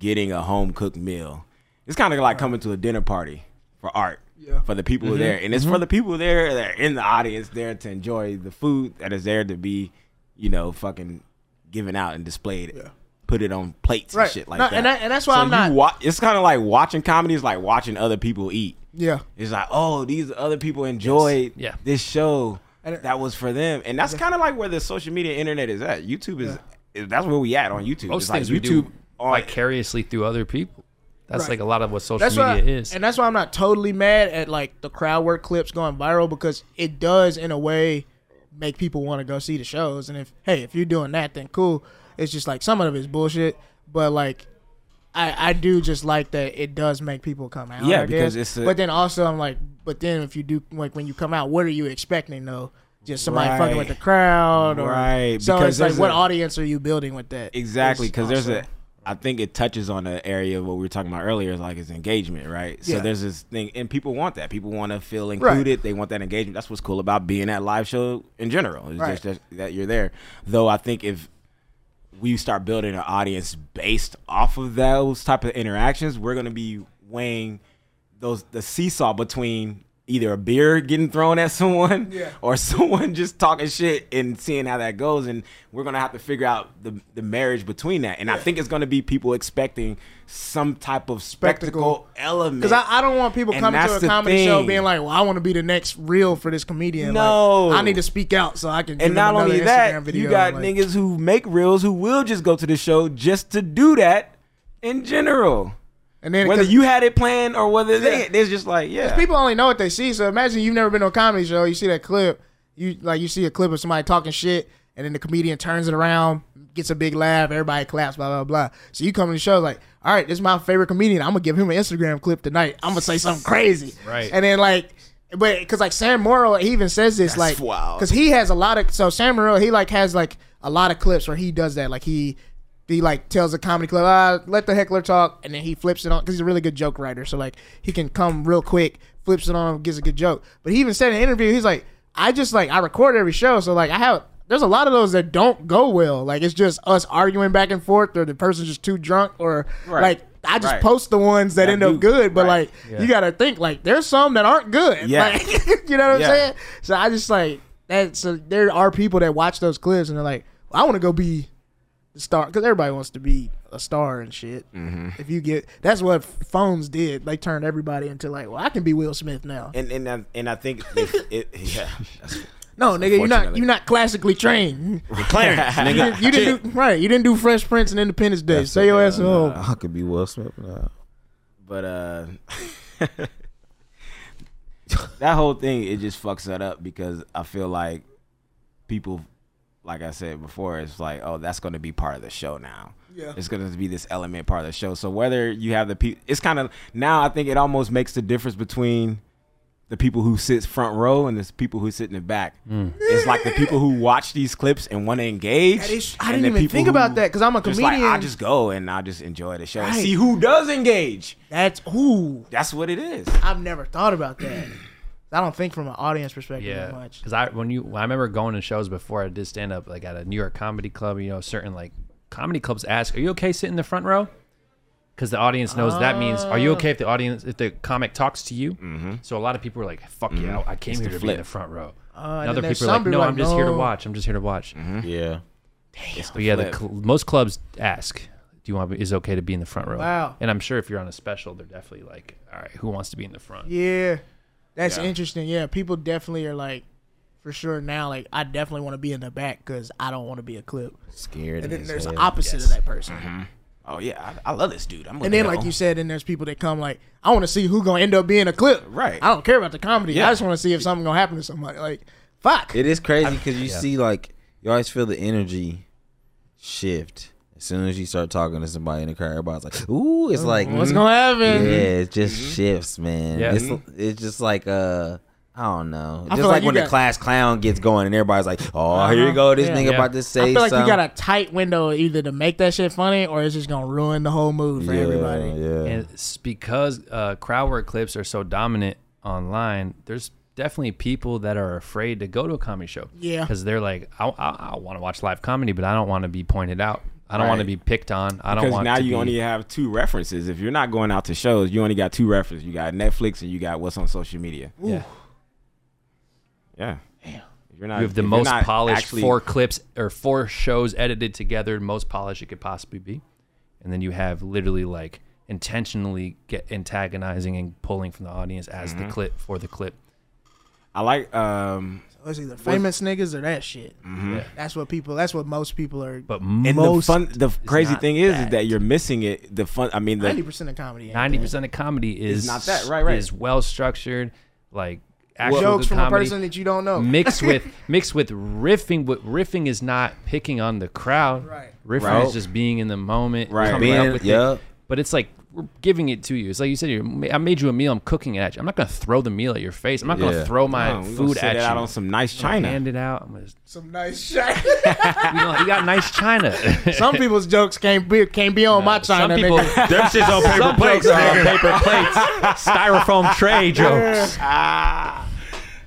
getting a home cooked meal. It's kind of like coming to a dinner party for art.
Yeah.
For the people who are there. And it's for the people there that are in the audience there to enjoy the food that is there to be, you know, fucking given out and displayed. Put it on plates
Right.
and shit like
No,
that.
and that- and that's why
So
I'm
you
not-
wa- it's kind of like watching comedy is like watching other people eat.
Yeah.
It's like, oh, these other people enjoyed
Yeah.
this show
And it-
that was for them, and that's kind of like where the social media internet is at. YouTube is, is- that's where we at on YouTube.
Most
it's like
things we
YouTube
do
on
vicariously through other people. That's
Right.
like a lot of what social
That's
media
why,
is.
and that's why I'm not totally mad at like the crowd work clips going viral because it does in a way make people want to go see the shows. And if hey, if you're doing that, then cool. It's just like some of it is bullshit, but like I I do just like that it does make people come out.
Yeah,
I
because
guess.
it's a-
but then also I'm like, but then if you do like when you come out, what are you expecting though? Just somebody fucking with the
Right.
crowd, or
Right,
So
because
it's like,
there's
what
a-
audience are you building with that?
Exactly,
It's
because there's
awesome.
a. I think it touches on an area of what we were talking about earlier, is like it's engagement, right? So
Yeah.
there's this thing, and people want that. People want to feel
Right.
included. They want that engagement. That's what's cool about being at live show in general. It's
Right.
just that, that you're there. Though I think if we start building an audience based off of those type of interactions, we're going to be weighing those the seesaw between either a beer getting thrown at someone or someone just talking shit and seeing how that goes. And we're gonna have to figure out the the marriage between that. And I think it's gonna be people expecting some type of spectacle, element.
Because I, I don't want people
And
coming to
that's
a
the
comedy show
thing.
being like, "Well, I want to be the next reel for this comedian." Like,
No.
I need to speak out so I can. Give
and not
him another
only
Instagram
that,
video,
you got
like,
niggas who make reels who will just go to the show just to do that in general.
And then
Whether
'cause
you had it planned or whether
Yeah.
they, they're just like, yeah.
people only know what they see. So imagine you've never been to a comedy show. You see that clip. You like you see a clip of somebody talking shit, and then the comedian turns it around, gets a big laugh, everybody claps, blah blah blah. So you come to the show like, all right, this is my favorite comedian. I'm gonna give him an Instagram clip tonight. I'm gonna say something crazy,
Right.
And then like. But because like Sam Morrow, he even says this like
wild.
because he has a lot of so Sam Morrow, he like has like a lot of clips where he does that like he he like tells a comedy club, ah, let the heckler talk, and then he flips it on because he's a really good joke writer. So like he can come real quick, flips it on, him, gets a good joke. But he even said in an interview, he's like, I just like I record every show, so like I have. There's a lot of those that don't go well. Like it's just us arguing back and forth, or the person's just too drunk, or like I just
Right.
post the ones that
That
end up
do-
good. But
right.
like you gotta think, like there's some that aren't good.
Yeah.
Like, you know what
Yeah.
I'm saying? So I just like that. So there are people that watch those clips and they're like, I want to go be the star because everybody wants to be a star and shit.
Mm-hmm.
If you get that's what phones did. They turned everybody into like, well, I can be Will Smith now.
and and I, and I think if it, yeah, that's-
No, nigga, you're not
unfortunately.
you're not classically trained.
Clarence,
You didn't, you didn't do right. You didn't do Fresh Prince and Independence Day. Say your ass at home.
I could be Will Smith. Now.
but uh, that whole thing it just fucks that up because I feel like people, like I said before, it's like oh that's going to be part of the show now. Yeah. It's going to be this element part of the show. So whether you have the people, it's kind of now I think it almost makes the difference between the people who sits front row and the people who sit in the back. It's like the people who watch these clips and want to engage.
Mm. That is- I didn't
and the
even
people
think
who
about that 'cause I'm a
just like, I
comedian.
just go and I just enjoy the show and
Right.
see who does engage.
That's ooh,
That's what it is.
I've never thought about that. I don't think from an audience perspective that
yeah
much.
because i when you i remember going to shows before i did stand up like at a new york comedy club you know certain like comedy clubs ask are you okay sitting in the front row because the audience knows that means are you okay if the audience if the comic talks to you mm-hmm. so a lot of people are like fuck yeah i came here to be in the front row and
Uh, and then
other
there's
people are like
some
no
people
i'm just here to
no."
watch i'm just here to watch
Yeah.
but yeah the cl- most clubs ask do you want to be, is it okay to be in the front row
Wow.
and i'm sure if you're on a special they're definitely like all right who wants to be in the front
Yeah, that's interesting. Yeah, people definitely are like, for sure now. Like, I definitely want to be in the back because I don't want to be a clip.
Scared.
And then
as
there's the
hell.
opposite of that person.
Oh yeah, I, I love this dude. I'm
And then, like you said, then there's people that come like, I want to see who gonna end up being a clip.
Right.
I don't care about the comedy.
Yeah.
I just want to see if something gonna happen to somebody. Like, fuck.
It is crazy because you see, like, you always feel the energy shift as soon as you start talking to somebody in the crowd. Everybody's like, "Ooh, it's like,
What's gonna happen?
yeah, it just shifts, man.
Yeah.
It's it's just like uh." I don't know.
I
just
feel
like,
like you
when
got-
the class clown gets going and everybody's like, "Oh, here you go, this
Yeah.
nigga
Yeah.
about to say
I feel like
something."
you got a tight window either to make that shit funny or it's just gonna ruin the whole mood for
yeah,
everybody.
Yeah,
and it's because uh, crowd work clips are so dominant online there's definitely people that are afraid to go to a comedy show
Yeah.
because they're like i, I, I want to watch live comedy but i don't want to be pointed out i don't want to
Right.
be picked on i don't
because
want
now
to
you
be,
only have two references. If you're not going out to shows, you only got two references. You got Netflix and you got what's on social media.
yeah.
Yeah. If you're not,
you have the
if you're
most
not
polished
actually-
four clips or four shows edited together most polished it could possibly be and then you have literally like intentionally get antagonizing and pulling from the audience as
Mm-hmm.
the clip for the clip
I like. Um,
It's either famous niggas or that shit. That's what people. That's what most people are.
but
and
most
the fun, the crazy
not
thing is, is
that.
that you're missing it. The fun. I mean,
Ninety
the,
percent of comedy. ain't
ninety
that.
percent of comedy is
not that, right, right.
Is well structured, like actual
jokes
good
from
comedy,
a person that you don't know.
mixed with mixed with riffing. But riffing is not picking on the crowd.
Right.
Riffing
Right.
is just being in the moment.
Right.
coming
being
up with
yeah,
it. But it's like we're giving it to you. It's like you said, you're, ma- I made you a meal. I'm cooking it at you. I'm not gonna throw the meal at your face. I'm not gonna
Yeah.
throw my
oh, we're gonna
food
sit
at
it
you.
out on some nice
I'm
china.
gonna hand it out. I'm gonna,
Some nice shit.
you know, you got nice china.
Some people's jokes can't be can't be on my
Some
china.
people,
nigga.
them shits on paper plates, on paper plates, styrofoam tray jokes.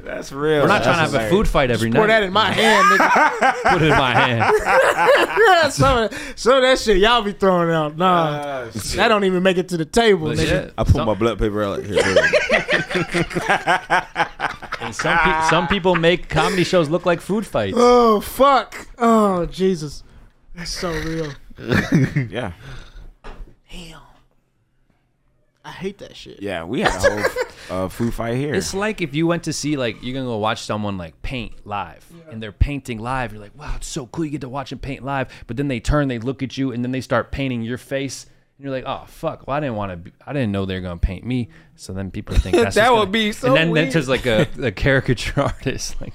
That's real.
We're not trying to have a food fight every
Pour that
night.
in my hand, nigga.
Put it in my hand.
some, of, some of that shit y'all be throwing out. Nah. that don't even make it to the table, nigga.
Legit.
I put
Some-
my blood paper out here. baby.
and some, pe- some people make comedy shows look like food fights.
Oh fuck! Oh Jesus, that's so real.
Yeah,
Damn, I hate that shit.
yeah. We had a whole uh, food fight here.
It's like if you went to see like you're gonna go watch someone like paint live, and they're painting live. You're like, wow, it's so cool. You get to watch them paint live, but then they turn, they look at you, and then they start painting your face. And you're like, oh fuck! Well, I didn't want to. Be, I didn't know they were gonna paint me. So then people think that's
That
just
would
gonna-
be so
And then
weird.
that's just like a, a caricature artist. Like,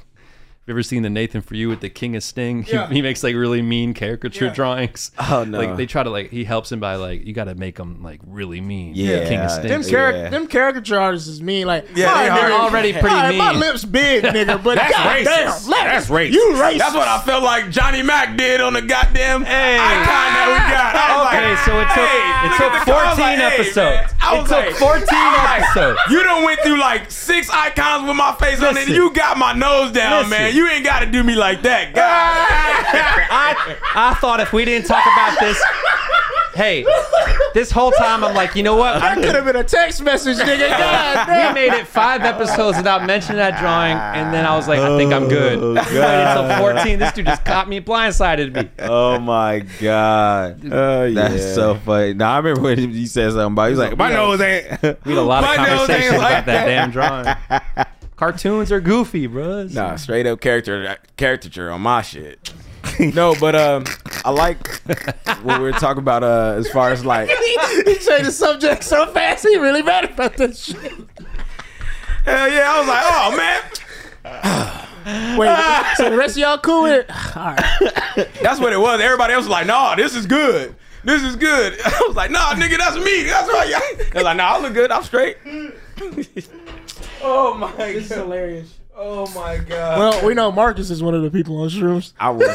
have you ever seen the Nathan for You with the King of Sting? He-
Yeah.
He, makes like really mean caricature drawings.
Oh, no.
Like they try to like he helps him by like you got to make them like really mean.
Yeah.
King
Yeah.
of Sting.
Them, char-
Yeah.
them caricature artists is mean. Like,
Yeah,
my
they
nigga-
are.
Already pretty
my- My
mean.
lips big, nigga. But goddamn,
racist.
let-
That's racist.
You racist.
That's what I felt like Johnny Mack did on the goddamn
Ah.
icon that we got. I was
Okay,
like,
so it took
hey,
it
look
took
at the car. I was
14
like, hey,
episodes.
man. I
it
was
took
like- I
14
was like,
episodes.
You done went through like six icons with my face on it.
Listen.
and You got my nose down,
Listen.
man. You ain't got to do me like that,
Ah,
God.
I I thought if we didn't talk about this, hey, this whole time I'm like, you know what?
That could have been a text message, nigga. God
We
damn.
made it five episodes without mentioning that drawing, and then I was like, I think I'm good. Waited till 14. This dude just caught me, blindsided me.
oh my god,
Uh,
that's so funny. Now I remember when you said something about. it. He's like, my nose ain't.
We had a lot of
My nose ain't
conversations
like
about that damn drawing. Cartoons are goofy, bruh.
Nah, straight up character caricature on my shit. no, but um, I like what we were talking about uh, as far as like
he changed the subject so fast. He really mad about that shit.
Hell yeah. I was like, oh, man.
Wait, so the rest of y'all cool with it? All right.
That's what it was. Everybody else was like, nah, this is good. This is good. I was like, nah, nigga, that's me. That's right. y'all." They're like, nah, I look good. I'm straight. oh, my
This is hilarious.
Oh, my God.
Well, we know Marcus is one of the people on shrooms.
I was.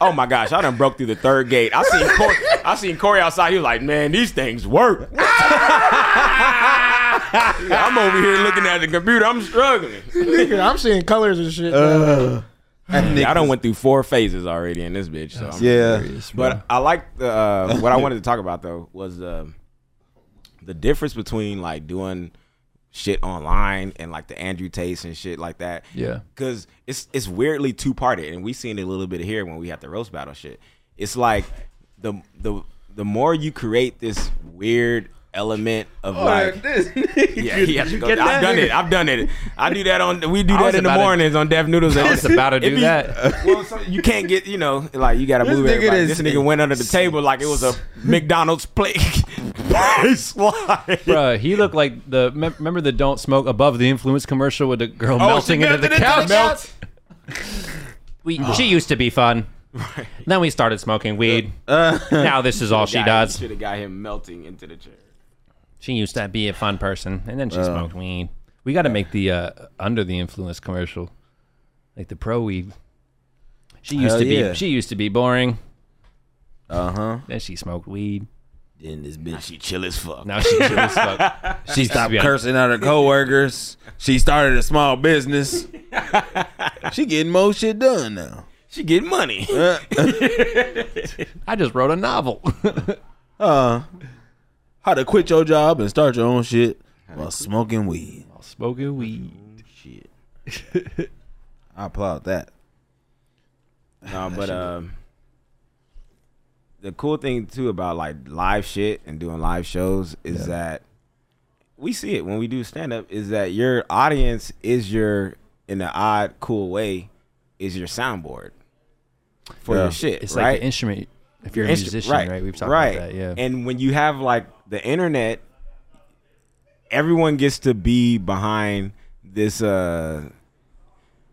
oh my gosh, I done broke through the third gate. I seen Corey, I seen Corey outside. He was like, man, these things work.
I'm over here looking at the computer. I'm struggling.
Nigga, I'm seeing colors and shit.
Uh. I done went through four phases already in this bitch. So I'm
Yeah,
But I like the uh, what I wanted to talk about though was um the difference between like doing shit online and like the Andrew Tate and shit like that.
Yeah.
because it's it's weirdly two parted, and we seen it a little bit here when we had the roast battle shit. It's like the the the more you create this weird element of
Oh,
like yeah, he has to go.
get
I've
that?
done it. I've done it. I do that on. We do
was
that in the
about to-
mornings on Deaf Noodles.
I was about to do that.
Well, so you can't get, you know, like you gotta move
nigga
everybody.
is-
this nigga went under the table like it was a McDonald's plate. slide.
Bruh, he looked like the mem- remember the don't smoke above the influence commercial with the girl melting into the couch. We, she used to be fun. Then we started smoking weed.
Uh-huh.
now this is all she does.
Should have got him melting into the chair.
She used to be a fun person, and then she smoked weed. We got to make the uh, under the influence commercial, like the pro weed. She used
Hell
to be.
yeah.
She used to be boring.
uh huh.
Then she smoked weed.
Then this bitch,
She chill as fuck.
Now she chill as fuck.
she stopped
Yeah.
cursing at her coworkers. She started a small business. she getting more shit done now.
She get money.
Uh,
I just wrote a novel.
uh, how to quit your job and start your own shit while smoking weed.
smoking weed.
I applaud that.
No, but um, the cool thing too about like live shit and doing live shows is that we see it when we do stand up is that your audience is your in an odd cool way is your soundboard for
Yeah.
your shit.
It's like
right?
an instrument. If you're a
Instru-
musician, right. We've talked about that. Yeah.
And when you have like the internet, everyone gets to be behind this. uh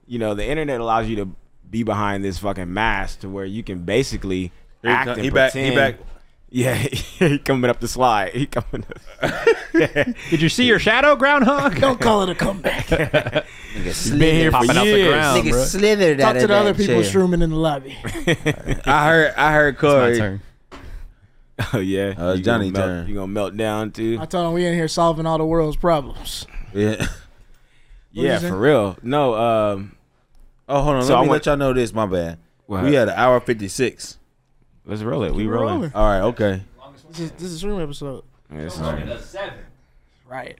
You know, the internet allows you to be behind this fucking mask to where you can basically
Here he
act
come-
and
he back- he
pretend.
back.
Yeah, he coming up the slide. He coming up.
Did you see your shadow, groundhog?
Don't call it a comeback. Talk
He's been here for
Popping out the
years.
ground. Nigga bruh.
slithered
to the other people shrooming in the lobby.
I heard, I heard
My
Corey.
turn.
Uh,
Oh yeah, You gonna
Johnny
melt-
turn.
You gonna melt down too?
I told him we in here solving all the world's problems.
Yeah.
What
yeah,
you say?
for real. No, um,
Oh, hold on.
So
let
I
me let
went-
y'all know this. My bad.
What?
We had an hour fifty six.
let's roll it. We
We're
rolling. Oh,
rolling.
All right. Okay.
This is this is stream episode.
Yeah, this is-
Right.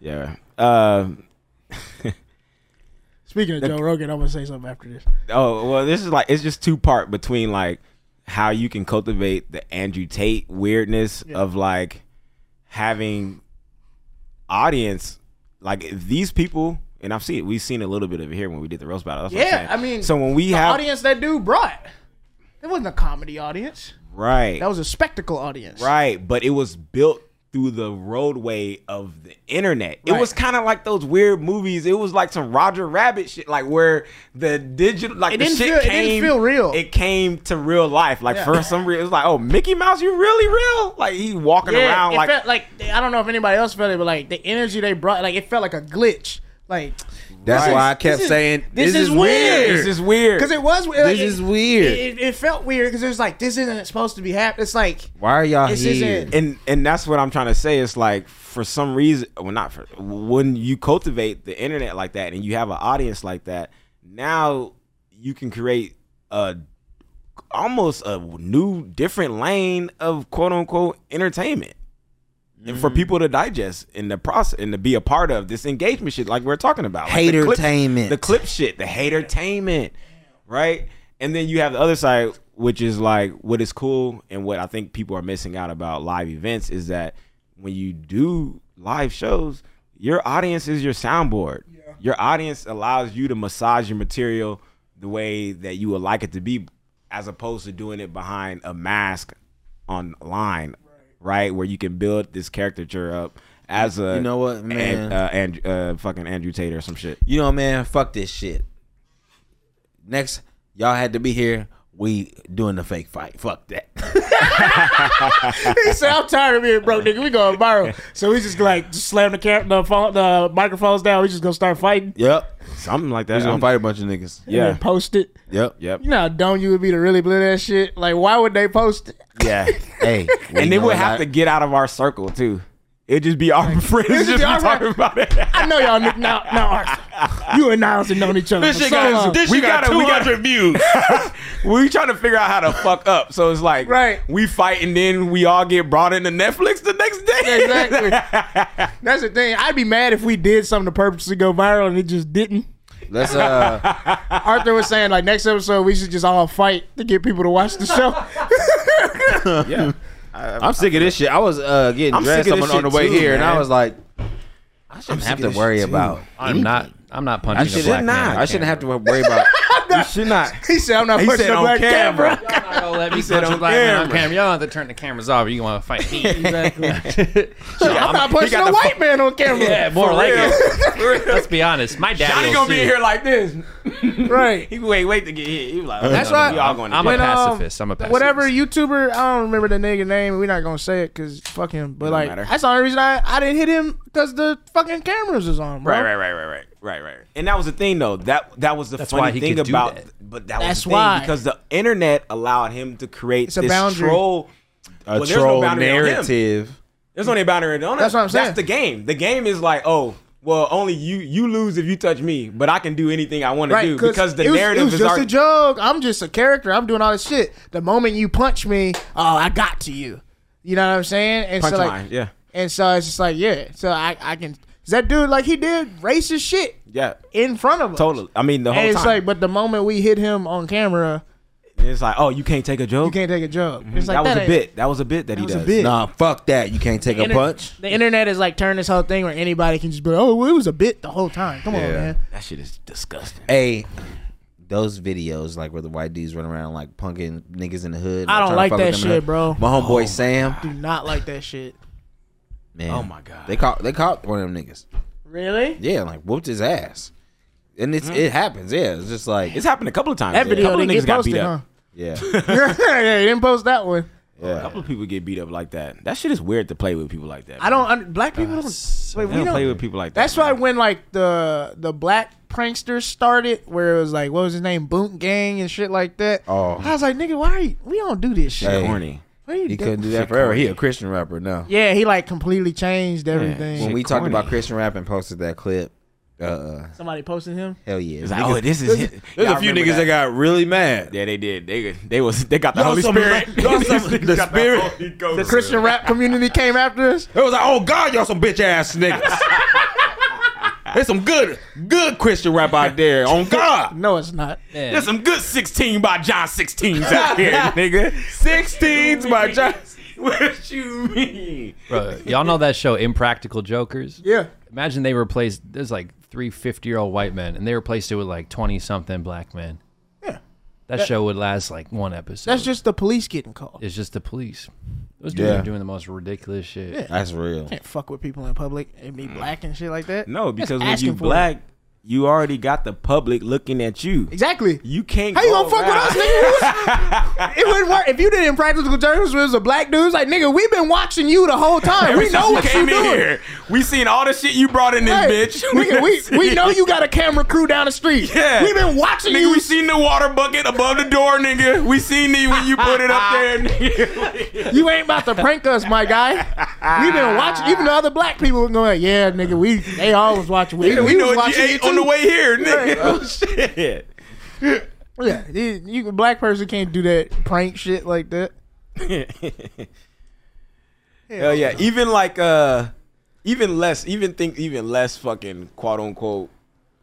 yeah. Um,
Speaking of Joe Rogan, I'm gonna say something after this.
Oh well, this is like it's just two part between like how you can cultivate the Andrew Tate weirdness of like having audience like these people, and I've seen we've seen a little bit of it here when we did the roast battle. That's what I'm
Yeah,
saying.
I mean,
so when we
the
have
audience that dude brought, it wasn't a comedy audience.
right,
That was a spectacle audience.
right, but it was built through the roadway of the internet. It
Right.
was kind of like those weird movies. It was like some Roger Rabbit shit, like where the digital, like
It
the
didn't
shit
feel- it didn't
came,
feel real.
It came to real life. Like
Yeah.
for some reason, it was like, oh, Mickey Mouse, you really real? Like he walking
Yeah,
around
it
like
felt like I don't know if anybody else felt it, but like the energy they brought, like it felt like a glitch. Like
That's
Right.
why I kept
This is-
saying
this is weird.
this is weird.
because it was like,
This
it-
is weird.
It, it, it felt weird because it was like this isn't supposed to be happening. It's like
Why are y'all
This
here?
isn't-
and and that's what I'm trying to say. It's like for some reason, well, not for when you cultivate the internet like that and you have an audience like that, now you can create a almost a new, different lane of quote unquote entertainment. And for people to digest in the process and to be a part of this engagement shit, like we're talking about, like the clip-
Hatertainment.
the clip shit, the hatertainment, right? And then you have the other side, which is like what is cool and what I think people are missing out about live events is that when you do live shows, your audience is your soundboard. Your audience allows you to massage your material the way that you would like it to be, as opposed to doing it behind a mask online, right? Where you can build this caricature up as a
You know what,
and,
man?
uh, and uh, fucking Andrew Tate or some shit.
you know, man, fuck this shit. Next, y'all had to be here. We doing the fake fight. Fuck that.
he said, "I'm tired of being broke, nigga. We going viral." So we just like just slam the cam- the phone, the microphones down. We just gonna start fighting.
yep.
Something like
We
that.
gonna
I'm-
fight a bunch of niggas.
Yeah.
Yeah.
And then post it.
Yep.
Yep.
You know how dumb you would be to really believe that shit. Like, why would they post it?
Yeah. hey.
And then we'll have to get out of our circle too. It'd just be our friends just be
be our-
talking about it.
I know y'all n- now. Now, Arthur, you and Niles have known each other for so long.
we got we got
views.
we trying to figure out how to fuck up. So it's like
Right.
we fight and then we all get brought into Netflix the next day.
exactly. That's the thing. I'd be mad if we did something to purposely go viral and it just didn't.
Let's uh.
Arthur was saying like next episode we should just all fight to get people to watch the show.
I'm sick of this shit. I was uh getting
I'm
dressed
sick of
on,
this
on the
shit
way
too,
here, and I
man.
was like, I shouldn't have to worry about.
I'm not. I'm not punching
I
a black
shouldn't,
man.
I shouldn't have to worry about.
You should not.
he said I'm not
He
pushing
said
the
on
black
camera.
camera.
Y'all not gonna let me
said
punch a
on
black man on
camera.
camera. Y'all don't have to turn the cameras off. You want to fight me?
I'm not
he
pushing
got
a
the
white man on camera.
yeah, more like it. Let's be honest. My daddy
Johnny
will
gonna be
sue.
here like this.
Right.
He wait, wait to get hit. He was like,
That's
no, no,
why-
we all going to
I'm a
jail.
When, um,
pacifist. I'm a pacifist.
Whatever YouTuber, I don't remember the nigga name. We're not gonna say it because fucking. But like,
matter.
that's the only reason I, I didn't hit him because the fucking cameras was on, bro.
Right, right, right, right, right, right, right. And that was the thing, though. That that was the
That's
funny
why he
thing
could do
about,
that.
but that
That's
was the
why.
thing because the internet allowed him to create
a
this
boundary.
troll.
A
Well, there's no
troll
boundary on him.
narrative.
There's only a boundary on
That's what I'm saying.
That's the game. The game is like, oh, well, only you you lose if you touch me, but I can do anything I want to do because the
it was, it
narrative
was
is
just
our,
a joke. I'm just a character. I'm doing all this shit. The moment you punch me, oh, I got to you. You know what I'm saying? And so like,
punchline. yeah,
and so it's just like, yeah. So I, I can. 'cause That dude, like, he did racist shit
yeah,
in front of us.
totally. I mean, the whole
And it's
time
like, but the moment we hit him on camera,
it's like, oh, you can't take a
you
joke.
can't take a joke. It's like
Mm-hmm. that was a
ain't-
bit. That was a bit that, he
was a
does.
bit.
Nah, fuck that. You can't take a
Inter-
punch.
The internet is like turned this whole thing where anybody can just be like, oh, well, it was a bit the whole time. Come on, man.
That shit is disgusting.
Hey, those videos like where the white dudes run around like punking niggas in the hood.
I don't
trying to
like
fuck
that
with them in the
shit,
hood.
bro.
My homeboy Sam,
Do not like that shit.
man.
Oh my God.
they caught they caught one of them niggas.
Really?
Yeah, like whooped his ass, and it's it happens. Yeah, it's just like
It's happened a couple of times.
That
Yeah.
video
couple of
didn't get
niggas got beat
posted,
up.
huh?
yeah,
yeah, he didn't post that one.
A couple of people get beat up like that. That shit is weird to play with people like that.
I don't. under black people don't.
So
Wait,
They
we
don't play
don't.
with people like that.
That's why when like the the black pranksters started, where it was like, what was his name, Boot Gang and shit like that.
Oh.
I was like, nigga, why? Are you, we don't do this shit.
Hey.
corny.
What are you
He
doing?
couldn't do that forever. He a Christian rapper now.
Yeah, he like completely changed everything.
When we
Shit
talked about
corny.
Christian rap and posted that clip, uh,
Somebody posted him.
hell yeah.
It's like, oh, this is it.
There's
Y'all
a few
remember
niggas that.
that.
got really mad.
Yeah, they did. They they was they got the
Y'all
Holy
some-
Spirit.
y'all some-
These niggas
the
got
Spirit.
Holy Ghost.
The Christian rap community came after us.
It was like, oh God, y'all some bitch ass niggas. There's some good, good Christian rap out there. On God,
No, it's not.
There's some good 16 by John 16s out here, nigga.
16s by John.
What you mean?
Bro, y'all know that show Impractical Jokers?
Yeah.
Imagine they replaced there's like three 50 year old white men and they replaced it with like 20 something black men.
Yeah.
That, show would last like one episode.
That's just the police getting called.
it's just the police. Those dudes
Yeah.
are doing the most ridiculous shit.
That's real.
Can't fuck with people in public and be black and shit like that.
No,
That's
because when you
asking for it.
black, you already got the public looking at you.
Exactly.
You can't.
How you gonna
go
fuck with
around-
us, nigga? It wouldn't work if you didn't practical journalism. It was a black dude. It's like, nigga, we've been watching you the whole time. We
Since
know
you
what you
came in
doing.
here. We seen all the shit you brought in this
Hey,
bitch.
nigga, we, we know you got a camera crew down the street.
Yeah.
We've been watching
Nigga,
you.
we seen the water bucket above the door, nigga. We seen you when you put it up there. Nigga.
You ain't about to prank us, my guy. We've been watching. Even the other black people were going, yeah, nigga, we they all was watching. We,
we
we
know
was
what you
watching
ate on the
too."
way here, nigga. Oh, shit.
Yeah, you, you- a black person can't do that prank shit like that.
Hell yeah. Even like uh even less even think even less fucking quote unquote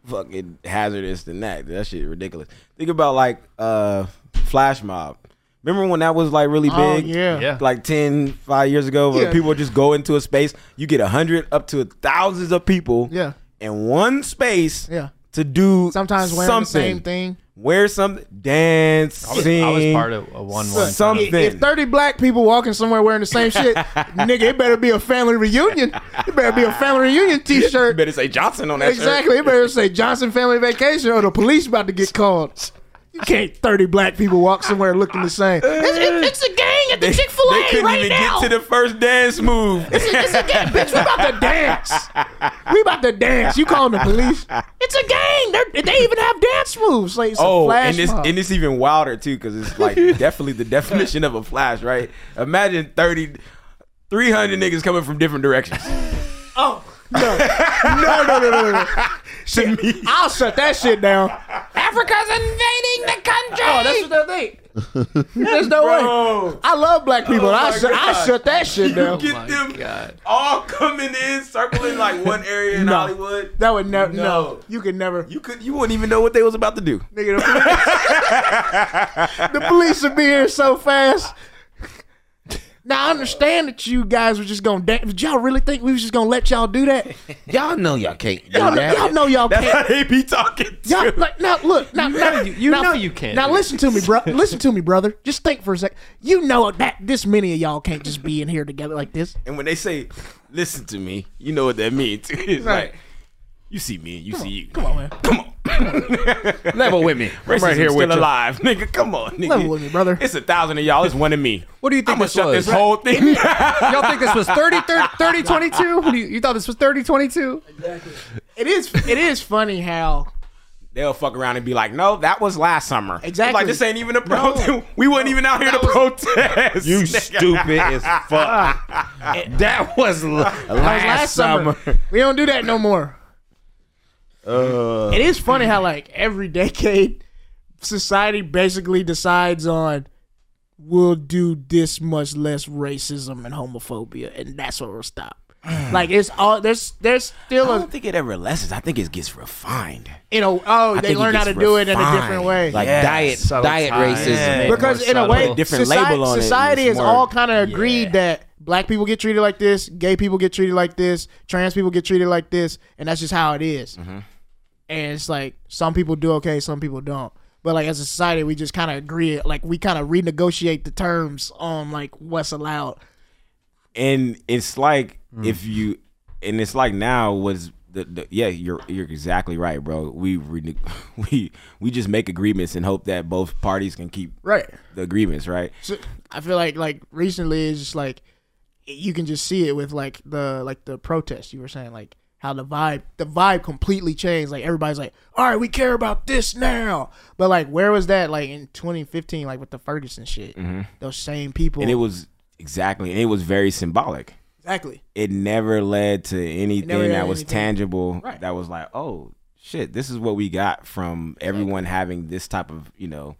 fucking hazardous than that. That shit ridiculous. Think about like uh flash mob. Remember when that was like really big?
Oh, yeah.
Yeah.
Like 10, 5 years ago, where
Yeah.
people would just go into a space, you get a hundred up to thousands of people
Yeah.
in one space
Yeah.
to do
Sometimes wearing
something.
the same thing.
Wear something dance.
I was, I was part of a one one.
Some-
time.
If- If 30 black people walking somewhere wearing the same shit, nigga, it better be a family reunion. It better be a family reunion t
You
shirt.
better say Johnson on that shirt.
Exactly. It better say Johnson Family Vacation or the police about to get called. You can't 30 black people walk somewhere looking the same. It's, it- it's a gang at the Chick fil
They
A
couldn't
right
even
now.
get to the first dance move.
it's, a, it's a gang, bitch. We about to dance. We about to dance. You calling the police? It's a gang. They're, they even have dance moves. Like, it's a
Oh,
flash
and it's
mob.
and it's even wilder too, because it's like definitely the definition of a flash, right? Imagine 30, 300 niggas coming from different directions.
Oh no. no, no, no, no, no, no. Shit, I'll shut that shit down. Africa's invading the country. Oh, that's what they think. There's no way. I love black people. and I,
Oh my
shut, I
God.
shut that shit down.
Get
my
them
God.
all coming in, circling like one area in
No.
Hollywood.
That would never. No.
No.
you could never.
You could, you wouldn't even know what they was about to do.
Nigga, the police, the police would be here so fast. Now I understand that you guys were just gonna dance. Did y'all really think we was just gonna let y'all do that?
Y'all know y'all can't do
Y'all,
that.
y'all know y'all
That's
can't.
how they be talking. Too.
Y'all, like, now look, now, now,
you- you
now-
know you can't
Now
do
listen to me, bro. listen to me, brother. Just think for a sec. You know that this many of y'all can't just be in here together like this.
And when they say, "Listen to me," you know what that means. It's
Right.
like you see me, and you see you.
Come on, man.
Come on.
Level with me. I'm
Racism
right here
still
with you.
alive, nigga. Come on, nigga.
Level with me, brother.
It's a thousand of y'all. It's one of me.
What do you think
I'm gonna
this
shut
was?
this whole thing. down.
Y'all think this was 30, 30, 30 22? What do you, you thought this was 30 22?
It is. It is funny how.
They'll fuck around and be like, "No, that was last summer."
Exactly.
Like this ain't even a protest. we wasn't even out here to protest.
You stupid as fuck. that was l-
That
last,
was last summer. We don't do that no more.
Uh.
it is funny how like every decade, society basically decides on we'll do this much less racism and homophobia, and that's what we'll stop. like it's all there's there's still
I
a
don't think it ever lessens. I think it gets refined.
you know, oh, they
think it
learn how to
gets
do it in a different
refined.
way.
Like
Yes.
diet, diet racism.
Yeah.
because
more
in a way,
subtle.
Different
society,
label on it,
society
it's
is
more-
all kind of agreed that black people get treated like this, gay people get treated like this, trans people get treated like this, and that's just how it is.
Mm-hmm.
And it's like some people do okay, some people don't. But like as a society, we just kind of agree. Like we kind of renegotiate the terms on like what's allowed.
and it's like
Mm.
if you and it's like now was the, the yeah you're you're exactly right bro we rene- we we just make agreements and hope that both parties can keep
Right.
the agreements right
So, I feel like like recently it's just like you can just see it with like the like the protest you were saying like how the vibe the vibe completely changed. Like everybody's like, all right, we care about this now. But like, where was that like in 2015? Like with the Ferguson shit, those same people.
Mm-hmm. and it was exactly, and it was very symbolic.
exactly.
It never led to anything
led
that
to
was
anything.
tangible.
Right.
That was like, oh shit, this is what we got from everyone having this type of you know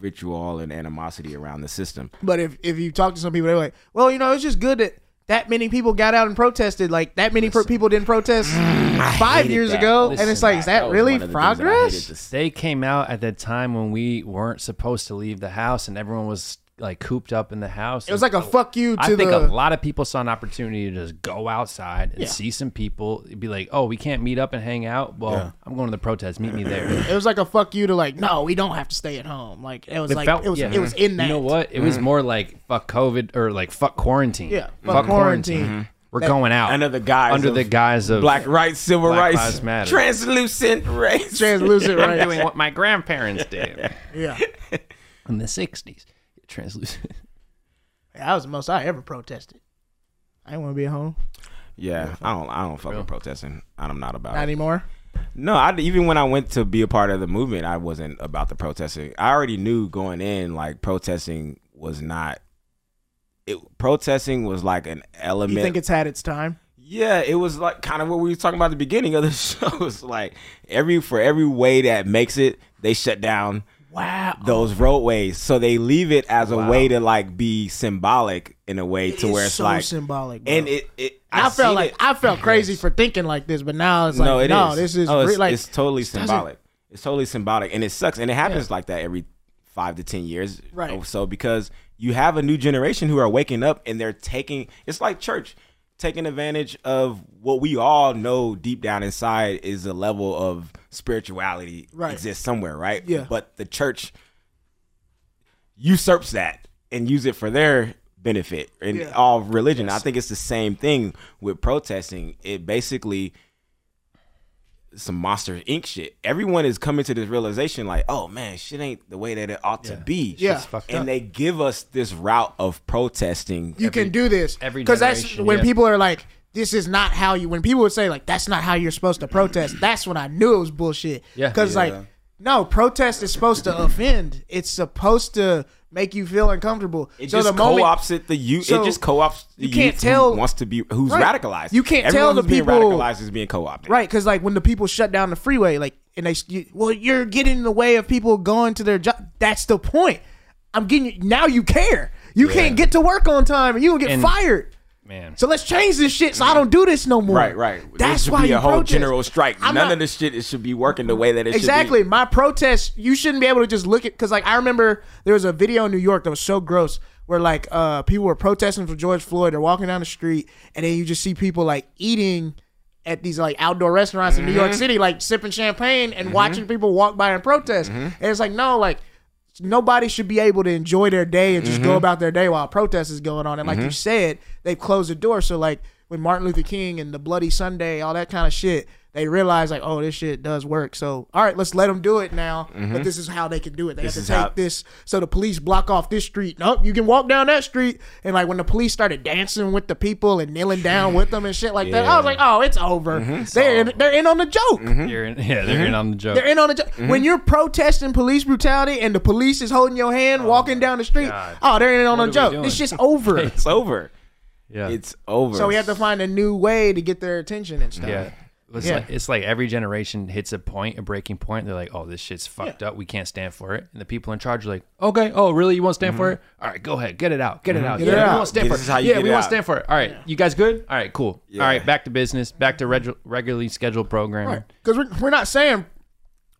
ritual and animosity around the system.
But if if you talk to some people, they're like, well, you know, it's just good that that many people got out and protested. Like that many pro- people didn't protest five
Mm, hated
years
that.
ago, and it's
Listen,
like, is that,
was
really
one of the things that I hated
progress?
to see.
They came out at the time when we weren't supposed to leave the house and everyone was like cooped up in the house.
It was like a fuck you to
I think
the
a lot of people saw an opportunity to just go outside and
Yeah.
see some people. It'd be like, oh, we can't meet up and hang out. Well, I'm going to the protest. Meet me there.
It was like a fuck you to like, no, we don't have to stay at home. Like it was like
felt-
it was
yeah. Mm-hmm.
it was in that.
You know what? It was more like fuck COVID or like fuck quarantine.
Yeah, fuck
fuck, quarantine.
quarantine. Mm-hmm.
We're going out
Under the guise
under
of
the guise of
Black rights, civil
Black
rights,
Lives Matter.
translucent race.
Translucent,
I'm
right?
doing what my grandparents did
yeah.
in the '60s. Translucent.
That was the most I ever protested. I didn't want to be at home.
yeah, I don't, I don't fucking protesting. I'm not about
Not
it.
anymore.
No, I, even when I went to be a part of the movement, I wasn't about the protesting. I already knew going in, like protesting was not. It protesting was like an
You
element.
think it's had its time?
Yeah, it was like kind of what we were talking about at the beginning of the show. It's like every for every way that makes it, they shut down
Wow.
those roadways. So they leave it as a way to like be symbolic in a way to
It's
where it's
so
like
symbolic. bro.
and it, it
I, felt
seen
like
it.
I felt crazy for thinking like this, but now it's like
no,
no,
it is.
this is
oh, it's,
re- like
it's totally
doesn't-
symbolic. It's totally symbolic, and it sucks, and it happens like that every five to ten years,
Right.
or So because you have a new generation who are waking up and they're taking, it's like church taking advantage of what we all know deep down inside is a level of spirituality
Right.
exists somewhere, right?
Yeah.
But the church usurps that and use it for their benefit and
Yeah.
all religion. I think it's the same thing with protesting. It basically some monster Inc. shit. Everyone is coming to this realization, like, oh man, shit ain't the way that it ought to be.
Yeah. Shit's fucked
and they give us this route of protesting.
you can do this
every
because that's
generation,
when
yeah.
people are like this is not how you when people would say like that's not how you're supposed to protest that's when i knew it was bullshit
Yeah.
because like no protest is supposed to offend it's supposed to make you feel uncomfortable
It
so
just
the moment
co-opts it. The youth.
so
it just co-opts. The
you can't
youth
tell-
who wants to be who's
Right.
radicalized.
You can't
Everyone
tell the
who's being
people-
radicalized is being co-opted.
right because like when the people shut down the freeway like and they you, well you're getting in the way of people going to their job that's the point i'm getting you now you care you can't get to work on time and you will get
And-
fired
Man.
so let's change this shit so i don't do this no more
Right, right.
that's
there should
why
be
you
a whole
protest.
general strike.
I'm
None
not-
of this shit it should be working the way that it
Exactly.
should
My protest, you shouldn't be able to just look at because like I remember there was a video in New York that was so gross where like uh people were protesting for George Floyd. They're walking down the street and then you just see people like eating at these like outdoor restaurants in New York
Mm-hmm.
City, like sipping champagne and watching people walk by and protest.
Mm-hmm.
And it's like, no, like nobody should be able to enjoy their day and just go about their day while a protest is going on. And like you said, they've closed the door. So like when Martin Luther King and the Bloody Sunday, all that kind of shit, they realize like, oh, this shit does work. So all right, let's let them do it now. But this is how they can do it. They have
is
to take
how-
this. So the police block off this street. Nope, you can walk down that street. And like when the police started dancing with the people and kneeling down with them and shit like that, I was like, oh, it's over. They're in, they're in on the joke.
You're in, yeah,
Mm-hmm.
they're in on the joke.
They're in on the job. When you're protesting police brutality and the police is holding your hand walking down the street,
God.
oh, they're in on
What
the
are we
joke.
doing?
It's just over.
be. It's over.
yeah.
It's over.
so we have to find a new way to get their attention and stuff.
Yeah. It's,
Yeah.
Like, it's like every generation hits a point, a breaking point. They're like, oh, this shit's fucked up. We can't stand for it. And the people in charge are like, okay,
Mm-hmm.
oh, really? You won't stand for it? All right, go ahead. Get it out. Get it out.
it
yeah,
out.
we won't stand
This
for
is
it.
how you
yeah,
get
we
it
won't
out.
stand for it. All right, you guys good? All right, cool. All right, back to business. Back to regu- regularly scheduled programming.
Because we're, we're not saying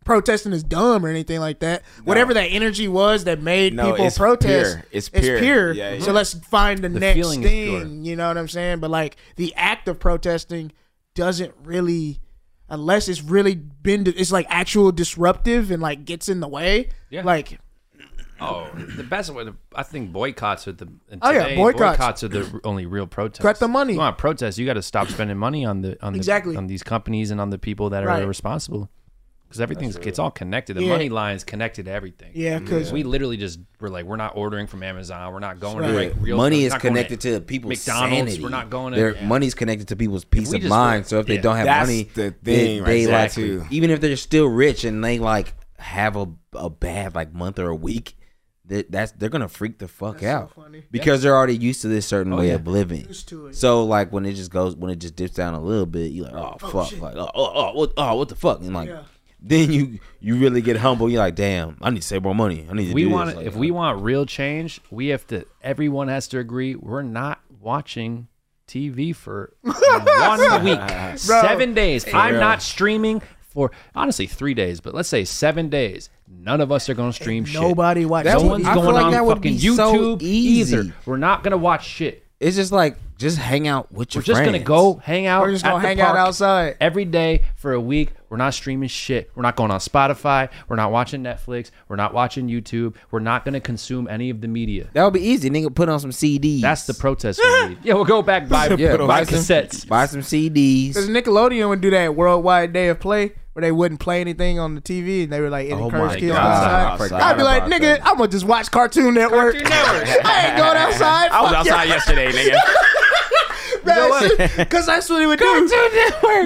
protesting is dumb or anything like that. Whatever that energy was that made
No,
people
it's
protest,
pure. It's pure. Yeah, yeah.
So let's find the, next
feeling is pure.
thing. You know what I'm saying? But like the act of protesting doesn't really, unless it's really been, it's like actual disruptive and like gets in the way.
Yeah.
Like
Oh, the best way to, I think boycotts are the and
Oh, yeah,
today,
boycotts.
boycotts are the only real protest.
Cut the money.
You want to protest? You got to stop spending money on the on the,
Exactly.
on these companies and on the people that
Right.
are responsible. because everything's it's all connected. The
Yeah.
money line's connected to everything.
Yeah, because
We literally just were like, we're not ordering from Amazon. We're not going to
Right.
like real.
money
we're
is
not going
connected to people's
McDonald's.
sanity.
We're not going to.
Their
yeah.
money's connected to people's peace
we
of
just
mind.
were-
so if they
yeah.
don't have
That's
money,
the
they,
thing right
they
there,
like
too.
even if they're still rich and they like have a a bad like month or a week, that that's they're gonna freak the fuck out
funny.
because they're already used to this
Oh,
certain way of living.
Used to it.
So like when it just goes when it just dips down a little bit, you're like, oh, fuck, like oh, oh, oh, what, oh what the fuck, and like.
Yeah.
Then you you really get humble. You're like, damn, I need to save more money. I need to.
we
do this."
want
Like,
if we want real change, we have to. Everyone has to agree. We're not watching TV for one week, seven days. I'm not streaming for honestly three days, but let's say seven days. None of us are going to stream shit.
nobody watches.
No
That
one's
I feel
going
like
on
that would
fucking
be so
YouTube
easy.
either. We're not going to watch shit.
It's just like just hang out with your
We're just
friends.
gonna go hang out.
We're just
at
gonna
the
hang out
park
outside.
every day for a week. We're not streaming shit. We're not going on Spotify. We're not watching Netflix. We're not watching YouTube. We're not gonna consume any of the media.
That would be easy. Nigga, put on some CDs.
That's the protest we need. Yeah, we'll go back buy,
yeah.
buy
buy some-
cassettes.
Buy some CDs.
Because Nickelodeon would do that worldwide day of play where they wouldn't play anything on the TV and they were like, it encouraged
my
kids
God.
outside.
Forgot
I'd be like,
about
nigga, I'm going to just watch Cartoon Network. I ain't going outside.
I was outside yesterday, nigga.
Because that's what it would do. Cartoon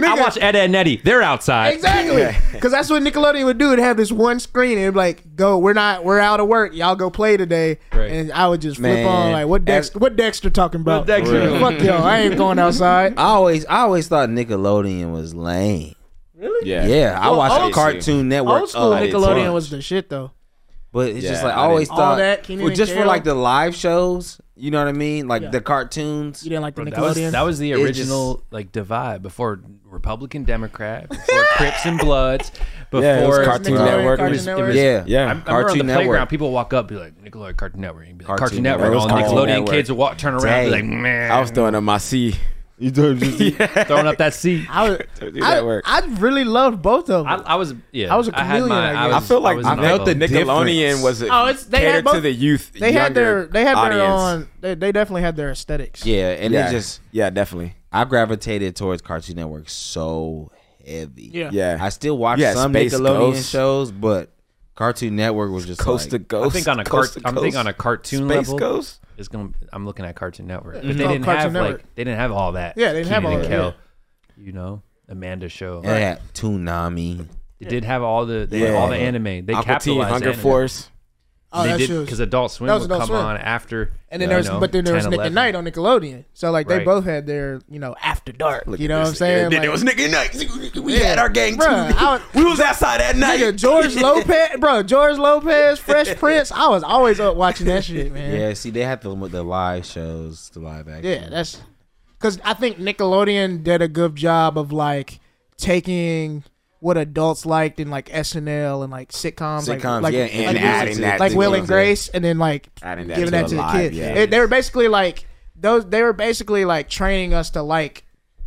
Network.
I watch Ed, Ed and Eddie. They're outside.
Exactly. Because that's what Nickelodeon would do. It'd have this one screen and it'd be like, go, we're not, we're out of work. Y'all go play today. And I would just flip
Man.
on, like, what
As-
Dexter, what Dexter talking about?
Dexter?
Fuck y'all. I ain't going outside.
I always I always thought Nickelodeon was lame.
Yeah.
Yeah, I watched
old-
Cartoon Network.
Old school
a
Nickelodeon
ton.
was the shit, though.
but it's just
Yeah,
like I
I
always
didn't- All
thought
that, Kenan
well,
and
just for
Kel.
like the live shows. You know what I mean? Like the cartoons.
You didn't like the
That was,
Nickelodeon?
that was the
It
original like divide before Republican Democrat, before Crips and Bloods, before
Yeah, it was Cartoon
Nickelodeon,
Network.
Cartoon
It was- it
Network.
was-
Yeah,
Yeah.
I remember on
Cartoon
the
Network.
playground, people walk up, be like Nickelodeon, Cartoon Network, You'd be like,
Cartoon
Cartoon Network,
Network.
All
It was
Nickelodeon
Cartoon Network.
kids walk, turn around, and be like,
Dang.
man,
I was throwing up my C.
You don't just
throwing up that seat.
I was,
Dude,
I,
that work.
I really loved both of them.
I, I was, yeah,
I was a
had
chameleon, I guess.
I feel like
was
I
in
felt
both.
the
the Nickelodeon
difference.
was
Oh, it's- they had
catered to
both-
the youth.
they had their
younger
they had their
audience.
own they, they definitely had their aesthetics.
yeah, and
Yeah,
it just
yeah, definitely.
I gravitated towards Cartoon Network so heavy.
Yeah.
Yeah,
I still watch
Yeah,
some
Space
Nickelodeon
Ghost.
shows, but Cartoon Network was just
coast to
like,
coast.
I think on a
coast
cart,
to
I'm thinking
coast.
on a cartoon
Space
level.
Coast.
It's gonna. I'm looking at Cartoon Network, but
Mm-hmm. it's
they
called
didn't
Cartoon
have
Network.
like they didn't have all that.
Yeah, they didn't have
Kenan
all
and
that,
Kel, You know, Amanda Show.
yeah, Toonami.
They did have all the they had
Yeah.
all the anime.
Aqua
They
Teen,
capitalized
Hunger
anime.
Force.
Oh,
they
that
did
shit was-
because Adult Swim
that was
would
Adult
come
Swim.
on after.
and then there was but then there was Nick and Night on Nickelodeon. So like they
Right.
both had their, you know, after dark. you know what I'm
And
saying?
then
Like,
there was Nick and Night. We
Yeah.
had our gang too.
Bruh, I was-
we was outside at night.
nigga, George Lopez bro, George Lopez, Fresh Prince. I was always up watching that shit, man.
Yeah, see, they had the the live shows, the live action.
Yeah, that's because I think Nickelodeon did a good job of like taking what adults liked in like SNL and like sitcoms, like-
Sitcoms,
like,
yeah,
like,
and
this-
adding that
like
to
Will
it,
and
yeah.
Grace, and then like
Adding that
giving
to
that
a
to the
live,
kids.
yeah.
It- they were basically like those. They were basically like training us to like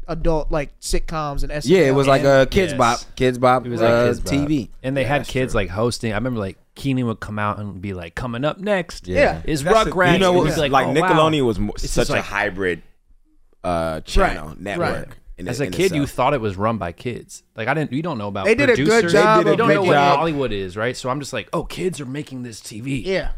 adult like sitcoms and SNL.
yeah, it was like
and-
a kids
Yes.
bop, kids bop,
It was
uh,
like kids' bop.
TV.
and they had kids like hosting. I remember like Keenan would come out and be like, "Coming up next,
Yeah.
is
That's the-
Rugrats."
You know
And
what?
we'd be
Like,
"Oh, wow."
Nickelodeon was mo-
just
such a
like-
hybrid uh, channel
Right,
network.
right.
in
As
it-
a
in
kid, you
itself.
thought it was run by kids. Like I didn't. You don't know about.
They did a good
producers.
job
You
of
don't know
making
what
it-
Hollywood is, right? So I'm just like, oh, kids are making this TV.
yeah.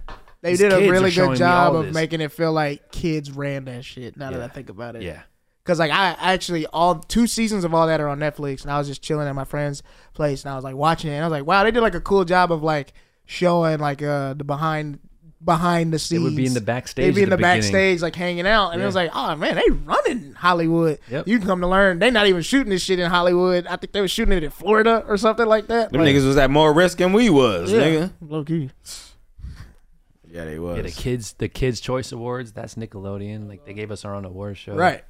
They
These
did a
kids are
really
showing
good
me
job
all
of
this.
making it feel like kids ran that shit. Now that
Yeah.
I think about it,
yeah.
Cause like I actually all two seasons of all that are on Netflix, and I was just chilling at my friend's place, and I was like watching it, and I was like, wow, they did like a cool job of like showing like uh the behind behind the scenes.
would be in the backstage
They'd be
at
in the
the beginning.
backstage, like hanging out, and it was like, oh man, they running Hollywood.
Yep.
You come to learn they not even shooting this shit in Hollywood. I think they were shooting it in Florida or something like that.
Them
Like,
niggas was at more risk than we was,
yeah,
nigga.
low key.
yeah, they
Yeah, the
was.
kids, the Kids Choice Awards. That's Nickelodeon. Like they gave us our own award show.
Right?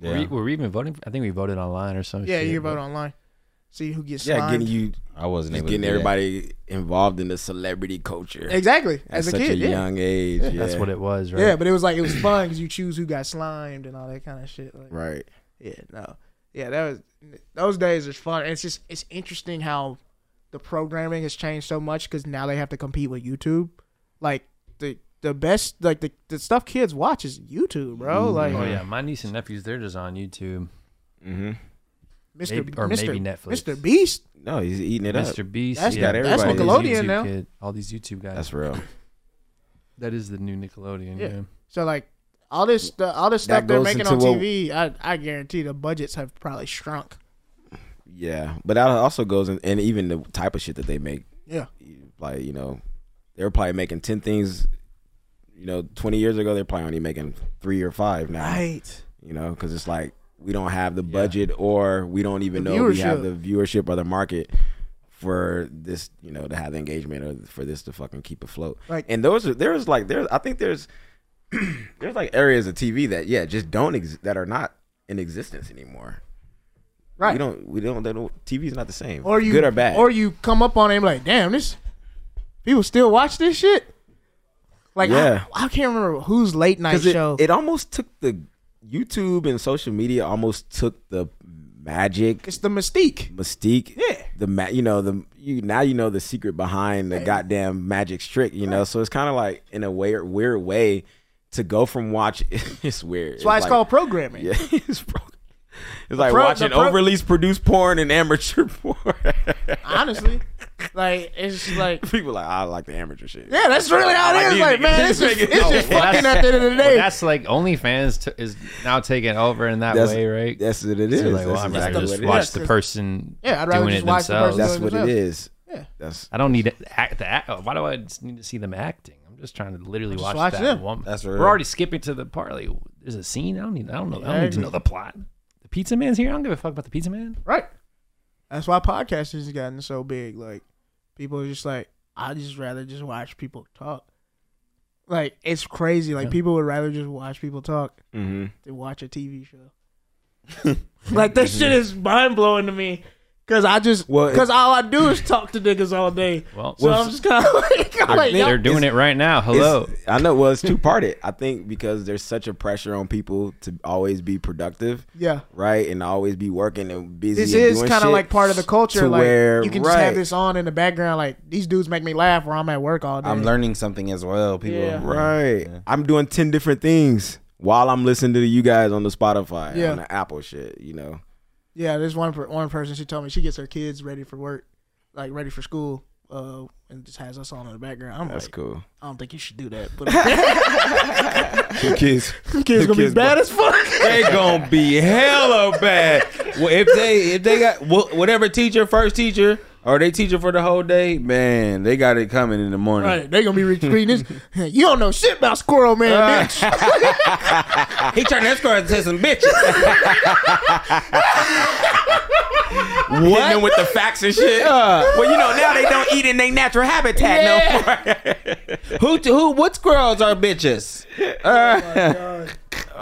Were, we, were we even voting? I think we voted online or something.
Yeah,
shit,
you can
but-
vote online, see who gets.
Yeah,
slimed.
getting you,
I wasn't
just
able
getting
to do that.
everybody involved in the celebrity culture
exactly
at
as a
such
kid.
a
yeah.
young age. Yeah.
That's what it was, right?
Yeah, but it was like it was fun because you choose who got slimed and all that kind of shit. Like,
Right.
Yeah, no, yeah, that was those days is fun. It's just it's interesting how the programming has changed so much because now they have to compete with YouTube. Like the the best like the, the stuff kids
Mm-hmm.
watch is YouTube, bro. Like
Oh yeah, my niece and nephews, they're just on YouTube.
Mr.
Maybe- or
Mr.
maybe Netflix.
Mr. Beast.
No, he's eating it up.
Mr. Beast.
That's-
yeah,
Uh, that's
all these
Nickelodeon
YouTube
now.
kid- all these YouTube guys.
That's real.
that is the new Nickelodeon.
Yeah.
Yeah.
So like all this stu- all this
That
stuff they're
goes
making
into
on
what-
TV, I, I guarantee the budgets have probably shrunk.
Yeah, but that also goes in, and even the type of shit that they make.
Yeah.
like you know, they were probably making ten things. You know, twenty years ago, they're probably only making three or five now.
Right.
You know, because it's like we don't have the budget, or we don't even
The
know we have the
viewership.
viewership or the market for this. You know, to have the engagement or for this to fucking keep afloat.
Like-
and those are there's like there's I think there's there's like areas of TV that yeah just don't ex- that are not in existence anymore.
Right.
We don't. We don't. They don't TV's not the same.
or you
good or bad.
or you come up on it and be like, damn, this people still watch this shit. Like
Yeah.
I, I can't remember whose late night
'Cause it,
show.
it almost took the YouTube and social media almost took the magic
it's the mystique.
mystique.
Yeah.
The ma- you know the you now you know the secret behind the goddamn magic trick. You know, so it's kind of like in a weird weird way to go from watch. It's weird.
That's why it's
like-
called programming.
Yeah, it's pro- It's like
pro-
watching
the pro-
overly produced porn and amateur porn.
Honestly. Like it's like
People like I like the amateur shit.
Yeah, that's really how
I
it
need
is.
to
Like,
get
man,
this
it's just,
nigga-
it's just
Well,
fucking
that's-
at the end of the
Well,
day.
that's like OnlyFans t- is now taking over in that
That's-
way, right?
That's what it
So
is.
like, well,
That's
I'd rather
exactly
just
what it
watch
is.
the person
Yeah, I'd rather
doing
just
it
watch the person
themselves.
doing
That's what it is.
Yeah.
That's
I don't need to act the act. Why do I just need to see them acting? I'm just trying to literally watch,
watch
that
them.
woman.
That's
We're
real.
already skipping to the part. Like, there's a scene. I don't need. I don't know. I
Yeah,
don't need to
I
know the plot. The pizza man's here. I don't give a fuck about the pizza man.
Right. That's why podcasting has gotten so big. Like people are just like, I just rather just watch people talk. Like it's crazy. Like people would rather just watch people talk
mm-hmm.
than watch a TV show. like this shit is mind blowing to me. Cause I just,
Mm-hmm. Well, it-
cause all I do is talk to niggas all day.
Well,
so I'm just kind of like, I'm like,
they're
y'all-
doing it right now. Hello.
It's- I know. Well, it's two parted. I think because there's such a pressure on people to always be productive,
yeah.
right, and always be working and busy.
This
and
is
doing
kind of
shit
like part of the culture.
to
Like
where-
you can just have
right.
this on in the background. Like these dudes make me laugh where I'm at work all day.
I'm learning something as well. People,
Yeah.
Right. I'm doing ten different things while I'm listening to you guys on the Spotify,
Yeah.
on the Apple shit. You know.
Yeah, there's one per, one person. She told me she gets her kids ready for work, like ready for school, uh, and just has us on in the background. I'm
That's
like,
cool.
I don't think you should do that. But kids
Two kids.
gonna be
kids
bad as fuck.
they gonna be hella bad. Well, if they if they got wh- whatever teacher, first teacher, or they teacher for the whole day, man, they got it coming in the morning.
right, they gonna be retweeting this. You don't know shit about Squirrel Man,
Uh,
bitch.
He turned that square into some bitches.
Hitting them with the facts and shit. well, you know now they don't eat in their natural habitat
who to who? What squirrels are bitches?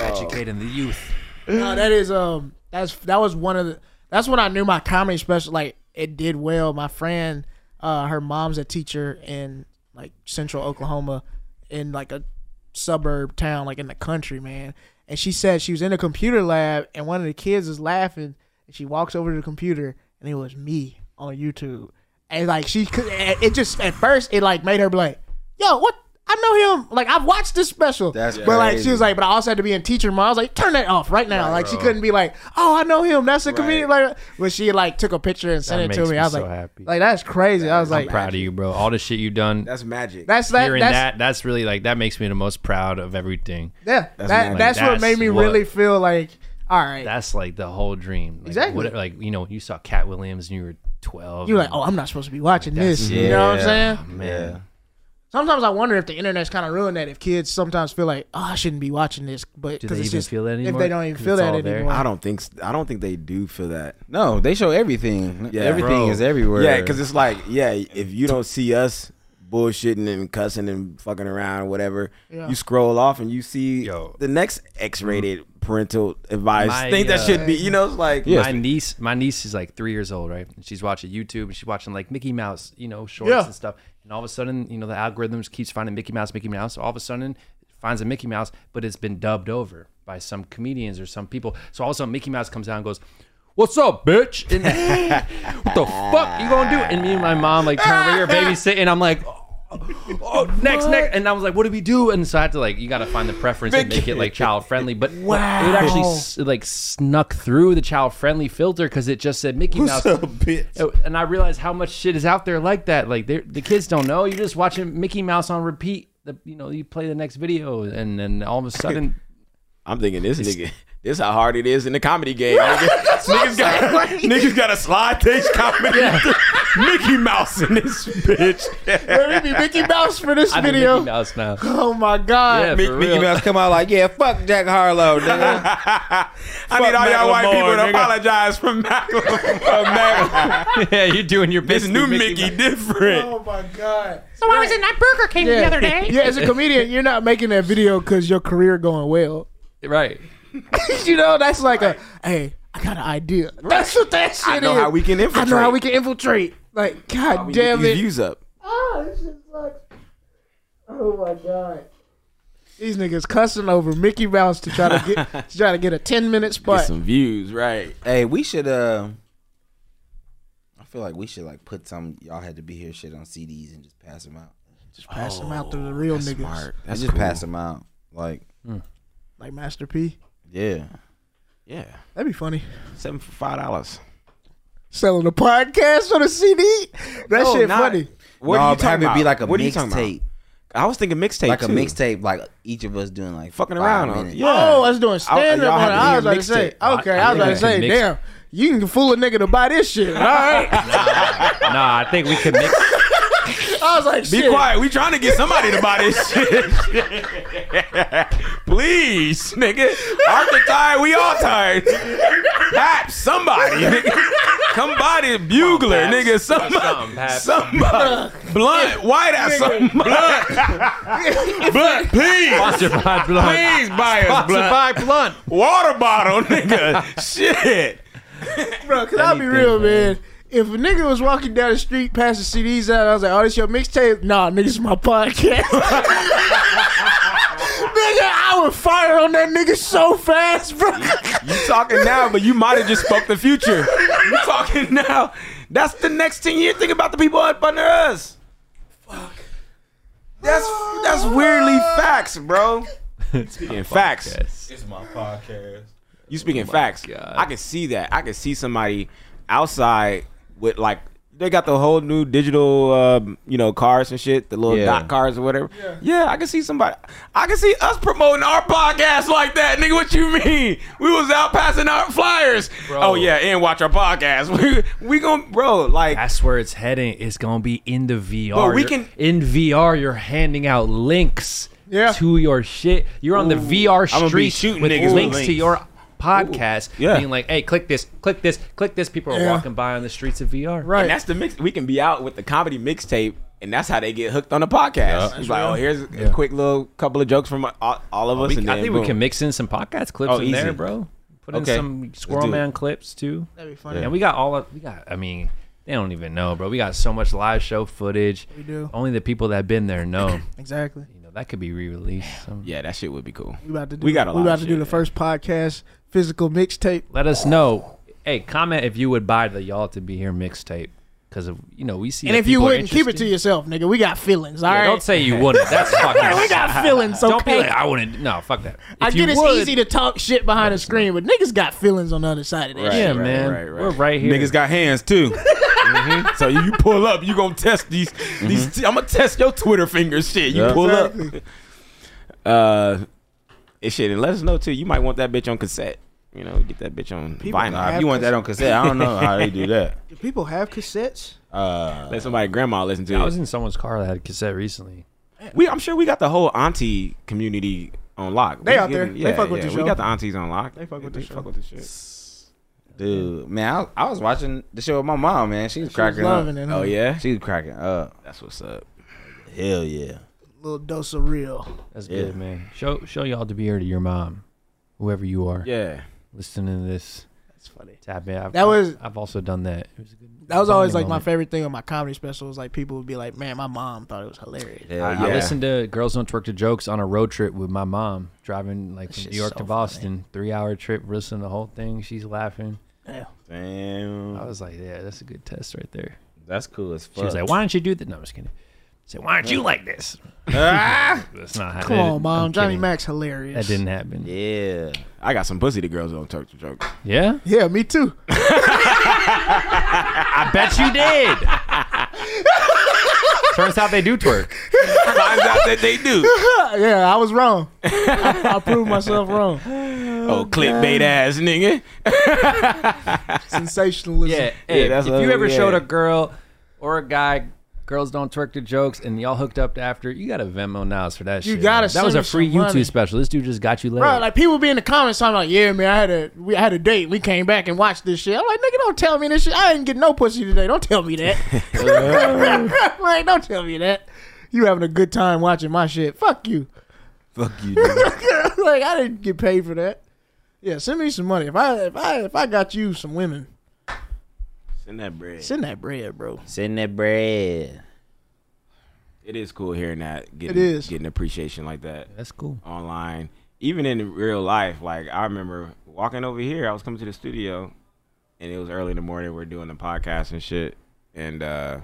Educating the youth.
no, that is um, that's that was one of the. That's when I knew my comedy special. Like it did well. My friend, uh, her mom's a teacher in like central Oklahoma, in like a suburb town, like in the country, man. And she said she was in a computer lab, and one of the kids is laughing, and she walks over to the computer, and it was me on YouTube. And like she, could, and it just at first it like made her be like, "Yo, what? I know him. Like I've watched this special."
That's
but like she
crazy.
was like, "But I also had to be in teacher mode." I was like, "Turn that off right now!" like she couldn't be like, "Oh, I know him. That's a comedian." Like, but she like took a picture and sent
That
it to
makes
me.
me
I was
so
like,
happy.
"Like that's crazy." I was like,
Proud of you, bro. All the shit you've done.
That's magic.
"That's that.
hearing
that's
that, that's really like that makes me the most proud of everything.
Yeah, that's, that,
mad.
that's
Like,
what made me
that's what-
really feel like, all right.
That's like the whole dream. Like,
Exactly.
What, like you know, you saw Cat Williams and you were twelve.
you're like,
and-
oh, I'm not supposed to be watching this. You know what I'm
Yeah.
saying?
Oh,
man.
Sometimes I wonder if the internet's kind of ruined that. If kids sometimes feel like, oh, I shouldn't be watching this, but
Do
because
they
it's
even
just
feel that
if
anymore?
they don't even
'Cause
feel
it's
that
all there.
anymore.
I don't think. I don't think they do feel that.
No, they show everything.
Yeah.
everything
Bro.
is everywhere.
Yeah, because it's like, yeah, if you don't see us bullshitting and cussing and fucking around, or whatever,
Yeah.
you scroll off and you see
Yo. Mm-hmm.
the next X-rated parental advice
My,
thing that
uh,
should be, you know, it's like,
oh,
My niece, my niece is like three years old, right? And she's watching YouTube and she's watching like Mickey Mouse, you know, shorts
Yeah.
and stuff. And all of a sudden, you know, the algorithms keeps finding Mickey Mouse, Mickey Mouse. All of a sudden, it finds a Mickey Mouse, but it's been dubbed over by some comedians or some people. So all of a sudden, Mickey Mouse comes out and goes. What's up, bitch? And what the fuck you gonna do? And me and my mom like turn away, babysit, and I'm like, oh, next, next. And I was like, what do we do? And so I had to like, you got to find the preference and make it like child friendly. But wow. it actually s- like snuck through the child friendly filter because it just said Mickey Mouse.
bitch?
Oh, And I realized how much shit is out there like that. Like they're- the kids don't know. You're just watching Mickey Mouse on repeat. The, you know, you play the next video, and then all of a sudden,
I'm thinking this nigga. This how hard it is in the comedy game. Nigga. niggas got niggas got a slide stage comedy. Mickey Mouse in this bitch.
Let me be Mickey Mouse for this
I'm in
video.
Mickey Mouse now.
Oh my god.
Yeah, for
Mickey
real.
Mouse come out like, yeah, fuck Jack Harlow, nigga.
I need all y'all white
Macklemore,
people to
nigga.
apologize for Macklemore.
yeah, you're doing your best.
This new Mickey, different.
Oh my god.
So I was in that Burger King the other day.
Yeah, as a comedian, you're not making that video because your career going well.
right?
you know, that's like a hey, I got an idea. That's what that shit
I know
is.
how we can
I know how
infiltrate.
we can infiltrate. Like, god
We get
damn
these
it.
views up.
Oh, this shit sucks. Oh my god. These niggas cussing over Mickey Mouse to try to get to try to get a ten minute
Get
spot.
some views, right?
hey, we should. uh I feel like we should like put some y'all had to be here shit on CDs and just pass them out.
Just pass them out
Oh,
to the real niggas.
I just pass them out. Like,
Like Master P.
yeah.
Yeah,
That'd be funny.
seven for five dollars.
Selling a podcast on a CD. That
No,
shit
not-
funny.
What
No,
are you talking
have
about?
it be like a
what are you talking about?
mixtape,
I was thinking mixtape,
like a
too.
mixtape, like each of us doing like
fucking
five
around on.
minutes.
Yeah.
Oh, I was doing
I-
stand
y'all
up.
have
I
to
was
do
about
a
to say,
mixtape.
okay,
I-
I,
I
was about to
think I
say,
can mix-
damn, you can fool a nigga to buy this shit. All right,
Nah, I think we could mix.
I was like,
Be
shit.
quiet. We trying to get somebody to buy this shit. Please, nigga. Arthur tired. We all tired. Paps, somebody. Nigga. Come buy this bugler, nigga.
something,
Somebody.
Paps.
Somebody. Blunt. White ass. Somebody. Blunt. Blunt. Please.
Sponsored by Blunt.
Please buy us
Sponsored
blunt.
by Blunt.
Water bottle, nigga. Shit.
bro. Cause I'll be
Anything,
real,
man.
man. If a nigga was walking down the street passing CDs out, I was like, "Oh, this your mixtape? Nah, nigga, this is my podcast." nigga, I would fire on that nigga so fast, bro.
You talking now, but you might have just spoke the future. You talking now. That's the next 10 year thing about the people up under us. Fuck. That's that's weirdly facts, bro. Speaking facts.
It's my podcast.
You speaking facts.
Oh God.
I can see that. I can see somebody outside with like they got the whole new digital, um, you know, cars and shit, the little
Yeah.
dot cars or whatever. Yeah. I can see somebody. I can see us promoting our podcast like that, nigga. What you mean? We was out passing out flyers. Oh yeah, and watch our podcast. We we gonna bro like
That's where it's heading. It's gonna be in the VR.
But we
You're-
can-
in VR. You're handing out links
Yeah.
to your shit. You're on the VR
I'ma be
street
shooting
with
niggas with
links, to
links.
your podcast.
Yeah.
being like, hey, click this, click this, click this. People are
Yeah.
walking by on the streets of VR.
Right.
And that's the mix. We can be out with the comedy mixtape, and that's how they get hooked on the podcast. It's like, oh, here's a quick little couple of jokes from all, all of us.
Oh, We-
and then
I think
boom.
we can mix in some podcast clips
Oh,
in there,
easy.
bro. Put
Okay.
in some Squirrel
do it.
Man clips too.
That'd be funny.
And we got all of we got. I mean, they don't even know, bro. We got so much live show footage. We
do.
Only the people that have been there know.
Exactly.
you know that could be re-released. some-
Yeah, that shit would be cool.
We about to do.
We got a lot.
we about
of
to
shit,
do the
man.
first podcast physical mixtape.
Let us know. Hey, comment if you would buy the y'all to be here mixtape because of you know we see.
And
that
if you
people are
wouldn't, keep it to
interested.
yourself, nigga. We got feelings, all
Yeah,
right?
Don't say you wouldn't. That's fucking.
we got feelings, okay?
Don't be like I wouldn't. No, fuck that. If
I
you
get it's
would-
easy to talk shit behind a screen, but niggas got feelings on the other side of that.
Yeah,
shit.
Right, right,
man.
right, right.
We're right here. Mm-hmm.
Niggas got hands too.
So you pull up, you gonna test these these. I'm gonna test your Twitter fingers. Shit, you
Yeah.
pull up. Uh, it shit, and let us know too. You might want that bitch on cassette. You know, get that bitch on vinyl.
Nah, if you want that on cassette, I don't know how they do that.
Do people have cassettes?
Uh,
Let somebody grandma listen to
I
it.
was in someone's car that had cassette recently.
we, I'm sure we got the whole auntie community on lock.
They
We
out
getting-
there. They
Yeah,
fuck with
yeah,
the
We
show.
got the aunties on lock. They
fuck with the show.
Fuck with the shit.
dude, man, I, I was watching the show with my mom, man. She was cracking
loving
up.
it, huh?
Oh yeah,
She was cracking up.
that's what's up.
Hell yeah.
Little dose of real.
That's
Yeah.
good, man. Show show y'all to be here to your mom, whoever you are
Yeah,
listening to this.
That's funny.
Tap in. I've,
That was-
I've also done that. It was a good.
That was always like
bonding
my
moment.
favorite thing on my comedy specials. Like people would be like, "Man, my mom thought it was hilarious."
Hell
I
yeah.
listened to Girls Don't Twerk to Jokes on a road trip with my mom, driving like from New
shit's
York
so
to
funny.
Boston, three hour trip, listening to the whole thing. She's laughing.
Damn.
I was like, yeah, that's a good test right there.
That's cool as fuck.
She was like, why don't you do that? No, I'm just kidding. Say, why aren't you like this? That's not how
Ah! Come
that-
on, mom.
I'm
Johnny
kidding.
Mac's hilarious.
That didn't happen. Yeah.
Yeah.
I got some pussy the girls don't talk to joke.
Yeah, me too.
I bet you did. Turns out they do twerk.
Finds out that they do.
yeah, I was wrong. I, I proved myself wrong.
Oh, clickbait ass nigga.
Sensationalism.
Yeah, hey,
that's
if
what-
you ever
yeah.
showed a girl or a guy, girls don't twerk to jokes, and y'all hooked up after, you got a Venmo now for that shit.
gotta
That was
send me
a free
some money.
YouTube special. This dude just got you laid.
Bro, like people be in the comments talking like, yeah, man, I had a we I had a date. We came back and watched this shit. I'm like, nigga, don't tell me this shit. I didn't get no pussy today. Don't tell me that. like, don't tell me that. You having a good time watching my shit. Fuck you.
Fuck you. Dude.
like I didn't get paid for that. Yeah, send me some money. If I if I if I got you some women,
Send that bread.
send that bread, bro.
Send that bread.
It is cool hearing that. Getting,
is.
Getting appreciation like that.
That's cool.
online, even in real life. Like I remember walking over here, I was coming to the studio, and it was early in the morning. We're doing the podcast and shit, and uh,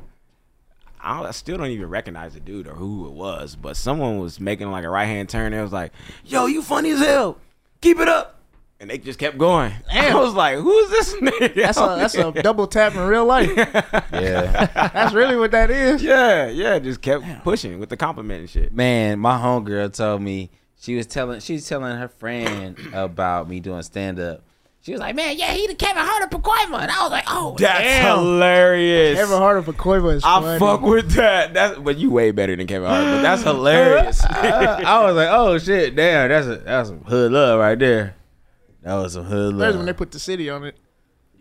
I, don't- I still don't even recognize the dude or who it was, but someone was making like a right hand turn. And it was like, "Yo, you funny as hell. Keep it up." And they just kept going. I was like, "Who's this nigga?"
That's a that's a double tap in real life.
Yeah.
That's really what that is.
yeah, yeah. Just kept pushing with the compliment and shit.
Man, my homegirl told me she was telling she was telling her friend about me doing stand up. She was like, "Man, yeah, he the Kevin Hart of Pacoima," and I was like, "Oh,
That's
Damn.
hilarious.
Ever harder for Koiva is
I
funny.
fuck with that. That's but you way better than Kevin Hart. But that's hilarious.
Uh, I was like, oh shit, damn, that's a that's some hood love right there. That was some hood love. Oh.
That's when they put the city on it.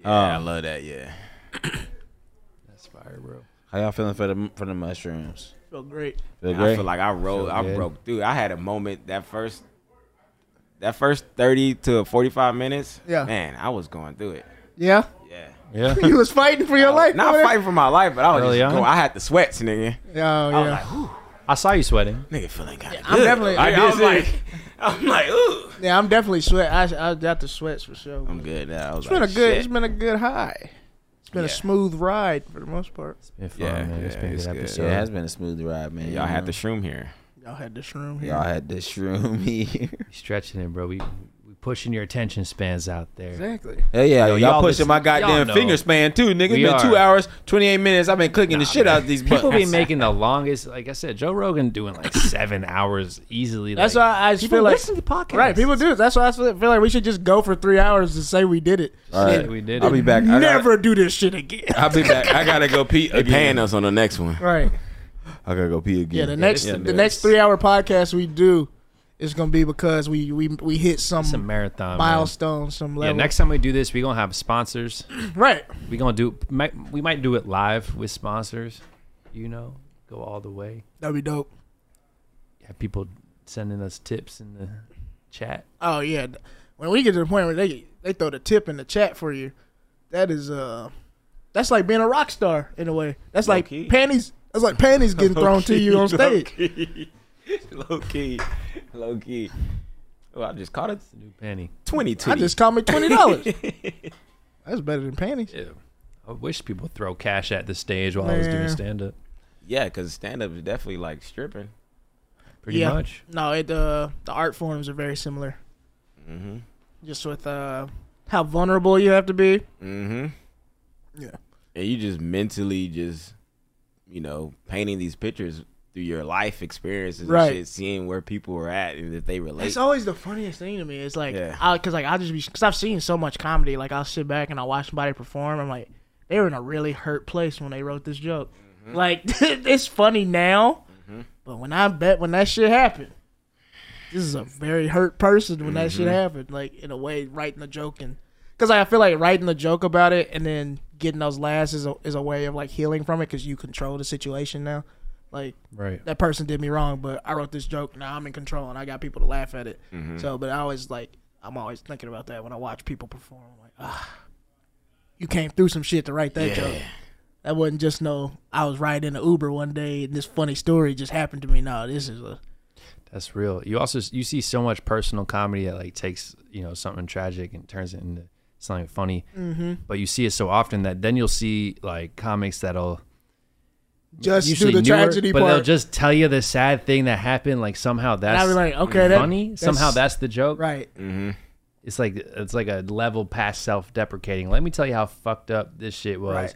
I love that. Yeah.
That's fire, bro.
How y'all feeling for the for the mushrooms?
Felt great.
Feel
I
great?
feel like I rolled. I
good.
broke through. I had a moment that first, that first thirty to forty-five minutes.
Yeah.
Man, I was going through it.
Yeah,
Yeah.
Yeah.
you was fighting for your life.
Not
over there?
fighting for my life, but I was
Early
just
on?
going. I had the sweats, nigga.
Yeah,
I
yeah.
was like, whew,
I saw you sweating.
nigga, feeling kind of
I'm definitely- I
I,
did
was
see
like, I'm like, ooh.
yeah, I'm definitely sweat. I I got the sweats for sure.
I'm good now. I was
It's been a
like,
good.
shit.
It's been a good high. It's been a
Yeah.
smooth ride for the most part.
It's been fun,
Yeah,
man. It's
yeah,
been a
it's
good
good.
episode.
yeah, it has been a smooth ride, man.
Y'all had the shroom here.
Y'all had the shroom here.
y'all had the shroom here.
We stretching it, bro. We we pushing your attention spans out there.
exactly.
Hell yeah, y'all,
y'all
pushing
listen-
my
y'all
goddamn
know.
finger span too, nigga. It's
We
been
are.
two hours, twenty eight minutes. I've been clicking the shit out of these
People
buttons.
be making the longest. Like I said, Joe Rogan doing like seven hours easily.
That's
like,
why I just
people
feel like-
listen to podcasts.
Right, people do. That's why I feel feel like we should just go for three hours and say we did it.
All right,
We did
I'll
it.
be back. I
Never do this shit again.
Gotta, I'll be back. I gotta go pee
They paying
again.
us on the next one.
Right.
I gotta go pee
Yeah.
again.
The next
this
the
is-
next three hour podcast we do is gonna be because we we we hit some,
It's a marathon. man.
milestone, some
Yeah,
level.
next time we do this, we gonna have sponsors.
Right.
We gonna do. Might, we might do it live with sponsors. You know, go all the way.
That'd be dope.
Have people sending us tips in the chat.
Oh yeah. When we get to the point where they they throw the tip in the chat for you, that is uh, that's like being a rock star in a way. That's like
Low-key.
panties. That's like panties getting thrown to you on stage.
Low key. Low key. Oh, I just caught it.
New panty.
Twenty two.
I just called me twenty dollars. that's better than panties.
Ew. I wish people throw cash at the stage while I was doing
Man.
stand up.
Yeah, because stand up is definitely like stripping.
Pretty
Yeah.
much.
No, it uh, the art forms are very similar.
Mm-hmm.
Just with uh, how vulnerable you have to be.
Mm-hmm.
Yeah.
And you just mentally just, you know, painting these pictures through your life experiences
Right.
and shit, seeing where people are at and if they relate.
It's always the funniest thing to me. It's like,
Yeah.
I, cause like I'll just be, cause I've seen so much comedy. Like I'll sit back and I'll watch somebody perform. I'm like, they were in a really hurt place when they wrote this joke. Like it's funny now, but when I bet when that shit happened, this is a very hurt person when that shit happened. Like in a way, writing the joke and, cause like, I feel like writing the joke about it and then getting those laughs is a is a way of like healing from it, cause you control the situation now. Like
Right.
that person did me wrong, but I wrote this joke. Now I'm in control, and I got people to laugh at it. So, but I always like, I'm always thinking about that when I watch people perform. I'm like, ah, you came through some shit to write that joke. That wasn't just no. I was riding in an Uber one day, and this funny story just happened to me. No, this is a
That's real. You also you see so much personal comedy that like takes you know something tragic and turns it into something funny. Mm-hmm. But you see it so often that then you'll see like comics that'll
Just
usually
do the
newer,
tragedy
but they'll
part.
just tell you the sad thing that happened. Like somehow that's
I'll be like, okay, that-
funny.
that's-
somehow that's the joke.
right.
It's like it's like a level past self-deprecating. Let me tell you how fucked up this shit was.
Right.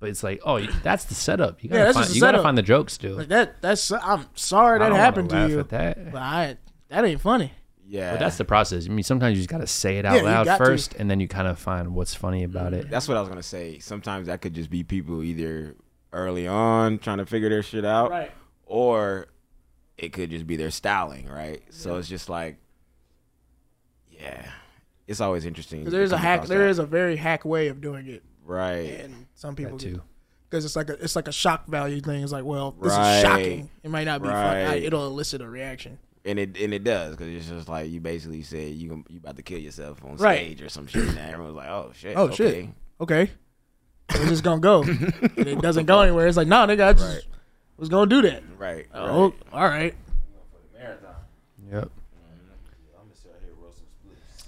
But it's like, oh, that's the setup. You gotta,
that's
find,
just the
you gotta
setup.
find the joke still.
Like that. That's. I'm sorry
I
that
don't
happened
wanna
to you.
laugh at that.
But I. That ain't funny.
Yeah,
But that's the process. I mean, sometimes you just gotta say it
Yeah,
out
you
loud
got to. Mm,
first, and then you kind of find what's funny about it.
That's what I was gonna say. Sometimes that could just be people either early on trying to figure their shit out,
Right.
or it could just be their styling, right? So it's just like, yeah, it's always interesting.
'Cause there's
to
a
come
hack.
across
There
that.
is a very hack way of doing it,
right.
and some people
too.
Because it's like a it's like a shock value thing. It's like, well, this
Right.
is shocking. It might not be
Right.
funny. It'll elicit a reaction.
and it and it does because it's just like you basically said you gon- you about to kill yourself on
Right.
stage or some shit, and everyone's like, oh shit,
Oh
okay.
shit. Okay. We're just gonna go. and it doesn't go anywhere. It's like, nah, nigga, I just was gonna do that.
right,
Oh,
right.
all right.
Yep.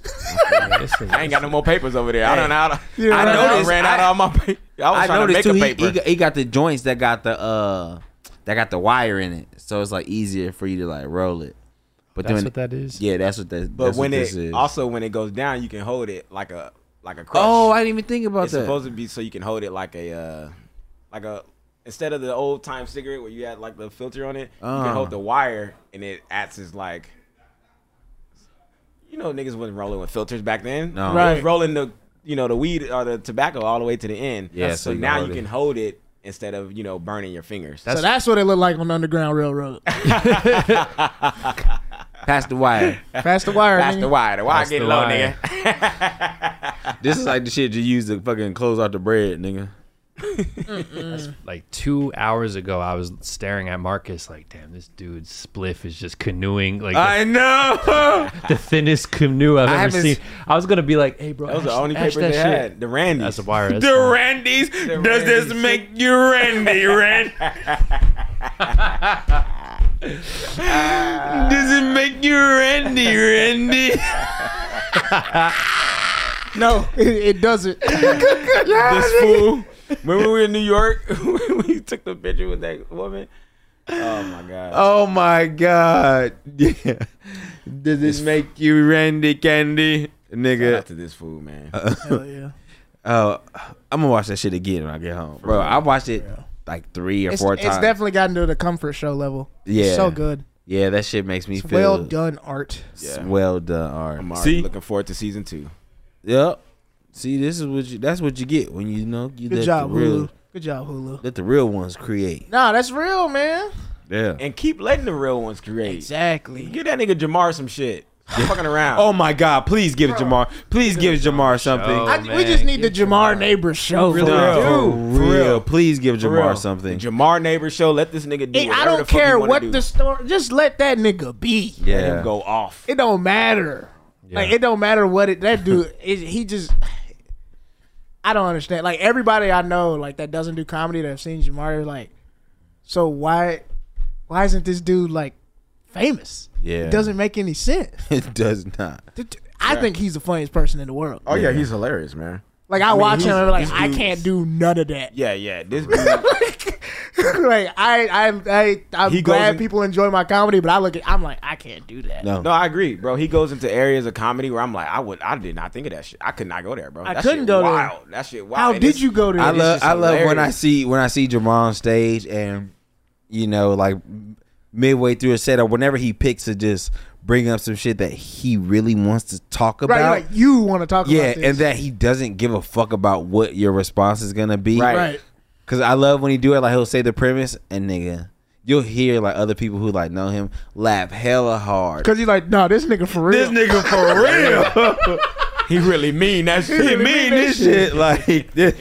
I ain't got no more papers over there. I don't know. How to,
Yeah, right.
I, noticed,
noticed-
ran out
I-
of all my. Paper. I was
I
trying to make
noticed
a
too. He,
paper.
he, got- he got the joints that got the uh that got the wire in it, so it's like easier for you to like roll it. But
That's
then,
what that is.
yeah, that's what that.
But
that's
when
what
it
this is.
also when it goes down, you can hold it like a like a crush.
oh, I didn't even think about
it's
that.
supposed to be so you can hold it like a uh, like a instead of the old time cigarette where you had like the filter on it, you
Uh.
can hold the wire and it acts as like you know niggas wasn't rolling with filters back then.
No.
They was
Right.
rolling the you know the weed or the tobacco all the way to the end.
Yeah,
so,
so you
now
hold
you
it.
can hold it instead of you know burning your fingers.
so that's what it looked like on the Underground Railroad.
Pass the wire.
Pass the wire.
That's
nigga.
the wire. The wire
the
getting low,
wire.
nigga.
this is like the shit you use to fucking close out the bread, nigga.
like two hours ago, I was staring at Marcus like, damn, this dude Spliff is just canoeing like
I know.
the, the thinnest canoe I've
I
ever
haven't
seen.
s-
I was gonna be like, hey, bro,
That was the
ash-
only
ash
paper
that
they
shit.
had. The Randy's.
That's a wire. That's
The
fine.
Randy's. Does this make you Randy, Randy? Does it make you Randy, Randy?
No, it, it doesn't.
this fool. When we were in New York, we took the picture with that woman. Oh my god.
Oh my god. Yeah. Does this make you Randy Candy?
Shout out
Nigga.
to this fool, man.
Hell yeah.
Oh, I'm gonna watch that shit again when I get home, bro. I watched it like three or
It's,
four
it's
times.
definitely gotten to the comfort show level.
Yeah.
So good.
yeah, that shit makes me
It's
feel
well done art.
Yeah. Well done, art.
I'm already
See?
looking forward to season two.
Yep. See, this is what you. That's what you get when you know you
Good
let
job,
the real
Hulu. Good job, Hulu.
let the real ones create.
Nah, that's real, man.
Yeah.
And keep letting the real ones create.
Exactly.
Give that nigga Jamar some shit. Stop fucking around.
Oh my god, please give it Jamar. Please give Jamar something.
I, we just need the Jamar Neighbors show.
Really
Oh, for real.
do.
No,
Dude,
for
for
real.
real.
Please give
For
Jamar
real.
something.
The Jamar neighbor show. Let this nigga do.
Hey, I
whatever
don't
the fuck
care
you wanna
what
do.
the story. Just let that nigga be.
Let
yeah.
him go off.
It don't matter. Like it don't matter what it that dude. it, he just. I don't understand. Like everybody I know, like that doesn't do comedy that I've seen Jamar. Like, so why, why isn't this dude like famous?
Yeah.
it doesn't make any sense.
it does not.
Th- th- I think he's the funniest person in the world.
Oh yeah, he's hilarious, man.
Like I, watch him
he's-
and be like,
this
I
dude's-
can't do none of that.
Yeah, yeah. This dude,
like I, I, I, I'm
He goes
glad
in-
people enjoy my comedy, but I look at, I'm like, I can't do that.
No.
No, I agree, bro. He goes into areas of comedy where I'm like, I would, I did not think of that shit. I could not go there, bro.
I
that
couldn't
shit
go there.
wild. That shit wild.
How
And
did
it's-
you go to?
I
this?
love
just
I love when I
hilarious.
see when I see Jamar on stage and you know like midway through a set or whenever he picks to just bring up some shit that he really wants to talk about.
right, you're like you want to talk
yeah,
about this.
and that he doesn't give a fuck about what your response is gonna be.
Right.
right.
Cause I love when he do it. Like he'll say the premise, and nigga, you'll hear like other people who like know him laugh hella hard.
Cause he's like, nah, this nigga for
This
real.
nigga for real.
He really mean that shit.
You mean this shit like this?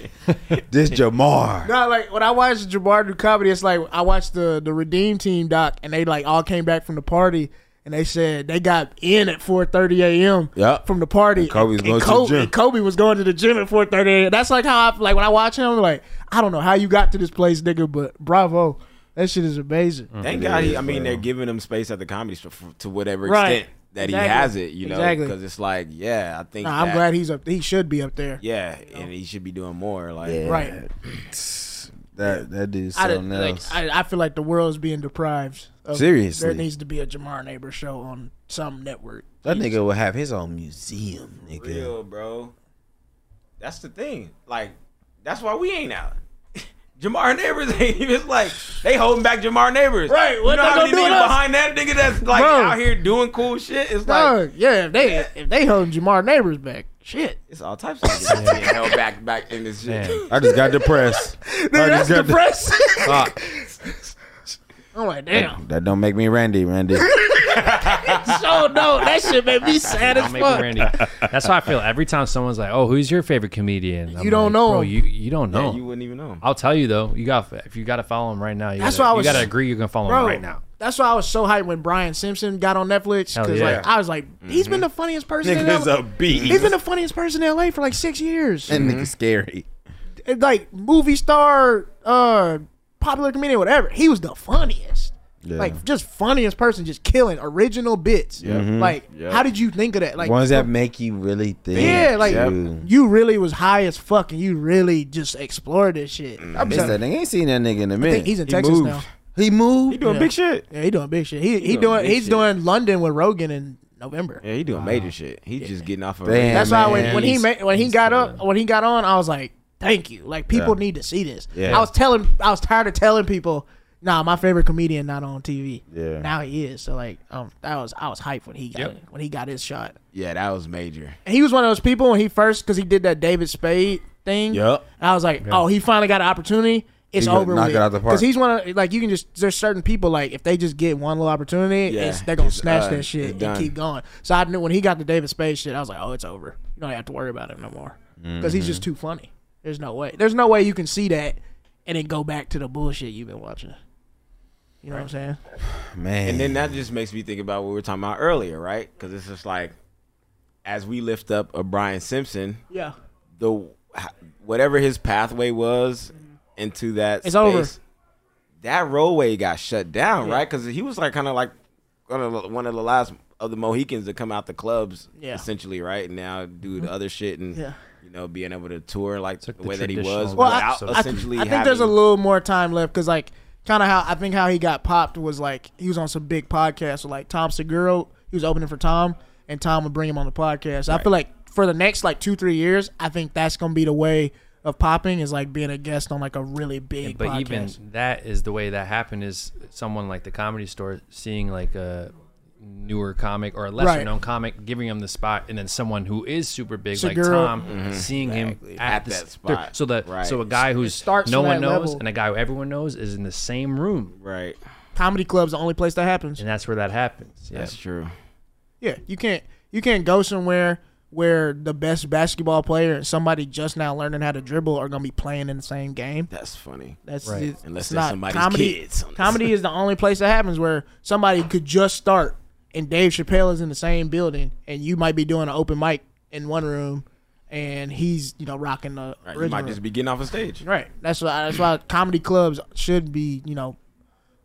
This Jamar.
Nah, like when I watch Jabbar do comedy, it's like I watched the the Redeem Team doc, and they like all came back from the party, and they said they got in at 4:30 a.m.
Yep.
from the party. And
Kobe's going to the
Kobe,
gym.
and Kobe was going to the gym at 4:30 a.m. That's like how I like when I watch him. Like I don't know how you got to this place, nigga, but bravo, that shit is
Mm.
amazing.
Thank God. He, I mean, they're giving him space at the comedy store for, to whatever
Right.
extent that he
Exactly.
has it. You know, because
Exactly.
it's like, yeah, I think.
Nah, I'm
that-
glad he's up. He should be up there.
Yeah, and he should be doing more. Like,
Yeah.
Right.
That that dude's
I,
something
did- like,
else.
I, I feel like the world's being deprived. Of,
Seriously.
there needs to be a Jamar Neighbor show on some network.
that nigga will have his own museum, nigga.
real, bro. That's the thing. Like, that's why we ain't out. Jamar Neighbors ain't even like they holding back Jamar Neighbors.
Right, what
you know
they
how
gonna
many
do with
niggas
us?
behind that nigga that's like
Bro.
out here doing cool shit? It's like
Dog, yeah, if they if they holding Jamar Neighbors back, shit.
it's all types of niggas being held back back in this shit.
Man.
I just got depressed. I
That's
just got de-
depressing.
Fuck.
I'm like, damn.
That don't make me Randy, Randy.
So no, that shit made me sad as
Don't make me
fuck.
Randy. That's how I feel every time someone's like, "Oh, who's your favorite comedian?" I'm
You don't
like,
know
Bro,
him."
you you don't know.
You wouldn't even know. him.
I'll tell you though. You got if you got to follow him right now. You
That's
gotta,
why I
you
was-
got to agree you're gonna follow
Bro,
him right now.
that's why I was so hyped when Brian Simpson got on Netflix
Hell
because
yeah.
like I was like, he's been the funniest person. In
Mm-hmm. Nigga's
LA.
a beast.
He's been the funniest person in LA for like six years.
That nigga's scary.
And, eh, like movie star, uh, popular comedian, whatever. He was the funniest. Like just funniest person, just killing original bits. Like, how did you think of that? Like,
Ones that make you really think.
yeah, like
Ooh.
you really was high as fuck, and you really just explored this shit.
I
I'm
miss
telling
that nigga. ain't seen that nigga in a
I
minute.
think he's in
He
Texas
moved.
now.
He moved.
He doing
Yeah.
big shit.
Yeah, he doing big shit. He he, doing
big
he's
shit.
doing London with Rogan in November.
Yeah, he doing major shit. He's just getting off of
Damn.
That's why when,
man.
when he
He's-
made, when he
he's
got
killing
up when he got on, I was like, "Thank you." Like people
Yeah.
need to see this.
Yeah.
I was telling I was tired of telling people, "Nah, my favorite comedian not on TV."
Yeah.
Now he is. So like, um, that was I was hyped when he got it, when he got his shot.
Yeah, that was major.
And he was one of those people when he first because he did that David Spade thing.
Yep.
And I was like, "Oh, he finally got an opportunity." It's
He gonna
over
knock
with
it out the park.
because he's one of like you can just there's certain people like if they just get one little opportunity,
Yeah,
it's, they're gonna
it's,
snatch
uh,
that
it's
shit and
done.
keep going. So I knew when he got the David Spade shit, I was like, "Oh, it's over. You don't have to worry about it no more because he's
Mm-hmm.
just too funny." There's no way. There's no way you can see that and then go back to the bullshit you've been watching. You know what I'm saying?
Oh, Man.
And then that just makes me think about what we were talking about earlier, right? Because it's just like, as we lift up a Brian Simpson,
Yeah.
the whatever his pathway was into that
Mm-hmm. It's
space,
over.
that roadway got shut down, right? Because he was like kind of like one of, the, one of the last of the Mohicans to come out the clubs,
Yeah. Mm-hmm.
essentially, right? And now do the other shit and
Yeah.
you know being able to tour like the,
like the
way that he
traditional
was
Well, I-
without
I- I
essentially.
I think there's a
having-
little more time left because like kind of how I think how he got popped was like he was on some big podcast with like Tom Segura. He was opening for Tom, and Tom would bring him on the podcast. I feel like for the next like two three years, I think that's gonna be the way of popping is like being a guest on like a really big.
But
podcast.
even that is the way that happened is someone like the comedy store seeing like a newer comic or a lesser known comic giving him the spot and then someone who is super big
Segura.
like Tom seeing him at,
Mm-hmm. At
the
that
s- there-
spot.
so that
Right.
so a guy who's
starts
no
from
one
that
knows
level.
and a guy who everyone knows is in the same room
right.
comedy clubs the only place that happens.
and that's where that happens yeah.
That's true.
Yeah, you can't you can't go somewhere where the best basketball player and somebody just now learning how to dribble are gonna be playing in the same game.
That's funny.
That's
Right.
it's-
Unless
it's
there's
not
somebody's
comedy.
kids on this.
Comedy is the only place that happens where somebody could just start, and Dave Chappelle is in the same building, and you might be doing an open mic in one room, and he's you know rocking the
Right, you
original
might just
room.
be getting off a stage.
right. That's why that's why comedy clubs should be you know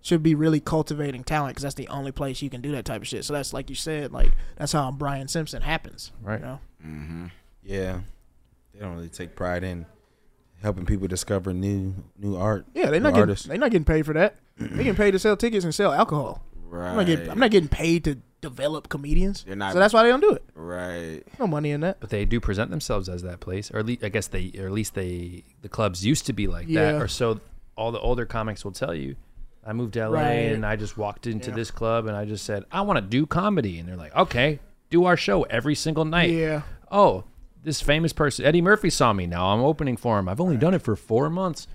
should be really cultivating talent because that's the only place you can do that type of shit. So that's like you said, like that's how Brian Simpson happens.
Right.
You know?
yeah. They don't really take pride in helping people discover new new art.
Yeah, they're
new
not getting
artists.
they're not getting paid for that. they getting paid to sell tickets and sell alcohol.
Right.
I'm not getting, I'm not getting paid to develop comedians.
You're not-
so that's why they don't do it.
right.
No money in that.
but they do present themselves as that place, or at least I guess they, or at least they, the clubs used to be like
Yeah.
that, or so all the older comics will tell you. I moved to LA
Right.
and I just walked into this club and I just said I want to do comedy, and they're like, okay, do our show every single night.
Yeah.
Oh, this famous person, Eddie Murphy, saw me. Now I'm opening for him. I've only done it for four months.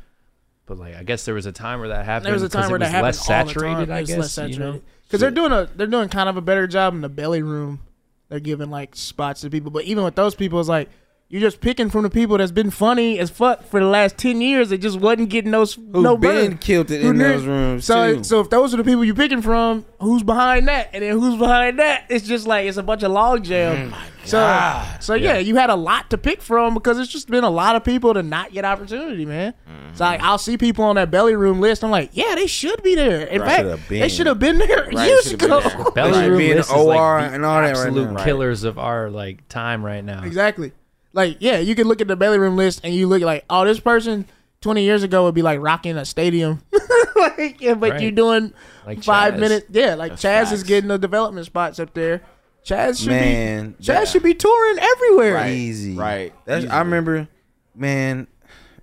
But like, I guess there was a time where that happened.
There was a
'cause
time
it
where that
was
happened
less
all the
saturated.
time.
I
It was
guess
less
you know.
saturated because they're doing a they're doing kind of a better job in the belly room. They're giving like spots to people, but even with those people, it's like you're just picking from the people that's been funny as fuck for the last ten years. They just wasn't getting those
Who
no
been
burn.
killed it
Who
in
knew-
those rooms
So
too.
so if those are the people you're picking from, who's behind that, and then who's behind that? It's just like it's a bunch of log jam. so so yeah. you had a lot to pick from because it's just been a lot of people to not get opportunity, man. So like, I'll see people on that belly room list. I'm like, yeah, they should be there. In
Right. Shoulda
fact, they
been.
should have been there
Right,
years
shoulda been
ago.
there.
Belly
Like
room
being
list is
OR
like the
and all that right
absolute
now.
killers of our like time right now.
Exactly. Like, yeah, you can look at the belly room list and you look like, oh, this person 20 years ago would be like rocking a stadium. like, yeah, but
Right.
you doing
Like
five
Chaz.
minutes. Yeah, like Chaz is
facts.
getting the development spots up there. Chaz should
Man,
be Chaz
that-
should be touring everywhere.
Easy.
right,
That's
easily.
I remember, man,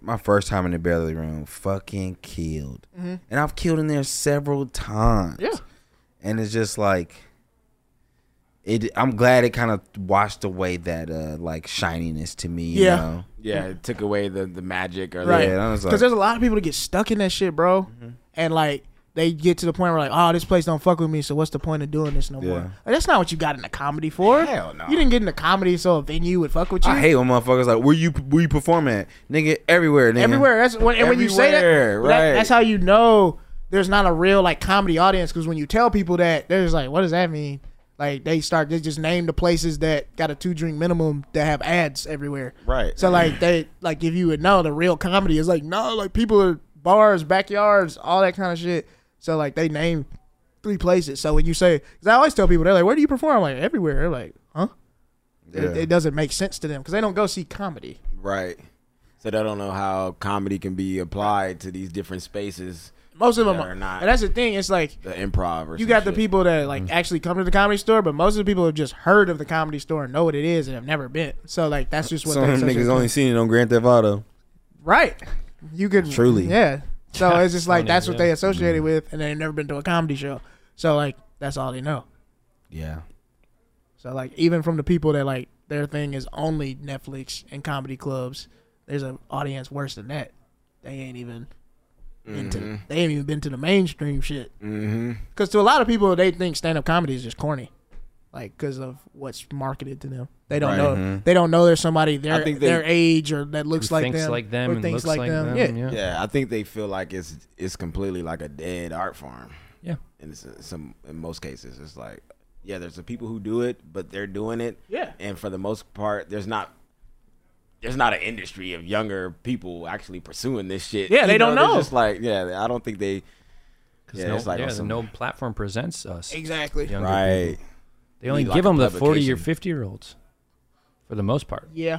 my first time in the belly room fucking killed. And I've killed in there several times.
Mm-hmm. Yeah.
And it's just like it I'm glad it kind of washed away that uh like shininess to me, you
Yeah.
know.
yeah, it took away the the magic or
Right.
Yeah, and I was
Because
like- Mm-hmm.
there's a lot of people that get stuck in that shit, bro. And like they get to the point where like, oh, this place don't fuck with me, so what's the point of doing this no more?
Yeah.
Like, that's not what you got in the comedy for.
Hell no.
You didn't get in the comedy so a venue would fuck with you.
I hate when motherfuckers like where you where you perform at, nigga. Everywhere, nigga.
everywhere. That's when, and when you say that,
Everywhere,
that-
right.
that's how you know there's not a real like comedy audience. Because when you tell people that, they're just like, "What does that mean?" Like they start they just name the places that got a two drink minimum that have ads everywhere.
Right.
So like they like if you would know the real comedy is like no like people are bars backyards all that kind of shit. So like they name three places. So when you say, because I always tell people they're like, "Where do you perform?" I'm like everywhere. They're like, "Huh." It-
Yeah.
It, doesn't make sense to them because they don't go see comedy.
right. So they don't know how comedy can be applied to these different spaces,
Most of them
That
are
are not.
And that's the thing. It's like
the improv or
you
some
got the
shit.
people that like actually come to the comedy store, but most of the people have just heard of the comedy store and know what it is and have never been. So like that's just what
Some of
that's
them
such a-
niggas only seen it on Grand Theft Auto.
right. You could
Truly.
yeah. So it's just like
Funny,
that's what
yeah.
they associated
Mm-hmm.
with, and they've never been to a comedy show. So like that's all they know.
Yeah.
So like even from the people that like their thing is only Netflix and comedy clubs, there's an audience worse than that. They ain't even been
Mm-hmm.
to, they ain't even been to the mainstream shit. Mm-hmm. Because to a lot of people, they think stand up comedy is just corny, like because of what's marketed to them. They don't
Right. Mm-hmm.
know they don't know there's somebody
I
their
think they-
their age or that looks
Who
like
thinks
them,
like them
or
and
thinks
looks like them.
Yeah.
Yeah.
Yeah, I think they feel like it's it's completely like a dead art form.
Yeah.
in s- some in most cases it's like yeah there's the people who do it but they're doing it
Yeah.
and for the most part there's not there's not an industry of younger people actually pursuing this shit
Yeah, they don't
they're
know.
just like yeah i don't think they
Because
Yeah,
no,
it's like
yeah,
on some-
no platform presents us.
exactly.
younger
right
They only
Need, like,
give
a
them the 40 or
publication.
50 year olds for the most part.
Yeah,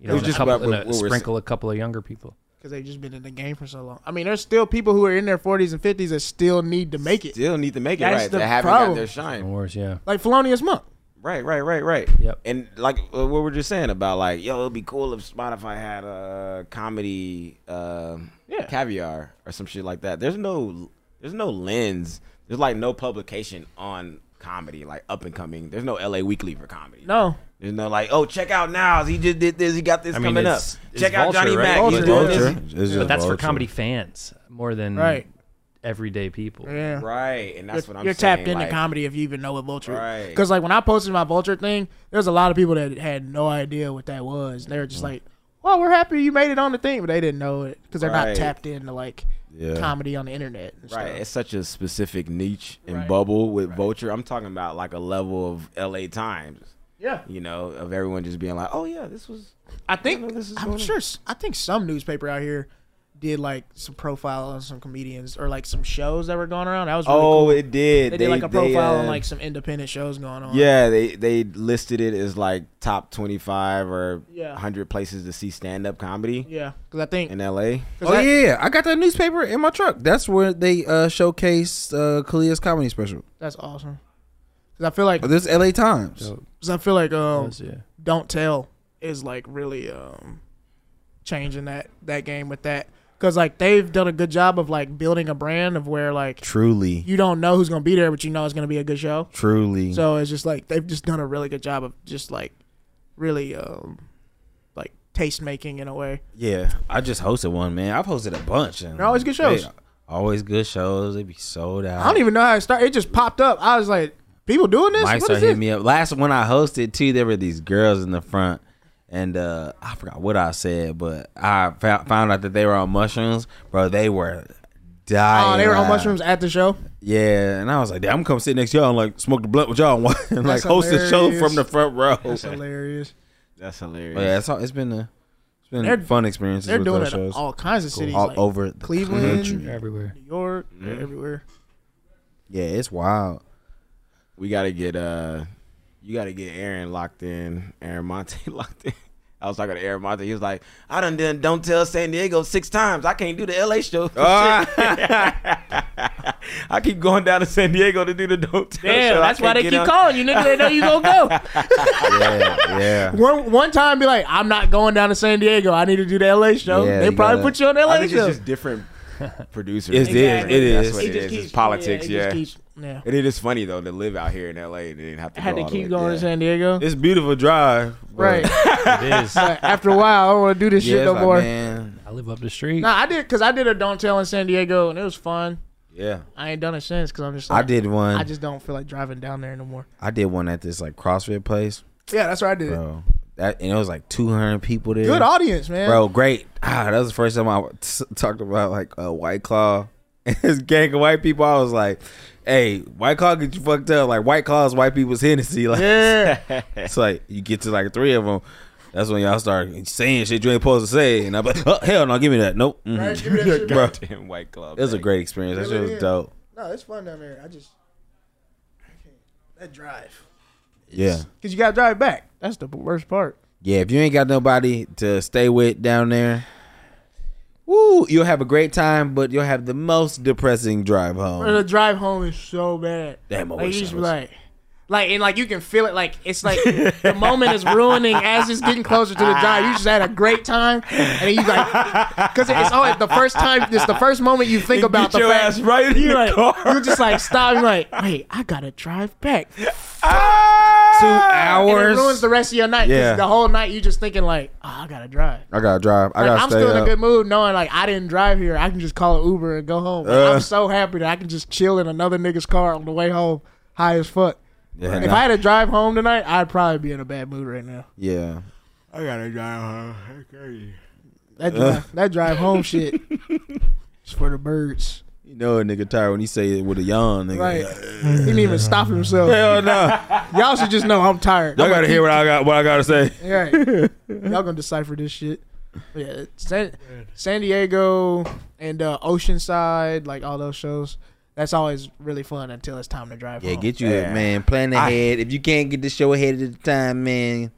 You
It
know,
was
and a
just
couple,
about
and
what-
a-
what we're
sprinkle a couple of younger people.
because they've just been in the game for so long. I mean, there's still people who are in their 40s and 50s that still need to make it,
still need to make it
That's
right
the
they haven't gotten
problem.
their
And
shine
wars, yeah.
like Felonious Monk.
right right right right
Yep.
and like uh, what we're just saying about like yo it'd be cool if spotify had a comedy uh,
Yeah.
caviar or some shit like that there's no there's no lens there's like no publication on comedy like up and coming there's no la weekly for comedy
No,
there's no like oh check out now he just did this he got this
I mean,
coming up
it's- it's
check out
Vulture,
johnny
right?
mac
Vulture,
he's doing
yeah.
this.
It's just
But that's for
vulture.
comedy fans more than
Right.
everyday people.
yeah.
right and that's what i'm
you're
saying
tapped into
like,
comedy if you even know what vulture is.
Right.
Because like when I posted my vulture thing, there's a lot of people that had no idea what that was. They
Mm.
were just like, "Well, we're happy you made it on the thing," but they didn't know it because they're not
Right.
tapped into like
Yeah.
comedy on the internet. and
Right,
stuff.
it's such a specific niche and
Right.
bubble with Vulture. I'm talking about like a level of L.A. Times.
Yeah.
you know, of everyone just being like, "Oh yeah, this was."
I
know
think
this is
I'm
going
sure. s- I think some newspaper out here did like some profile on some comedians or like some shows that were going around. That was really
oh,
cool.
it did.
They, did like a profile
uh,
on like some independent shows going on.
Yeah, they they listed it as like top twenty five or
Yeah.
hundred places to see stand up comedy
yeah. Because I think
in L.A.
Oh yeah, I got that newspaper in my truck. That's where they uh showcase uh Kalia's comedy special.
that's awesome. Because I feel like
Oh, this LA Times.
Because I feel like um,
Yeah.
don't tell is like really um, changing that that game with that. Because like they've done a good job of like building a brand of where like
Truly,
you don't know who's gonna be there, but you know it's gonna be a good show.
truly.
So it's just like they've just done a really good job of just like really um, like taste making in a way.
yeah, I just hosted one, man. I've hosted a bunch. And
They're always good shows.
they- always good shows. They be sold out.
I don't even know how it started. It just popped up. I was like, people doing this?
Mike
what
started
is this?
hitting me up. Last one I hosted too, there were these girls in the front, and uh, I forgot what I said, but I fou- found out that they were on mushrooms, bro. They were dying.
Oh, they were on
laughing.
mushrooms at the show.
Yeah, and I was like, "Damn, I'm gonna come sit next to y'all and like smoke the blunt with y'all and, and like host the show
hilarious.
from the front row."
That's hilarious.
That's hilarious.
But yeah, it's, all, it's been a it's been
They're-
fun experiences
They're
with
doing
those
it in
shows all,
all kinds of cities, like
over the
Cleveland,
country.
Everywhere.
New York, they're everywhere.
Yeah, it's wild.
We gotta get uh, you gotta get Aaron locked in, Aaron Monte locked in. I was talking to Aaron Martin. He was like, I done done don't tell San Diego six times. I can't do the LA show.
Ah,
I keep going down to San Diego to do the don't tell
Damn,
show. I
that's why
can't
they
get
keep
on.
calling you, nigga. They know you gonna go.
yeah, yeah.
one one time, be like, I'm not going down to San Diego. I need to do the LA show.
Yeah,
they
you
probably
gotta-
put you on the
I
LA
think it's
show.
just different producers.
It is,
Exactly.
it
That's
is.
what
It
it
just
is.
keeps-
it's politics,
it
yeah.
just keeps- yeah.
And it is funny though to live out here in LA and didn't have to.
I had
go
to
all the
keep
way-
going
yeah.
to San Diego.
It's beautiful drive. but-
Right.
It is. I
But after a while, I don't want to do this
Yeah,
shit
it's
no
like,
more.
man.
live up the street.
Nah, I did because I did a don't tell in San Diego and it was fun.
Yeah.
I ain't done it since because I'm just
I
like,
did one.
I
I,
just don't feel like driving down there anymore.
did one at this like CrossFit place,
Yeah, that's what I did.
bro. That and it was like 200 people there.
Good audience, man.
bro. Great. Ah, that was the first time I t- talked about like a White Claw and his gang of white people. I was like, "Hey, White Claw get you fucked up." Like White Claw's white people's Hennessy. Like
Yeah,
it's like you get to like three of them. That's when y'all start saying shit you ain't supposed to say, and I'm like, "Oh hell no, give me that." Nope. Mhm.
Right, give me that shit,
bro.
Damn white club.
It was a great experience. That shit was
Yeah.
dope.
no, it's fun down there. I just that drive
Yeah.
because you gotta drive back. That's the worst part.
Yeah, if you ain't got nobody to stay with down there, woo, you'll have a great time, but you'll have the most depressing drive
Bro, Uh, the
home.
drive home is so bad.
Damn, I
like,
wish
you
I
just be
was-
like, like, and like you can feel it. Like it's like the moment is ruining as it's getting closer to the drive. You just had a great time, and then you like, because it's always the first time. It's the first moment you think about the
your
fact.
ass right in
you
the
like,
car.
you just like stop. You're like, wait, I gotta drive back.
Two
Ah, And it
hours.
ruins the rest of your night. 'cause
Yeah.
The whole night you just thinking like, oh, I gotta drive.
I gotta drive. I
Like,
gotta
I'm
stay
still in a
up.
good mood knowing like I didn't drive here. I can just call an Uber and go home. Like,
Uh.
I'm so happy that I can just chill in another nigga's car on the way home, high as fuck.
Yeah,
If
nah.
I had to drive home tonight, I'd probably be in a bad mood right now.
yeah.
I gotta drive home. That
Uh.
drive, that drive home shit. It's for the birds.
You know a nigga tired when he say it with a yawn, nigga.
Right. He didn't even stop himself.
Hell no.
Y'all should just know I'm tired.
I gotta hear what I got what I gotta say.
Right. Y'all gonna decipher this shit. Yeah. San, San Diego and uh, Oceanside, like all those shows. That's always really fun until it's time to drive.
Yeah,
home.
get you a man. Plan ahead. if you can't get the show ahead of the time, man,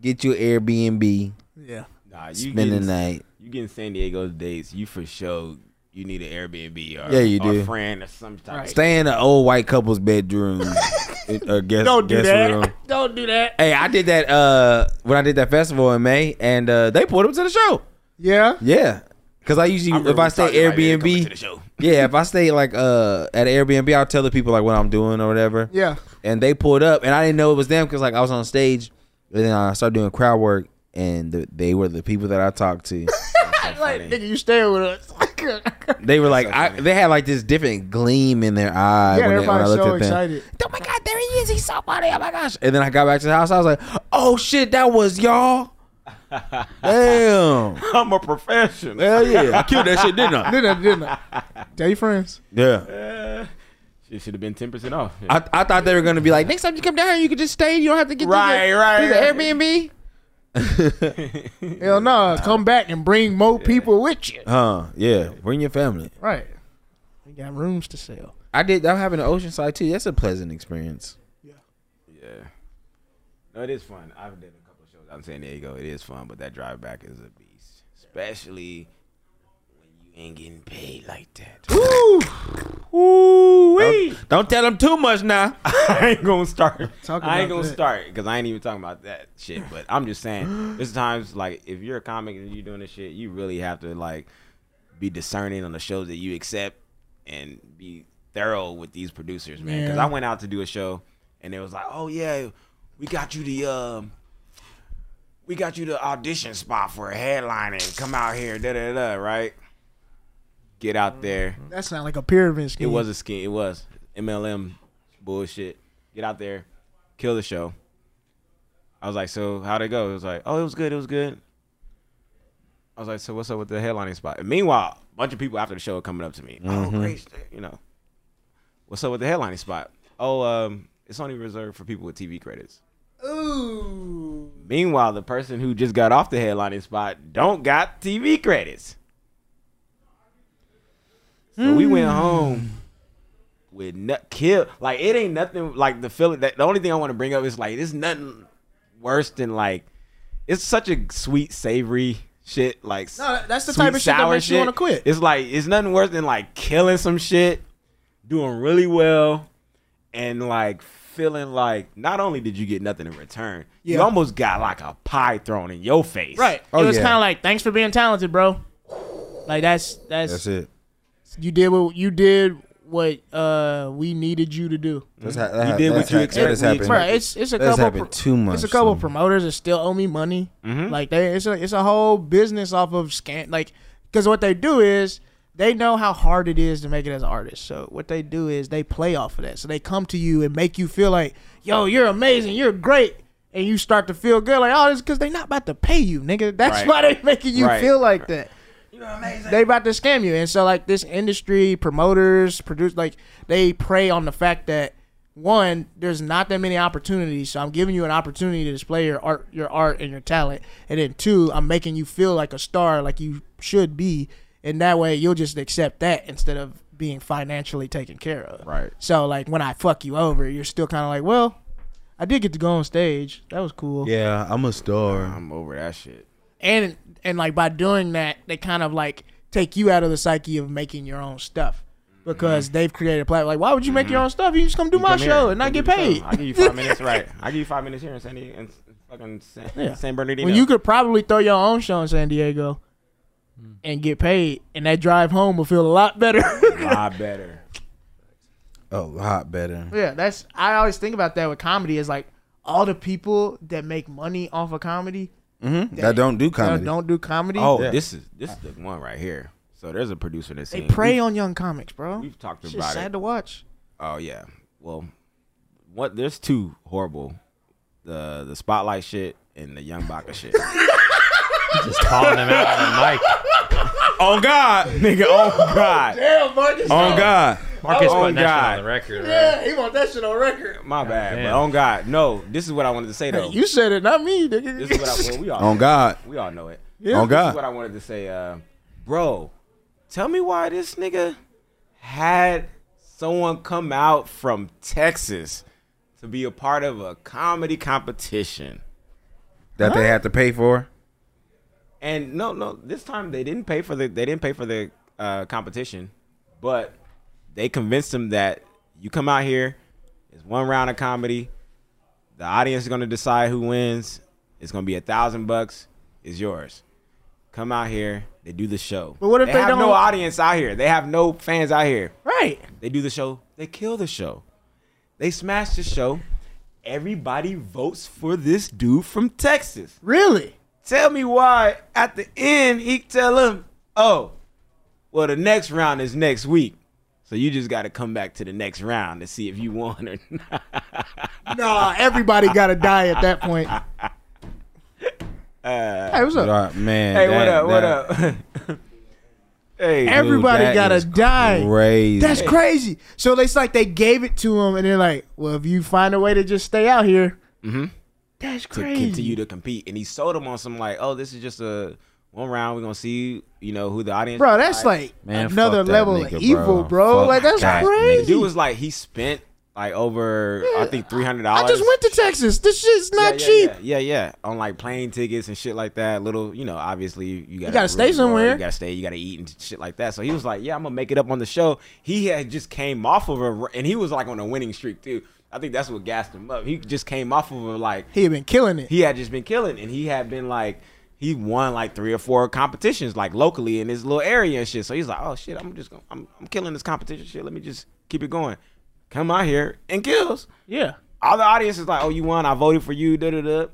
get you an Airbnb.
Yeah.
Nah, you
Spend the
getting,
night.
You getting San Diego's dates? You for sure. You need an Airbnb or
Yeah, you
or
do.
a friend or some type.
Right.
Stay in the old white couple's bedroom. uh, or guest,
Don't do
guest
that.
room.
Don't do that.
Hey, I did that uh when I did that festival in May, and uh they pulled up to the show.
Yeah.
Yeah, because I usually
I'm
if I
really
stay
talking about it coming to the
Airbnb,
show.
yeah, if I stay like uh at Airbnb, I'll tell the people like what I'm doing or whatever.
Yeah.
and they pulled up, and I didn't know it was them because like I was on stage, and then I started doing crowd work, and the, they were the people that I talked to.
Like nigga, you staying with us.
They were like, I, they had like this different gleam in their eye
yeah,
when, they, when I
everybody's
looked
so
at them.
excited.
Oh my god, there he is! He's somebody! Oh my gosh! And then I got back to the house. I was like, "Oh shit, that was y'all!" Damn!
I'm a professional.
Hell yeah! I killed that shit, didn't I?
Did I? Did I? uh, Tell your friends.
Yeah.
It should have been ten percent off.
I, I thought they were gonna be like, next time you come down here, you can just stay. You don't have to get
Right,
through the,
right,
through
right.
the Airbnb.
Hell no. Come back and bring more people with you.
Huh? Yeah. Bring your family.
Right. We got rooms to sell.
I did. I'm having an Oceanside too. That's a pleasant experience.
Yeah. No, it is fun. I've done a couple of shows out in San Diego. It is fun, but that drive back is a beast. Especially when you ain't getting paid like that.
Don't tell them too much now.
I ain't gonna start.
Talk
I ain't
about
gonna
that.
start because I ain't even talking about that shit. But I'm just saying, there's times like if you're a comic and you're doing this shit, you really have to like be discerning on the shows that you accept and be thorough with these producers, man. Because
Yeah.
I went out to do a show and it was like, oh yeah, we got you the um. We got you the audition spot for a headliner. Come out here, da da da. Right, get
Mm-hmm.
out there.
That sounds like a pyramid
It
scheme.
was a scheme. It was MLM bullshit. Get out there, kill the show. I was like, so how'd it go? It was like, oh, it was good. It was good. I was like, so what's up with the headlining spot? And meanwhile, a bunch of people after the show are coming up to me. Oh, great. You know, what's up with the headlining spot? Oh, um, it's only reserved for people with TV credits.
Ooh.
Meanwhile, the person who just got off the headlining spot don't got TV credits. So we went
Hmm.
home with nut kill. Like it ain't nothing like the feeling that the only thing I want to bring up is like there's nothing worse than like it's such a sweet, savory shit. Like
No, that- that's the
sweet,
type of shit that
sour
makes you wanna quit.
It's like it's nothing worse than like killing some shit, doing really well, and like feeling like not only did you get nothing in return, you
Yeah.
almost got like a pie thrown in your face.
Right.
Oh,
it was
yeah.
kind of like, thanks for being talented, bro. Like that's that's,
That's it.
you did what you did what uh we needed you to do.
That's ha- that,
Mm-hmm. You
ha-
did
that's
what you
ha-
expected.
That has happened.
Right. It's it's a
That's
couple
happened too much,
It's a couple
son.
promoters that still owe me money.
Mm-hmm.
Like they, it's a it's a whole business off of scan. Like because what they do is they know how hard it is to make it as an artist. So what they do is they play off of that. So they come to you and make you feel like, yo, you're amazing, you're great. And you start to feel good, like, oh, it's because they not about to pay you, nigga. That's
Right.
why they making you
Right.
feel like that they about to scam you. And so like this industry promoters, produce like they prey on the fact that one, there's not that many opportunities. So I'm giving you an opportunity to display your art, your art and your talent. And then two, I'm making you feel like a star, like you should be. And that way you'll just accept that instead of being financially taken care of.
Right.
So like when I fuck you over, you're still kind of like, well, I did get to go on stage. That was cool.
Yeah, I'm a star.
I'm over that shit.
and and like by doing that they kind of like take you out of the psyche of making your own stuff because they've created a platform like why would you make your own stuff you just come do my
Mm-hmm. Come here.
show and not
I'll
get
give you
paid
something. I'll give you five minutes, right? I'll give you five minutes here in San Diego, in fucking San, San Bernardino.
when you could probably throw your own show in san diego
Mm.
and get paid and that drive home will feel a lot better
a lot better.
Oh, A lot better.
yeah that's i always think about that with comedy is like all the people that make money off of comedy
Mm-hmm.
That don't do
that
comedy.
don't do comedy
Oh,
Yeah.
this is this is the one right here. So there's a producer that's
they
seen-
prey on young comics bro
We've talked
Shit's
about
sad
it.
to watch
Oh yeah. Well, what? There's two horrible. The the spotlight shit and the young baka shit.
Just calling him out on the mic.
oh God, nigga. Oh God.
damn marcus
Oh God.
Marcus
Oh,
putting that shit
God.
on the record. Right?
he want that shit on record
My bad.
damn.
But on God, no. This is what I wanted to say though.
you said it not me nigga.
this is what I, well, we all
On God.
we all know it.
On
This is what
God.
I wanted to say, uh, bro. Tell me why this nigga had someone come out from Texas to be a part of a comedy competition.
That they have to pay for.
And no, no, this time they didn't pay for the they didn't pay for the uh, competition, but they convinced him that you come out here, it's one round of comedy, the audience is gonna decide who wins. It's gonna be a thousand bucks. It's yours. Come out here. They do the show.
But what if they
have
don't-
no audience out here? They have no fans out here.
right
They do the show. They kill the show. They smash the show. Everybody votes for this dude from Texas
Really?
tell me why at the end he tell him, oh, well the next round is next week. So you just gotta come back to the next round to see if you won or not.
Nah, everybody gotta die at that point.
Uh,
hey, what's up?
Right, man.
Hey,
that-
what
that-
up, what up? hey,
dude,
Everybody
that
gotta
is
die.
Crazy.
That's crazy. So it's like they gave it to him, and they're like, "Well, if you find a way to just stay out here, that's
Mm-hmm. to
crazy."
continue to compete. And he sold him on some like, oh, this is just a one round, we're gonna see, you know, who the audience
bro, that's like
Man, fuck
another
that
level
nigga,
of evil, bro.
Fuck
like that's
that
crazy.
the dude was like he spent like over I think three hundred dollars.
I just went to Texas. This shit's
yeah,
not
yeah,
cheap.
Yeah, yeah, yeah. On like plane tickets and shit like that. Little, you know, obviously you gotta,
gotta stay
room for it,
somewhere.
You gotta stay. You gotta eat and shit like that. So he was like, "Yeah, I'm gonna make it up on the show." He had just came off of a, and he was like on a winning streak too. I think that's what gassed him up. He just came off of a like
He had been killing it.
he had just been killing, and he had been like. He won like three or four competitions, like locally in his little area and shit. So he's like, "Oh shit, I'm just, gonna, I'm, I'm killing this competition shit. Let me just keep it going. Come out here and kills."
yeah,
all the audience is like, "Oh, you won! I voted for you!" Da da da.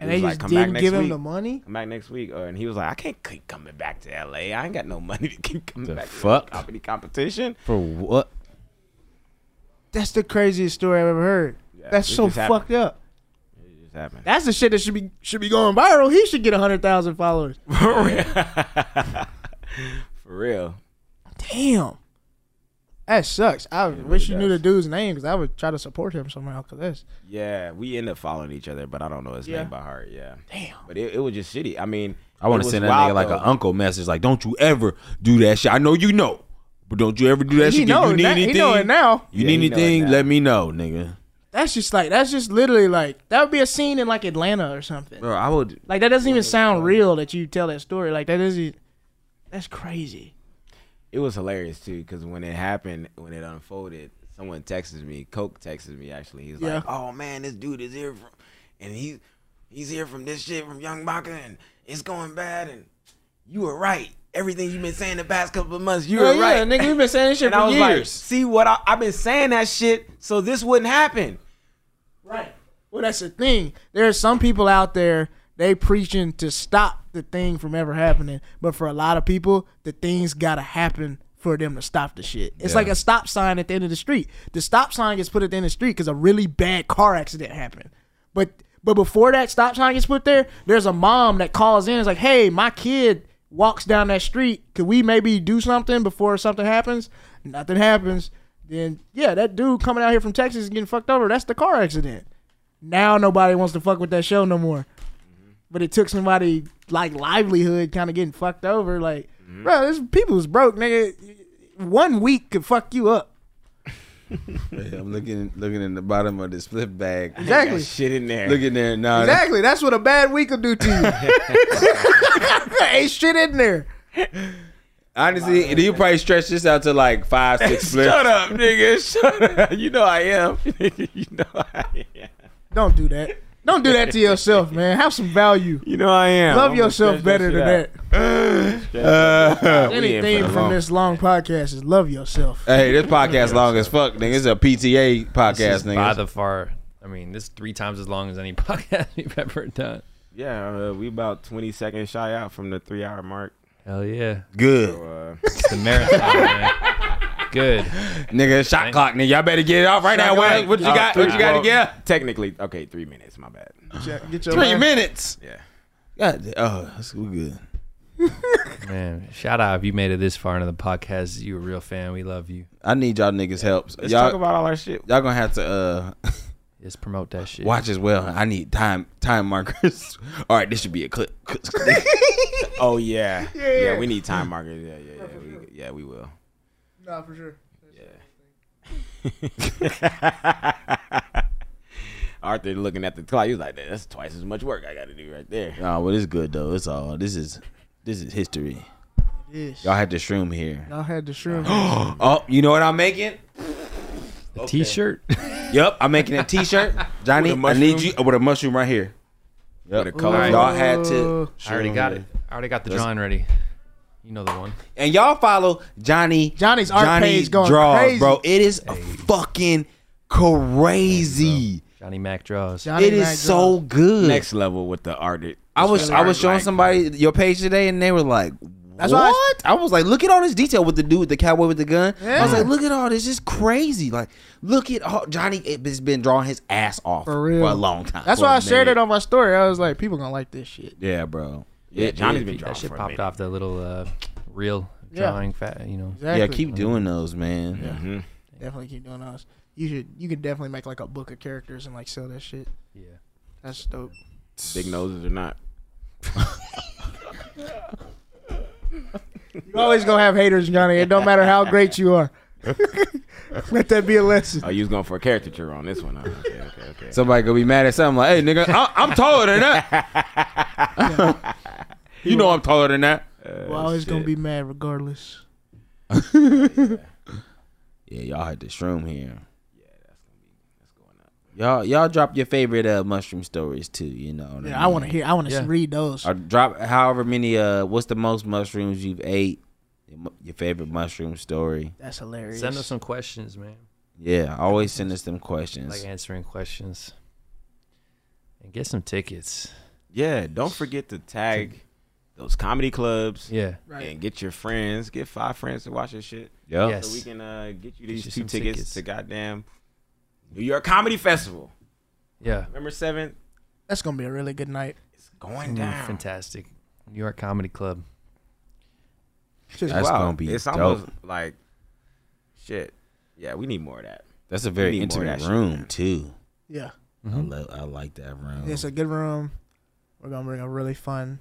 and
He
they
was
just
like, "Come back
didn't
next
give him
week."
the money.
Come back next week, or, and he was like, "I can't keep coming back to L.A. I ain't got no money to keep coming back
fuck?
to the comedy competition."
For what?
That's the craziest story I've ever heard. that's
it
so
just happened.
fucked up.
It just happened.
That's the shit that should be should be going viral. He should get hundred thousand followers.
For real. for real.
Damn. That sucks. I wish you knew the dude's name because I would try to support him somehow. Because that's
Yeah, we end up following each other, but I don't know his
Yeah.
name by heart. Yeah.
damn.
But it, it was just shitty. I mean,
I want
it
to
was
send that
wild,
nigga like um-
though.
an uncle message, like, "Don't you ever do that shit. I know you know, but don't you ever do that
He
shit. If
know
you need
that- he
anything,
know it now.
You
Yeah,
need
he know it
anything,
now.
let me know, nigga.
That's just like that's just literally like that would be a scene in like Atlanta or something.
Bro, I would.
Like that doesn't even sound real that you tell that story. Like that doesn't. That's crazy.
It was hilarious too, because when it happened, when it unfolded, someone texted me. Coke texted me actually. He's
Yeah.
like, "Oh man, this dude is here from, and he, he's here from this shit from Young Baka, and it's going bad. And you were right. Everything you've been saying the past couple of months, you were
Hell
right.
yeah, nigga, we've been saying this shit
and I
for
was like,
years.
see what I, I've been saying that shit, so this wouldn't happen.
right. Well, that's the thing. There are some people out there they preaching to stop the thing from ever happening, but for a lot of people, the things gotta happen for them to stop the shit. It's like a stop sign at the end of the street. The stop sign gets put at the end of the street because a really bad car accident happened, but. But before that stop sign gets put there, there's a mom that calls in. and is like, "Hey, my kid walks down that street. Could we maybe do something before something happens? Nothing happens. Then yeah, that dude coming out here from Texas is getting fucked over. That's the car accident. Now nobody wants to fuck with that show no more. But it took somebody like livelihood kind of getting fucked over. Like, bro, this people was broke, nigga. One week could fuck you up.
I'm looking looking in the bottom of this flip bag.
Exactly.
Shit in there.
Look in there. Nah, that-
Exactly. That's what a bad week will do to you. Ain't shit in there.
honestly, you probably stretch this out to like five, six flips.
Shut up, nigga. Shut up. You know I am. you know I am.
Don't do that. Don't do that to yourself, man. Have some value.
You know I am.
Love
I'ma
yourself
stretch
better
shit
than
out.
that.
Uh,
We in for
Anything
the
from
long-
this long podcast is love yourself.
hey, this podcast long as fuck, nigga. It's a PTA podcast,
This is by
nigga.
the far. I mean, this is three times as long as any podcast we've ever done.
Yeah, uh, we about 20 seconds shy out from the three hour mark.
Hell yeah,
Good,
Uh,
it's the marathon. man. Good.
nigga. Shot clock, nigga. Y'all better get it off right now. What, what you
uh,
got?
three-
What you got to
well,
get?
Technically, okay, three minutes. My bad.
Get your
Three
mind-
minutes.
Yeah.
God, oh, that's we good.
Man, shout out if you made it this far into the podcast. You a real fan. We love you.
I need y'all niggas' help.
Let's
y'all,
talk about all our shit.
y'all gonna have to uh,
Just promote that shit.
watch as well. I need time time markers. All right, this should be a clip.
Oh, yeah. yeah. we need time markers. Yeah, yeah, yeah. We, yeah, we will.
Nah, for sure.
Arthur looking at the clock. He was like, "Damn, that's twice as much work I got to do right there.
Nah, well, it's good though. It's all this is this is history.
Yes.
Y'all had to shroom here.
Y'all had the shrimp.
Oh, you know what I'm making?
A T-shirt.
Yep, I'm making a T-shirt, Johnny.
With a
I need you
mushroom?
with a mushroom right here. Yep.
With a color.
Y'all had to.
Ooh.
I already
shroom
got
here.
it. I already got the drawing ready. You know the one.
And y'all follow Johnny.
Johnny's art page going crazy.
bro. It is fucking crazy.
Johnny Mac draws.
Johnny
It
Mac
is so good.
Next level with the art.
I was I was showing
like-
somebody your page today, and they were like,
That's why I-
"What?" I, was like, "Look at all this detail with the dude with the cowboy with the gun." I was
Yeah.
like, "Look at all this. It's crazy." Like, look at all, Johnny has been drawing his ass off
For real.
a long time.
That's
For
why
a
I shared
minute.
it on my story. I was like, people gonna like this shit.
Yeah, bro.
Yeah, Johnny's been drawing
that shit
for a
popped
minute.
off that little uh, reel
Yeah.
drawing. Fat, you know.
Exactly.
Yeah, keep doing those, man.
Mm-hmm.
definitely keep doing those. You should you could definitely make like a book of characters and like sell that shit.
Yeah.
That's dope.
Big noses or not.
You always gonna have haters, Johnny. It don't matter how great you are. Let that be a lesson.
Oh, you was going for a caricature on this one. huh? Okay, okay, okay.
Somebody gonna be mad at something like, "Hey, nigga, I, I'm taller than that." you know I'm taller than that.
We're always gonna be mad regardless.
Yeah, y'all had the shroom here. Y'all, y'all drop your favorite uh, mushroom stories too. You know.
Yeah, I want to hear. I want to
Yeah.
read those.
Or drop however many. Uh, what's the most mushrooms you've ate? Your mu- Your favorite mushroom story.
That's hilarious.
Send us some questions, man.
Yeah, always send us them
Like
questions.
answering questions. And get some tickets.
Yeah, don't forget to tag those comedy clubs
Yeah.
right.
and get your friends, get five friends to watch this shit,
Yeah.
Yes.
so we can uh, get you these
you
two
some
tickets,
tickets.
to goddamn New York Comedy Festival,
Yeah.
November seventh.
That's gonna be a really good night.
It's going
Mm,
down.
Fantastic. New York Comedy Club.
That's gonna be
It's
dope.
almost like shit. Yeah, we need more of that.
That's a
We
very
need more of
intimate
that shit,
room
man.
too.
Yeah,
I
Hmm?
love. I like that room.
it's a good room. We're gonna bring a really fun,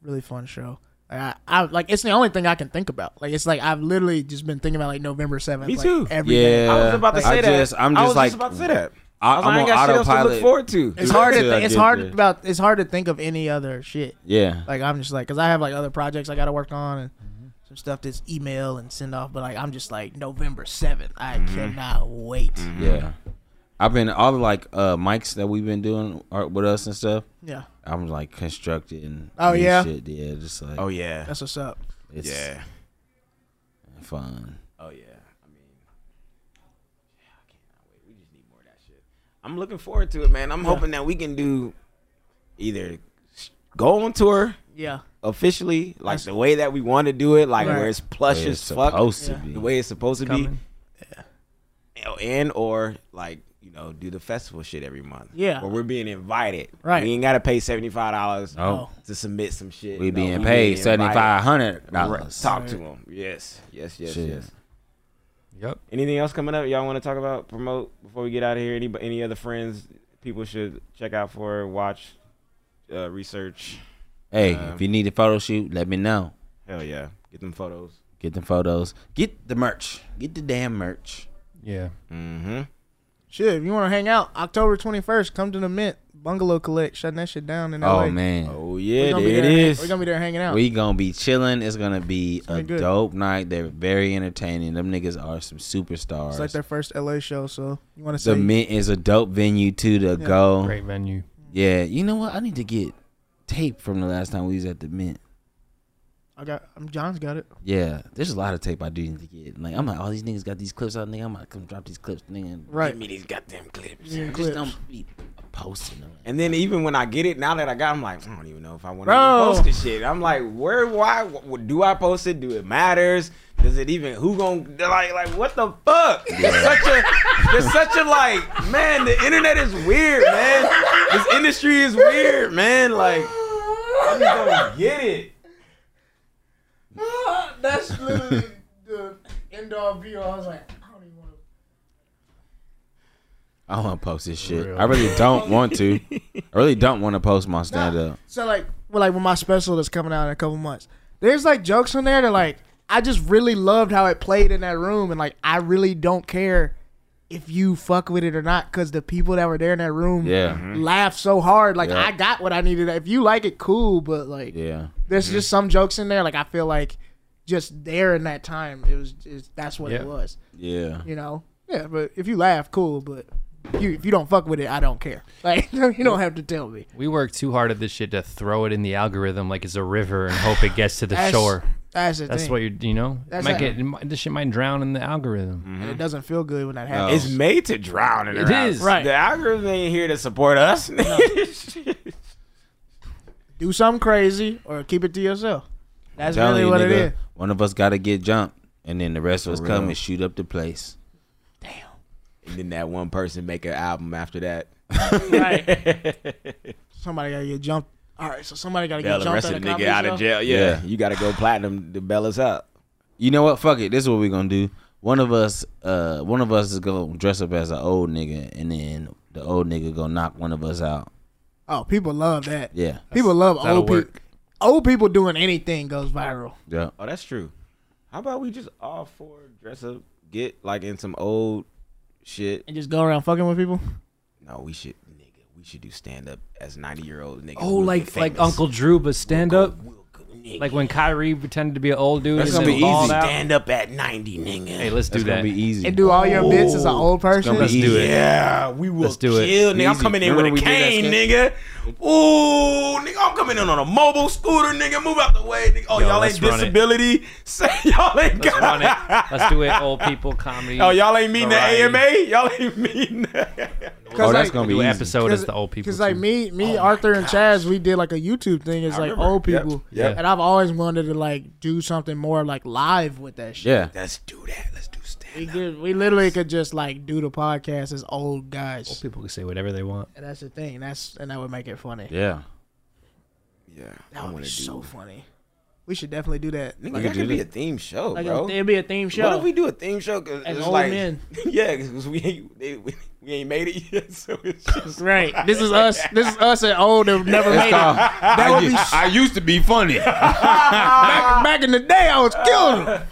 really fun show. Like, I, I like it's the only thing I can think about. Like it's like I've literally just been thinking about like November seventh.
Me
like,
too.
Every day.
yeah.
I was about to
I
say that.
just- I'm
I
just
was
like
about to say that.
I,
I
I'm
ain't
on
got shit else to
autopilot.
look forward to.
It's hard. To
Till I
th- it's
get
hard
there.
about. It's hard to think of any other shit.
Yeah.
Like I'm just like, cause I have like other projects I got to work on and
Mm-hmm.
some stuff that's email and send off. But like I'm just like November seventh. I
Mm-hmm.
cannot wait.
Yeah. I've been all the like uh mics that we've been doing are with us and stuff.
Yeah,
I'm like constructed and
Oh,
new
yeah?
shit. yeah, just like
Oh yeah.
that's what's up.
it's
Yeah.
fun.
Oh yeah. I mean, yeah, I cannot wait. We just need more of that shit. I'm looking forward to it, man. I'm hoping that we can do either s- go on tour
Yeah,
officially, like the way that we want to do it, like
Right.
where it's plush
Where
as
it's
fuck,
supposed to
Yeah.
be.
the way it's supposed to
Coming.
be, and- and or like you know do the festival shit every month.
Yeah.
where we're being invited.
Right.
we ain't gotta pay seventy five dollars
No.
to submit some shit.
we
Oh. No,
being paid
invited.
seventy five hundred
Right.
dollars.
Talk to them. Yes, yes, yes,
Shit.
yes.
Yep.
Anything else coming up y'all want to talk about, promote before we get out of here? Any any other friends people should check out for, watch, uh, research?
Hey,
Um,
if you need a photo shoot, let me know.
Hell yeah, get them photos.
Get the photos. Get the merch. Get the damn merch.
Yeah.
Mm-hmm.
shit. If you want to hang out, October twenty first, come to the Mint Bungalow Collect. Shutting that shit down in
oh
LA.
man.
Oh
We're
yeah,
gonna
there
be
it
there hang-
is.
We're gonna be there hanging out.
We gonna be chilling. It's gonna be
gonna
a
be good.
dope night. They're very entertaining. Them niggas are some superstars.
it's like their first LA show, so you want to
the
say
Mint is a dope venue too to go.
Great venue.
Yeah, you know what? I need to get tape from the last time we was at the Mint.
I got. um, John's got it.
Yeah, there's a lot of tape I do need to get. Like I'm like, all these niggas got these clips out, nigga. I'm gonna come drop these clips, nigga.
Right.
Give me these goddamn clips.
Yeah,
Just
clips.
don't be posting them.
And then even when I get it, now that I got, it, I'm like, I don't even know if I want to
Bro.
post this shit. I'm like, where, why, wh- do I post it? Do it matters? Does it even? Who gon' like, like, what the fuck? It's such a, it's such a like, man. The internet is weird, man. This industry is weird, man. Like, I'm gonna get it.
That's literally the end all be all. I was like, I don't even want to.
I want to post this shit.
real.
I really don't want to. I really don't want to post my stand up.
So like, well, like with my special that's coming out in a couple months, there's like jokes on there that like I just really loved how it played in that room, and like I really don't care if you fuck with it or not, because the people that were there in that room,
Yeah.
Mm-hmm.
laughed so hard. Like
Yeah.
I got what I needed. If you like it, cool, but like,
Yeah.
there's
Mm-hmm.
just some jokes in there. Like I feel like just there in that time, it was just, that's what
Yeah.
it was.
Yeah.
You know, yeah. But if you laugh, cool. But you if you don't fuck with it, I don't care. Like you don't have to tell me.
We work too hard at this shit to throw it in the algorithm like it's a river and hope it gets to the
That's-
shore.
That's the
That's
thing.
what you're, you know.
That's
might
like-
get, it might- this shit might drown in the
Mm-hmm.
algorithm.
and it doesn't feel good when that happens.
It's made to drown in
It
our
is.
house.
Right.
The algorithm ain't here to support us.
Do something crazy or keep it to yourself. That's
Telling
really
you,
what it
nigga,
is.
One of us got to get jumped, and then the rest of us come
real.
and shoot up the place.
and then that one person make an album after that.
Somebody gotta get jumped. All right, so somebody gotta
Bell
get
the
jumped
rest
out
of
of
the nigga out of jail. Yeah.
Yeah.
You gotta go platinum to bell us up.
You know what? Fuck it. This is what we're gonna do. One of us, uh, one of us is gonna dress up as an old nigga, and then the old nigga gonna knock one of us out.
Oh, people love that.
Yeah.
people love
that'll
old people.
work.
Old people doing anything goes viral.
Yeah.
Oh, that's true. How about we just all four dress up, get like in some old shit?
And just go around fucking with people.
No, we should, nigga, we should do stand up as ninety year old nigga.
Oh, like like Uncle Drew, but stand up. Like when Kyrie pretended to be an old dude.
That's
and
gonna
then
be
balled
easy.
out.
Stand up at ninety, nigga.
Hey, let's
That's
do
gonna
that.
be easy.
And do all your bits as an old person.
Oh, gonna be
Let's do it.
yeah, we will
Let's do it.
kill, nigga. I'm
Easy.
coming in
Remember
with a
we did
cane, nigga. Ooh, nigga, I'm coming in on a mobile scooter, nigga. Move out the way, nigga. Oh,
Yo,
y'all ain't
let's run it.
disability. Say y'all ain't
Let's
got
run it.
e-
Let's do it. Old people comedy.
Oh, y'all ain't mean
Variety.
the AMA? Y'all ain't mean the...
Oh, that's
like-
gonna be
Do an
easy.
episode as the old people.
Because like
too.
me,
Oh
me, Arthur, and Chaz, we did like a YouTube thing. It's like
remember.
old
Yep.
people,
Yep.
and I've always wanted to like do something more like live with that shit.
Yeah.
Let's do that. Let's do
We
stand
could, we literally could just like do the podcast as old guys.
people can say whatever they want.
And that's the thing. That's and that would make it funny.
Yeah.
Yeah.
that would be so funny. We should definitely do that.
Nigga,
Like
that
a
could
dude.
be a theme show,
Like
bro.
a, it'd be a theme show.
What if we do a theme show? Cause
As
it's
old
like,
men.
Yeah, because we ain't, they, we, we ain't made it yet, so it's just...
right. This is us. This is us and old that never made
It's called,
it.
I,
would
u-
be-
I used to be funny.
Back, back in the day, I was killing them.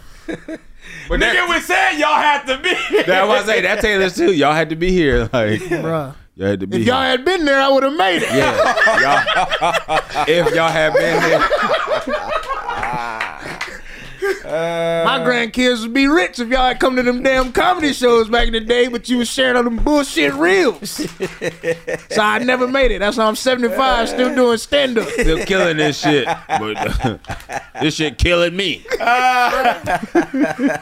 But
Nigga
that,
was saying y'all had to be.
that's why I say that Taylor's too. Y'all had to be here. Like
Bruh.
y'all had to be
If y'all
here.
had been there, I would have made it.
yeah. Y'all, if y'all had been here.
My
Uh,
grandkids would be rich if y'all had come to them damn comedy shows back in the day, but you was sharing all them bullshit reels. so I never made it. That's why I'm 75, still doing stand up.
still killing this shit. But this shit killing me.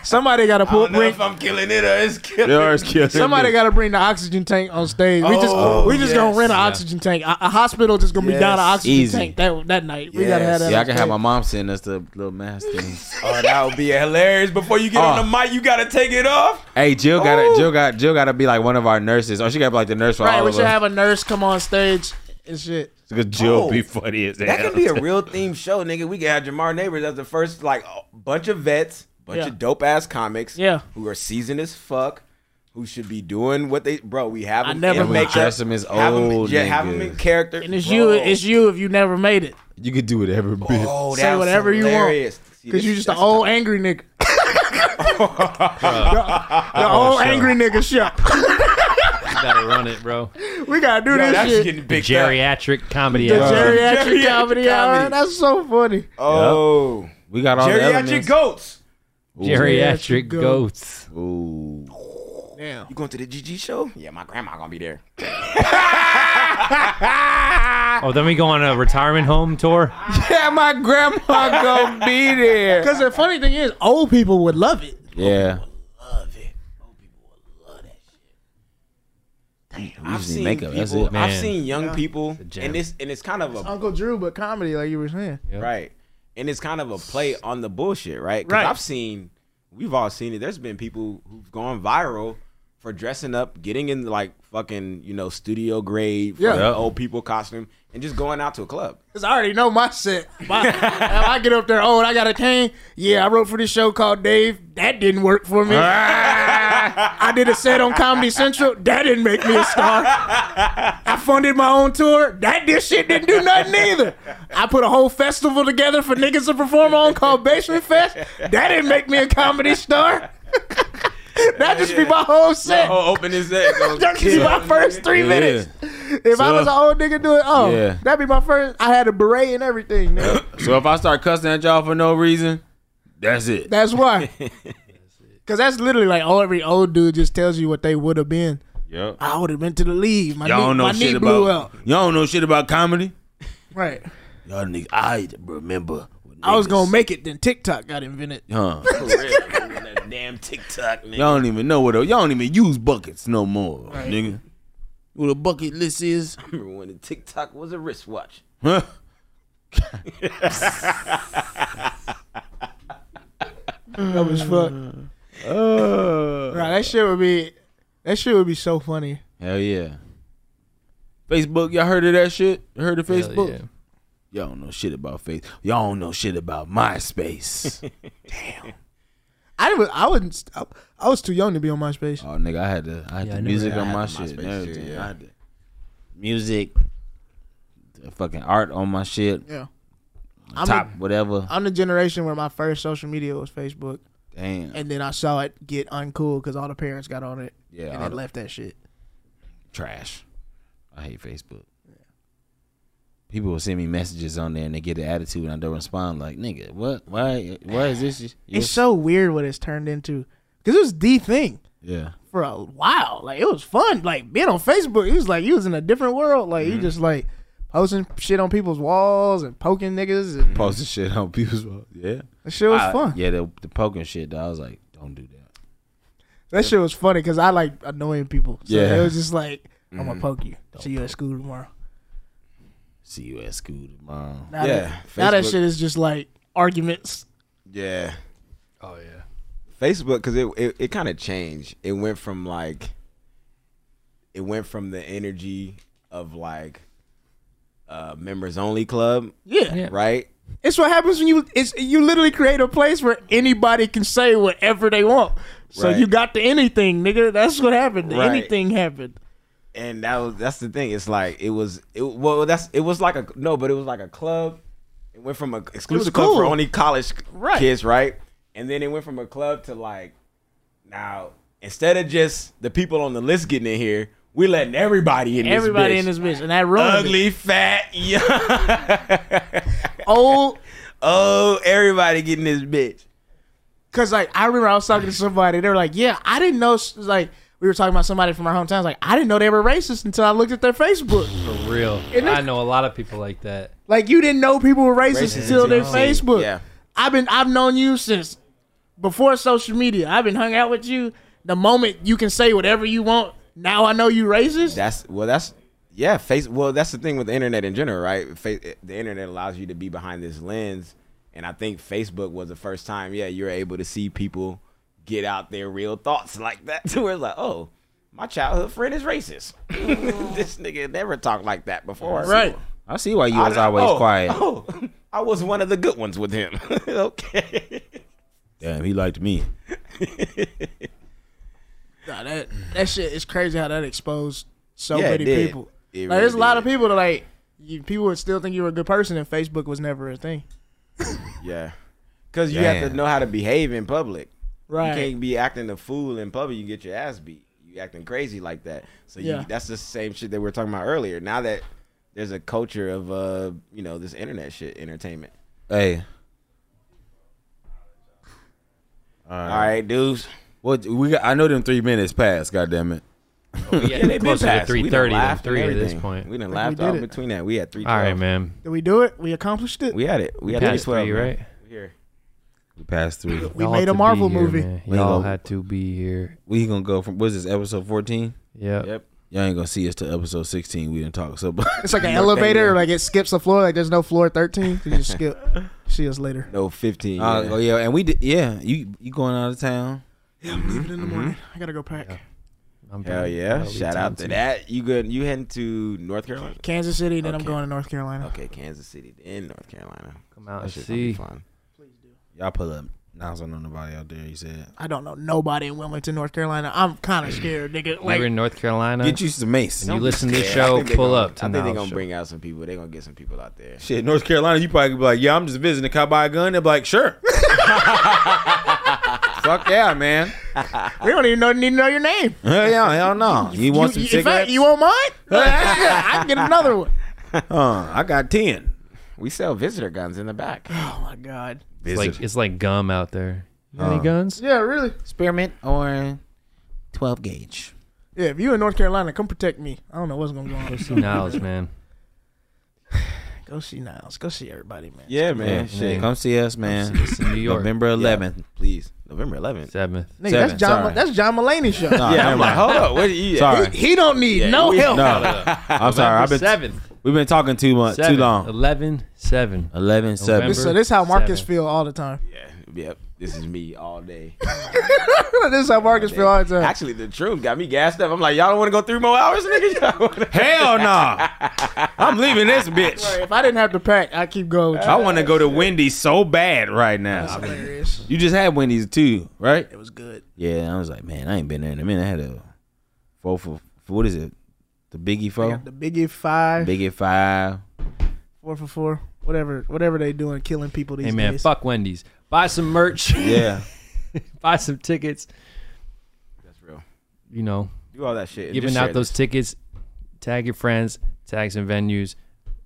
Somebody got to pull, bring.
if I'm killing it or it's killing.
They are killing
Somebody got to bring the oxygen tank on stage. We just we just gonna rent an oxygen tank. A, a hospital just gonna be down an
Oh, Yes.
oxygen
Easy.
tank that that night. We gotta have that.
Yeah, I
on
can have
stage.
my mom send us the little mask thing.
Oh, that would be hilarious. Before you get
Oh.
on the
Ah.
mic, you gotta take it off.
hey, Jill got to Jill got Jill got to be like one of our nurses, or she got to be like the nurse for
Right,
all
we
of
should
us.
have a nurse come on stage and shit.
Because Jill
Oh.
be funny as hell.
That could be a real theme show, nigga. We could have Jamar Neighbors as the first like a bunch of vets, bunch
Yeah.
of dope ass comics,
Yeah.
who are seasoned as fuck, who should be doing what they bro. We have
I
them
never
in
mind.
makeup,
Dress them as
have them-
old
yeah, have them in
niggas.
character,
And it's
Bro.
you. It's you if you never made it
you could do whatever, bitch.
Oh,
Say
that was
whatever you want.
hilarious. See,
because
this-
you just an
that's the
old angry nigga. the old angry nigga show.
gotta run it, bro.
we gotta do
Yo,
this
that's
shit.
getting big.
Geriatric comedy.
the
hour.
geriatric,
Geriatric
comedy, hour.
comedy.
That's so funny.
Oh,
We got all the
geriatric
elements.
goats.
Geriatric
Geriatric
goats.
goats.
Ooh.
Damn.
You going to the GG show? Yeah, my grandma gonna be there.
Oh, then we go on a retirement home tour.
Yeah, my grandma gonna be there.
Because the funny thing is, old people would love it.
Yeah.
I've
just need
seen
makeup, that's
people.
it.
I've
Man.
seen young people,
gem.
and it's and it's kind of a
Uncle Drew, but comedy, like you were saying.
Right. And it's kind of a play on the bullshit, right? 'Cause
Right.
I've seen, we've all seen it. There's been people who've gone viral for dressing up, getting in like fucking, you know, studio grade,
Yeah.
fucking
Yeah.
old people costume, and just going out to a club.
Cause I already know my shit. My, if I get up there, oh, and I got a cane. Yeah, I wrote for this show called Dave. That didn't work for me. I did a set on Comedy Central. That didn't make me a star. I funded my own tour. That this shit didn't do nothing either. I put a whole festival together for niggas to perform on called Basement Fest. That didn't make me a comedy star. that just be my whole set.
Oh, open his head.
That could be my first three minutes. If I was an old nigga doing, oh,
Yeah.
that'd be my first. I had a beret and everything. Man.
So if I start cussing at y'all for no reason, that's it.
That's why. Cause that's literally like all every old dude just tells you what they would have been.
Yep.
I would have been to the league. My
Y'all
knee,
don't know
my knee
shit
blew
about.
out.
Y'all don't know shit about comedy.
Right.
Y'all niggas, I remember. when
I was
niggas-
gonna make it. Then TikTok got invented.
Huh.
Damn TikTok, man.
Y'all don't even know what. A, y'all don't even use buckets no more, nigga. What a bucket list is?
I remember when the TikTok was a wristwatch.
Huh?
That was fuck.
Uh,
right. That shit would be. That shit would be so funny.
Hell yeah. Facebook, y'all heard of that shit? You heard of
Hell
Facebook?
yeah.
Y'all don't know shit about face. Y'all don't know shit about MySpace.
I was. I wouldn't. I, I was too young to be on MySpace.
oh nigga, I had to. I had
Yeah,
the
I never-
music
I
on
had
my
the
shit. and
MySpace shit,
everything.
yeah.
I had the music, the fucking art on my shit,
Yeah. I'm
top
The,
whatever.
I'm the generation where my first social media was Facebook,
Damn.
and then I saw it get uncool because all the parents got on it.
Yeah,
And
all
they
the-
left that shit.
trash. I hate Facebook. People will send me messages on there and they get the attitude and I don't respond. Like, nigga, what? Why? Why is this? your- your-
It's so weird what it's turned into. Cause it was the thing
yeah.
for a while. Like it was fun. Like being on Facebook, it was like you was in a different world. Like
Mm-hmm.
you just like posting shit on people's walls and poking niggas. And
Posting shit on people's wall. Yeah.
that shit was
I-
fun.
Yeah, the, the poking shit. Though, I was like, don't do that.
That shit was funny because I like annoying people. So
Yeah. Mm-hmm.
it was just like I'm gonna poke you. See you at school tomorrow.
See you at school tomorrow.
Now
Yeah,
That, now that
Facebook-
shit is just like arguments.
Yeah.
Oh yeah.
Facebook because it it, it kind of changed. It went from like it went from the energy of like uh members only club,
Yeah.
Yeah.
right?
It's what happens when you it's you literally create a place where anybody can say whatever they want. So
Right.
you got the anything, nigga. That's what happened. The
Right.
anything happened.
And that was that's the thing. It's like it was it well that's it was like a no, but it was like a club. It went from an exclusive club
cool.
for only college
Right.
kids, right? and then it went from a club to like now instead of just the people on the list getting in here, we letting everybody in.
Everybody
this bitch.
in this bitch, and that room,
ugly, fat, young.
old.
Oh, everybody getting this bitch.
Cause like I remember I was talking to somebody, they were like, "Yeah, I didn't know." Like we were talking about somebody from our hometown. I was like I didn't know they were racist until I looked at their Facebook.
For real. I know a lot of people like that.
Like you didn't know people were racist until their Facebook.
Yeah.
I've been I've known you since before social media. I've been hung out with you. The moment you can say whatever you want, now I know you racist.
That's well. That's yeah. Face. Well, that's the thing with the internet in general, right? Face, the internet allows you to be behind this lens, and I think Facebook was the first time. Yeah, you're able to see people get out their real thoughts like that. To where it's like, oh, my childhood friend is racist. this nigga never talked like that before.
right.
I see why you was always
Oh,
quiet.
Oh, I was one of the good ones with him. okay. Damn, he liked me.
Nah, that that shit is crazy how that exposed so
Yeah, it
many
did.
people.
It
like there's a
really
lot
did.
of people that like you, people would still think you were a good person and Facebook was never a thing.
Yeah. Cause you have
Damn.
to know how to behave in public.
Right.
You can't be acting a fool in public. You get your ass beat. You acting crazy like that. So
Yeah.
you, that's the same shit that we were talking about earlier. Now that there's a culture of uh, you know, this internet shit, entertainment.
Hey,
All right, dudes.
what we got? I know them three minutes passed. God damn it.
Yeah,
they been
closer to
passed. We done
330 than
laughed and
3 at this
everything.
point.
We done
we
laughed
did
all
it.
between that. We had three.
All right, man.
Did we do it? We accomplished it.
We had it. We had
Past
three,
three, right?
Here.
We passed three.
we
Y'all
made
had
a
to be
Marvel
here,
movie.
man.
We
Y'all
gonna-
had to be here.
We gonna go from what's this episode fourteen?
Yep.
Yep.
Y'all ain't gonna see us to episode sixteen. We didn't talk so.
It's like an elevator, like it skips a floor. Like there's no floor 13. You just skip. See us later.
No, fifteen.
Uh,
yeah.
oh yeah, and we did. Yeah, you you going out of town?
Yeah, I'm leaving in the morning. I gotta go pack.
I'm
Hell
back.
yeah!
That'll be
Shout
time
out to that. You good? You heading to North Carolina?
Kansas City, then I'm
Okay.
going to North Carolina.
Okay, Kansas City, then North Carolina.
Come out and
That shit's gonna be
see.
fun.
Y'all pull up. Nah, I don't know nobody out there. You said
I don't know nobody in Wilmington, North Carolina. I'm kind of scared, nigga.
We're
Like,
in North Carolina.
get you some mace.
and you listen to
Yeah,
this
I
show,
think they
pull
gonna-
up to
I think they're
Niall's
gonna
show.
bring out some people. They're gonna get some people out there.
Shit, North Carolina, you probably could be like, yeah, I'm just visiting. Can I buy a gun? They'd be like, sure. Fuck yeah, man.
we don't even know, need to know your name.
Hell yeah, hell no. You want some
you, in fact,
cigarettes?
you want mine? Yeah, I can get another one.
uh, I got 10.
We sell visitor guns in the back.
Oh my god.
It's like it's like gum out there.
Uh,
Any guns?
Yeah, really.
Spearmint or 12 gauge.
Yeah, if you in North Carolina, come protect me. I don't know what's gonna go on.
See Niles, man.
go see Niles. Go see everybody, man.
Yeah, man.
Yeah. Shit.
Come see us, man.
It's in New York.
November 11th.
Please, November 11th.
seventh.
Nigga,
Seven,
that's John.
sorry.
That's John Mulaney show.
Nah,
Yeah,
never
I'm like,
mind.
hold up. What? Yeah.
Sorry.
He don't need no help.
No, I'm sorry. I've been
seventh.
we've been talking too much, too long.
11, 7.
11, 7.
This, so this is how Marcus
Seven.
feel all the time.
Yeah. Yep. This is me all day.
this is how Marcus feel all the time.
Actually, the truth got me gassed up. I'm like, y'all don't want to go three more hours, nigga. Y'all wanna-
Hell nah. I'm leaving this bitch.
If I didn't have to pack, I keep going. With you.
I want to go to Wendy's so bad right now.
Hilarious.
You just had Wendy's too, right?
It was good.
Yeah, I was like, man, I ain't been there in a minute. I had a four for what is it? The Biggie
They
four,
got the Biggie Five,
Biggie five.
four for four, whatever, whatever they doing, killing people these
Hey, man,
days.
fuck Wendy's. Buy some merch.
Yeah,
Buy some tickets.
That's real.
You know,
Do all that shit. and
giving
just
out
share
those
this.
tickets. Tag your friends. Tag some venues.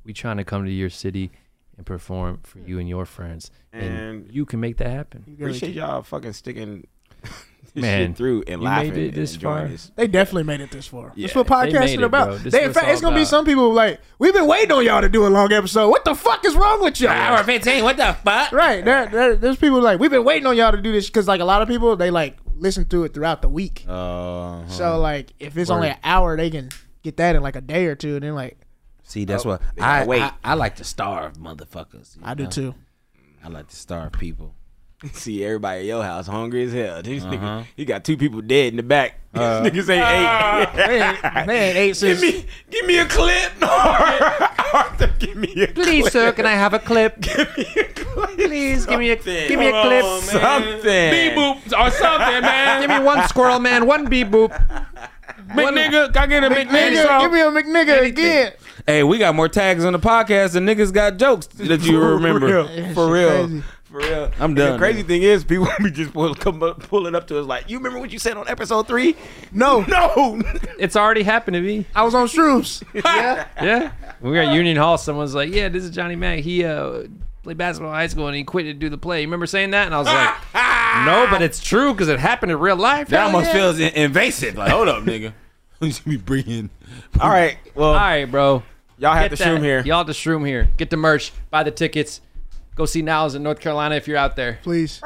We trying to come to your city and perform for you and your friends, and,
And-
you can make that happen.
Really
Appreciate y'all fucking sticking this
Man,
shit through and
you
laughing
made it
and
this
enjoying
far.
This.
They definitely made it this far. That's
Yeah,
what
they
made
podcasting
it,
about.
bro. This
they,
is
in
what
fact,
it's
it's gonna be
all
some people like, we've been waiting on y'all to do a long episode. What the fuck is wrong with y'all?
hour fifteen. What the fuck?
Right. There, there, there's people like, we've been waiting on y'all to do this because like a lot of people they like listen to it throughout the week.
Uh,
So like, if it's only an hour, they can get that in like a day or two, and then like,
see, that's what I,
wait.
I I like to starve motherfuckers.
I do too.
I like to starve people.
See everybody at your house hungry as hell. These niggas, you got two people dead in the back.
Uh,
These niggas ain't ate.
They ain't, they ain't ate since.
give me, give me a clip. Arthur, give me a clip.
Please, sir, can I have a clip?
Give me a clip.
Please give me a
Something.
give me a clip.
Something.
boops Oh, or something, man.
Give me one squirrel man, one bee boop.
Big nigga, I get a big
Nigga, give me a McNigga again.
Hey, we got more tags on the podcast than niggas got jokes that you remember.
For real.
crazy.
For real.
I'm
And
done,
The crazy
nigga.
thing is, people be just pull, come up, pulling up to us like, you remember what you said on episode three?
No,
No.
It's already happened to me.
I was on shrooms. yeah.
Yeah. When we were at Union Hall, someone's like, "Yeah, this is Johnny Mack. He uh, played basketball in high school and he quit to do the play." You remember saying that? And I was like, "No, but it's true because it happened in real life."
That
Hell
almost
yeah."
feels in- invasive. Like, hold up, nigga. You should be bringing.
All right. Well,
All right, bro.
y'all have
Get
to
that-
shoom here.
Y'all have to shroom here. Get the merch. Buy the tickets. Go see Niles in North Carolina if you're out there.
Please.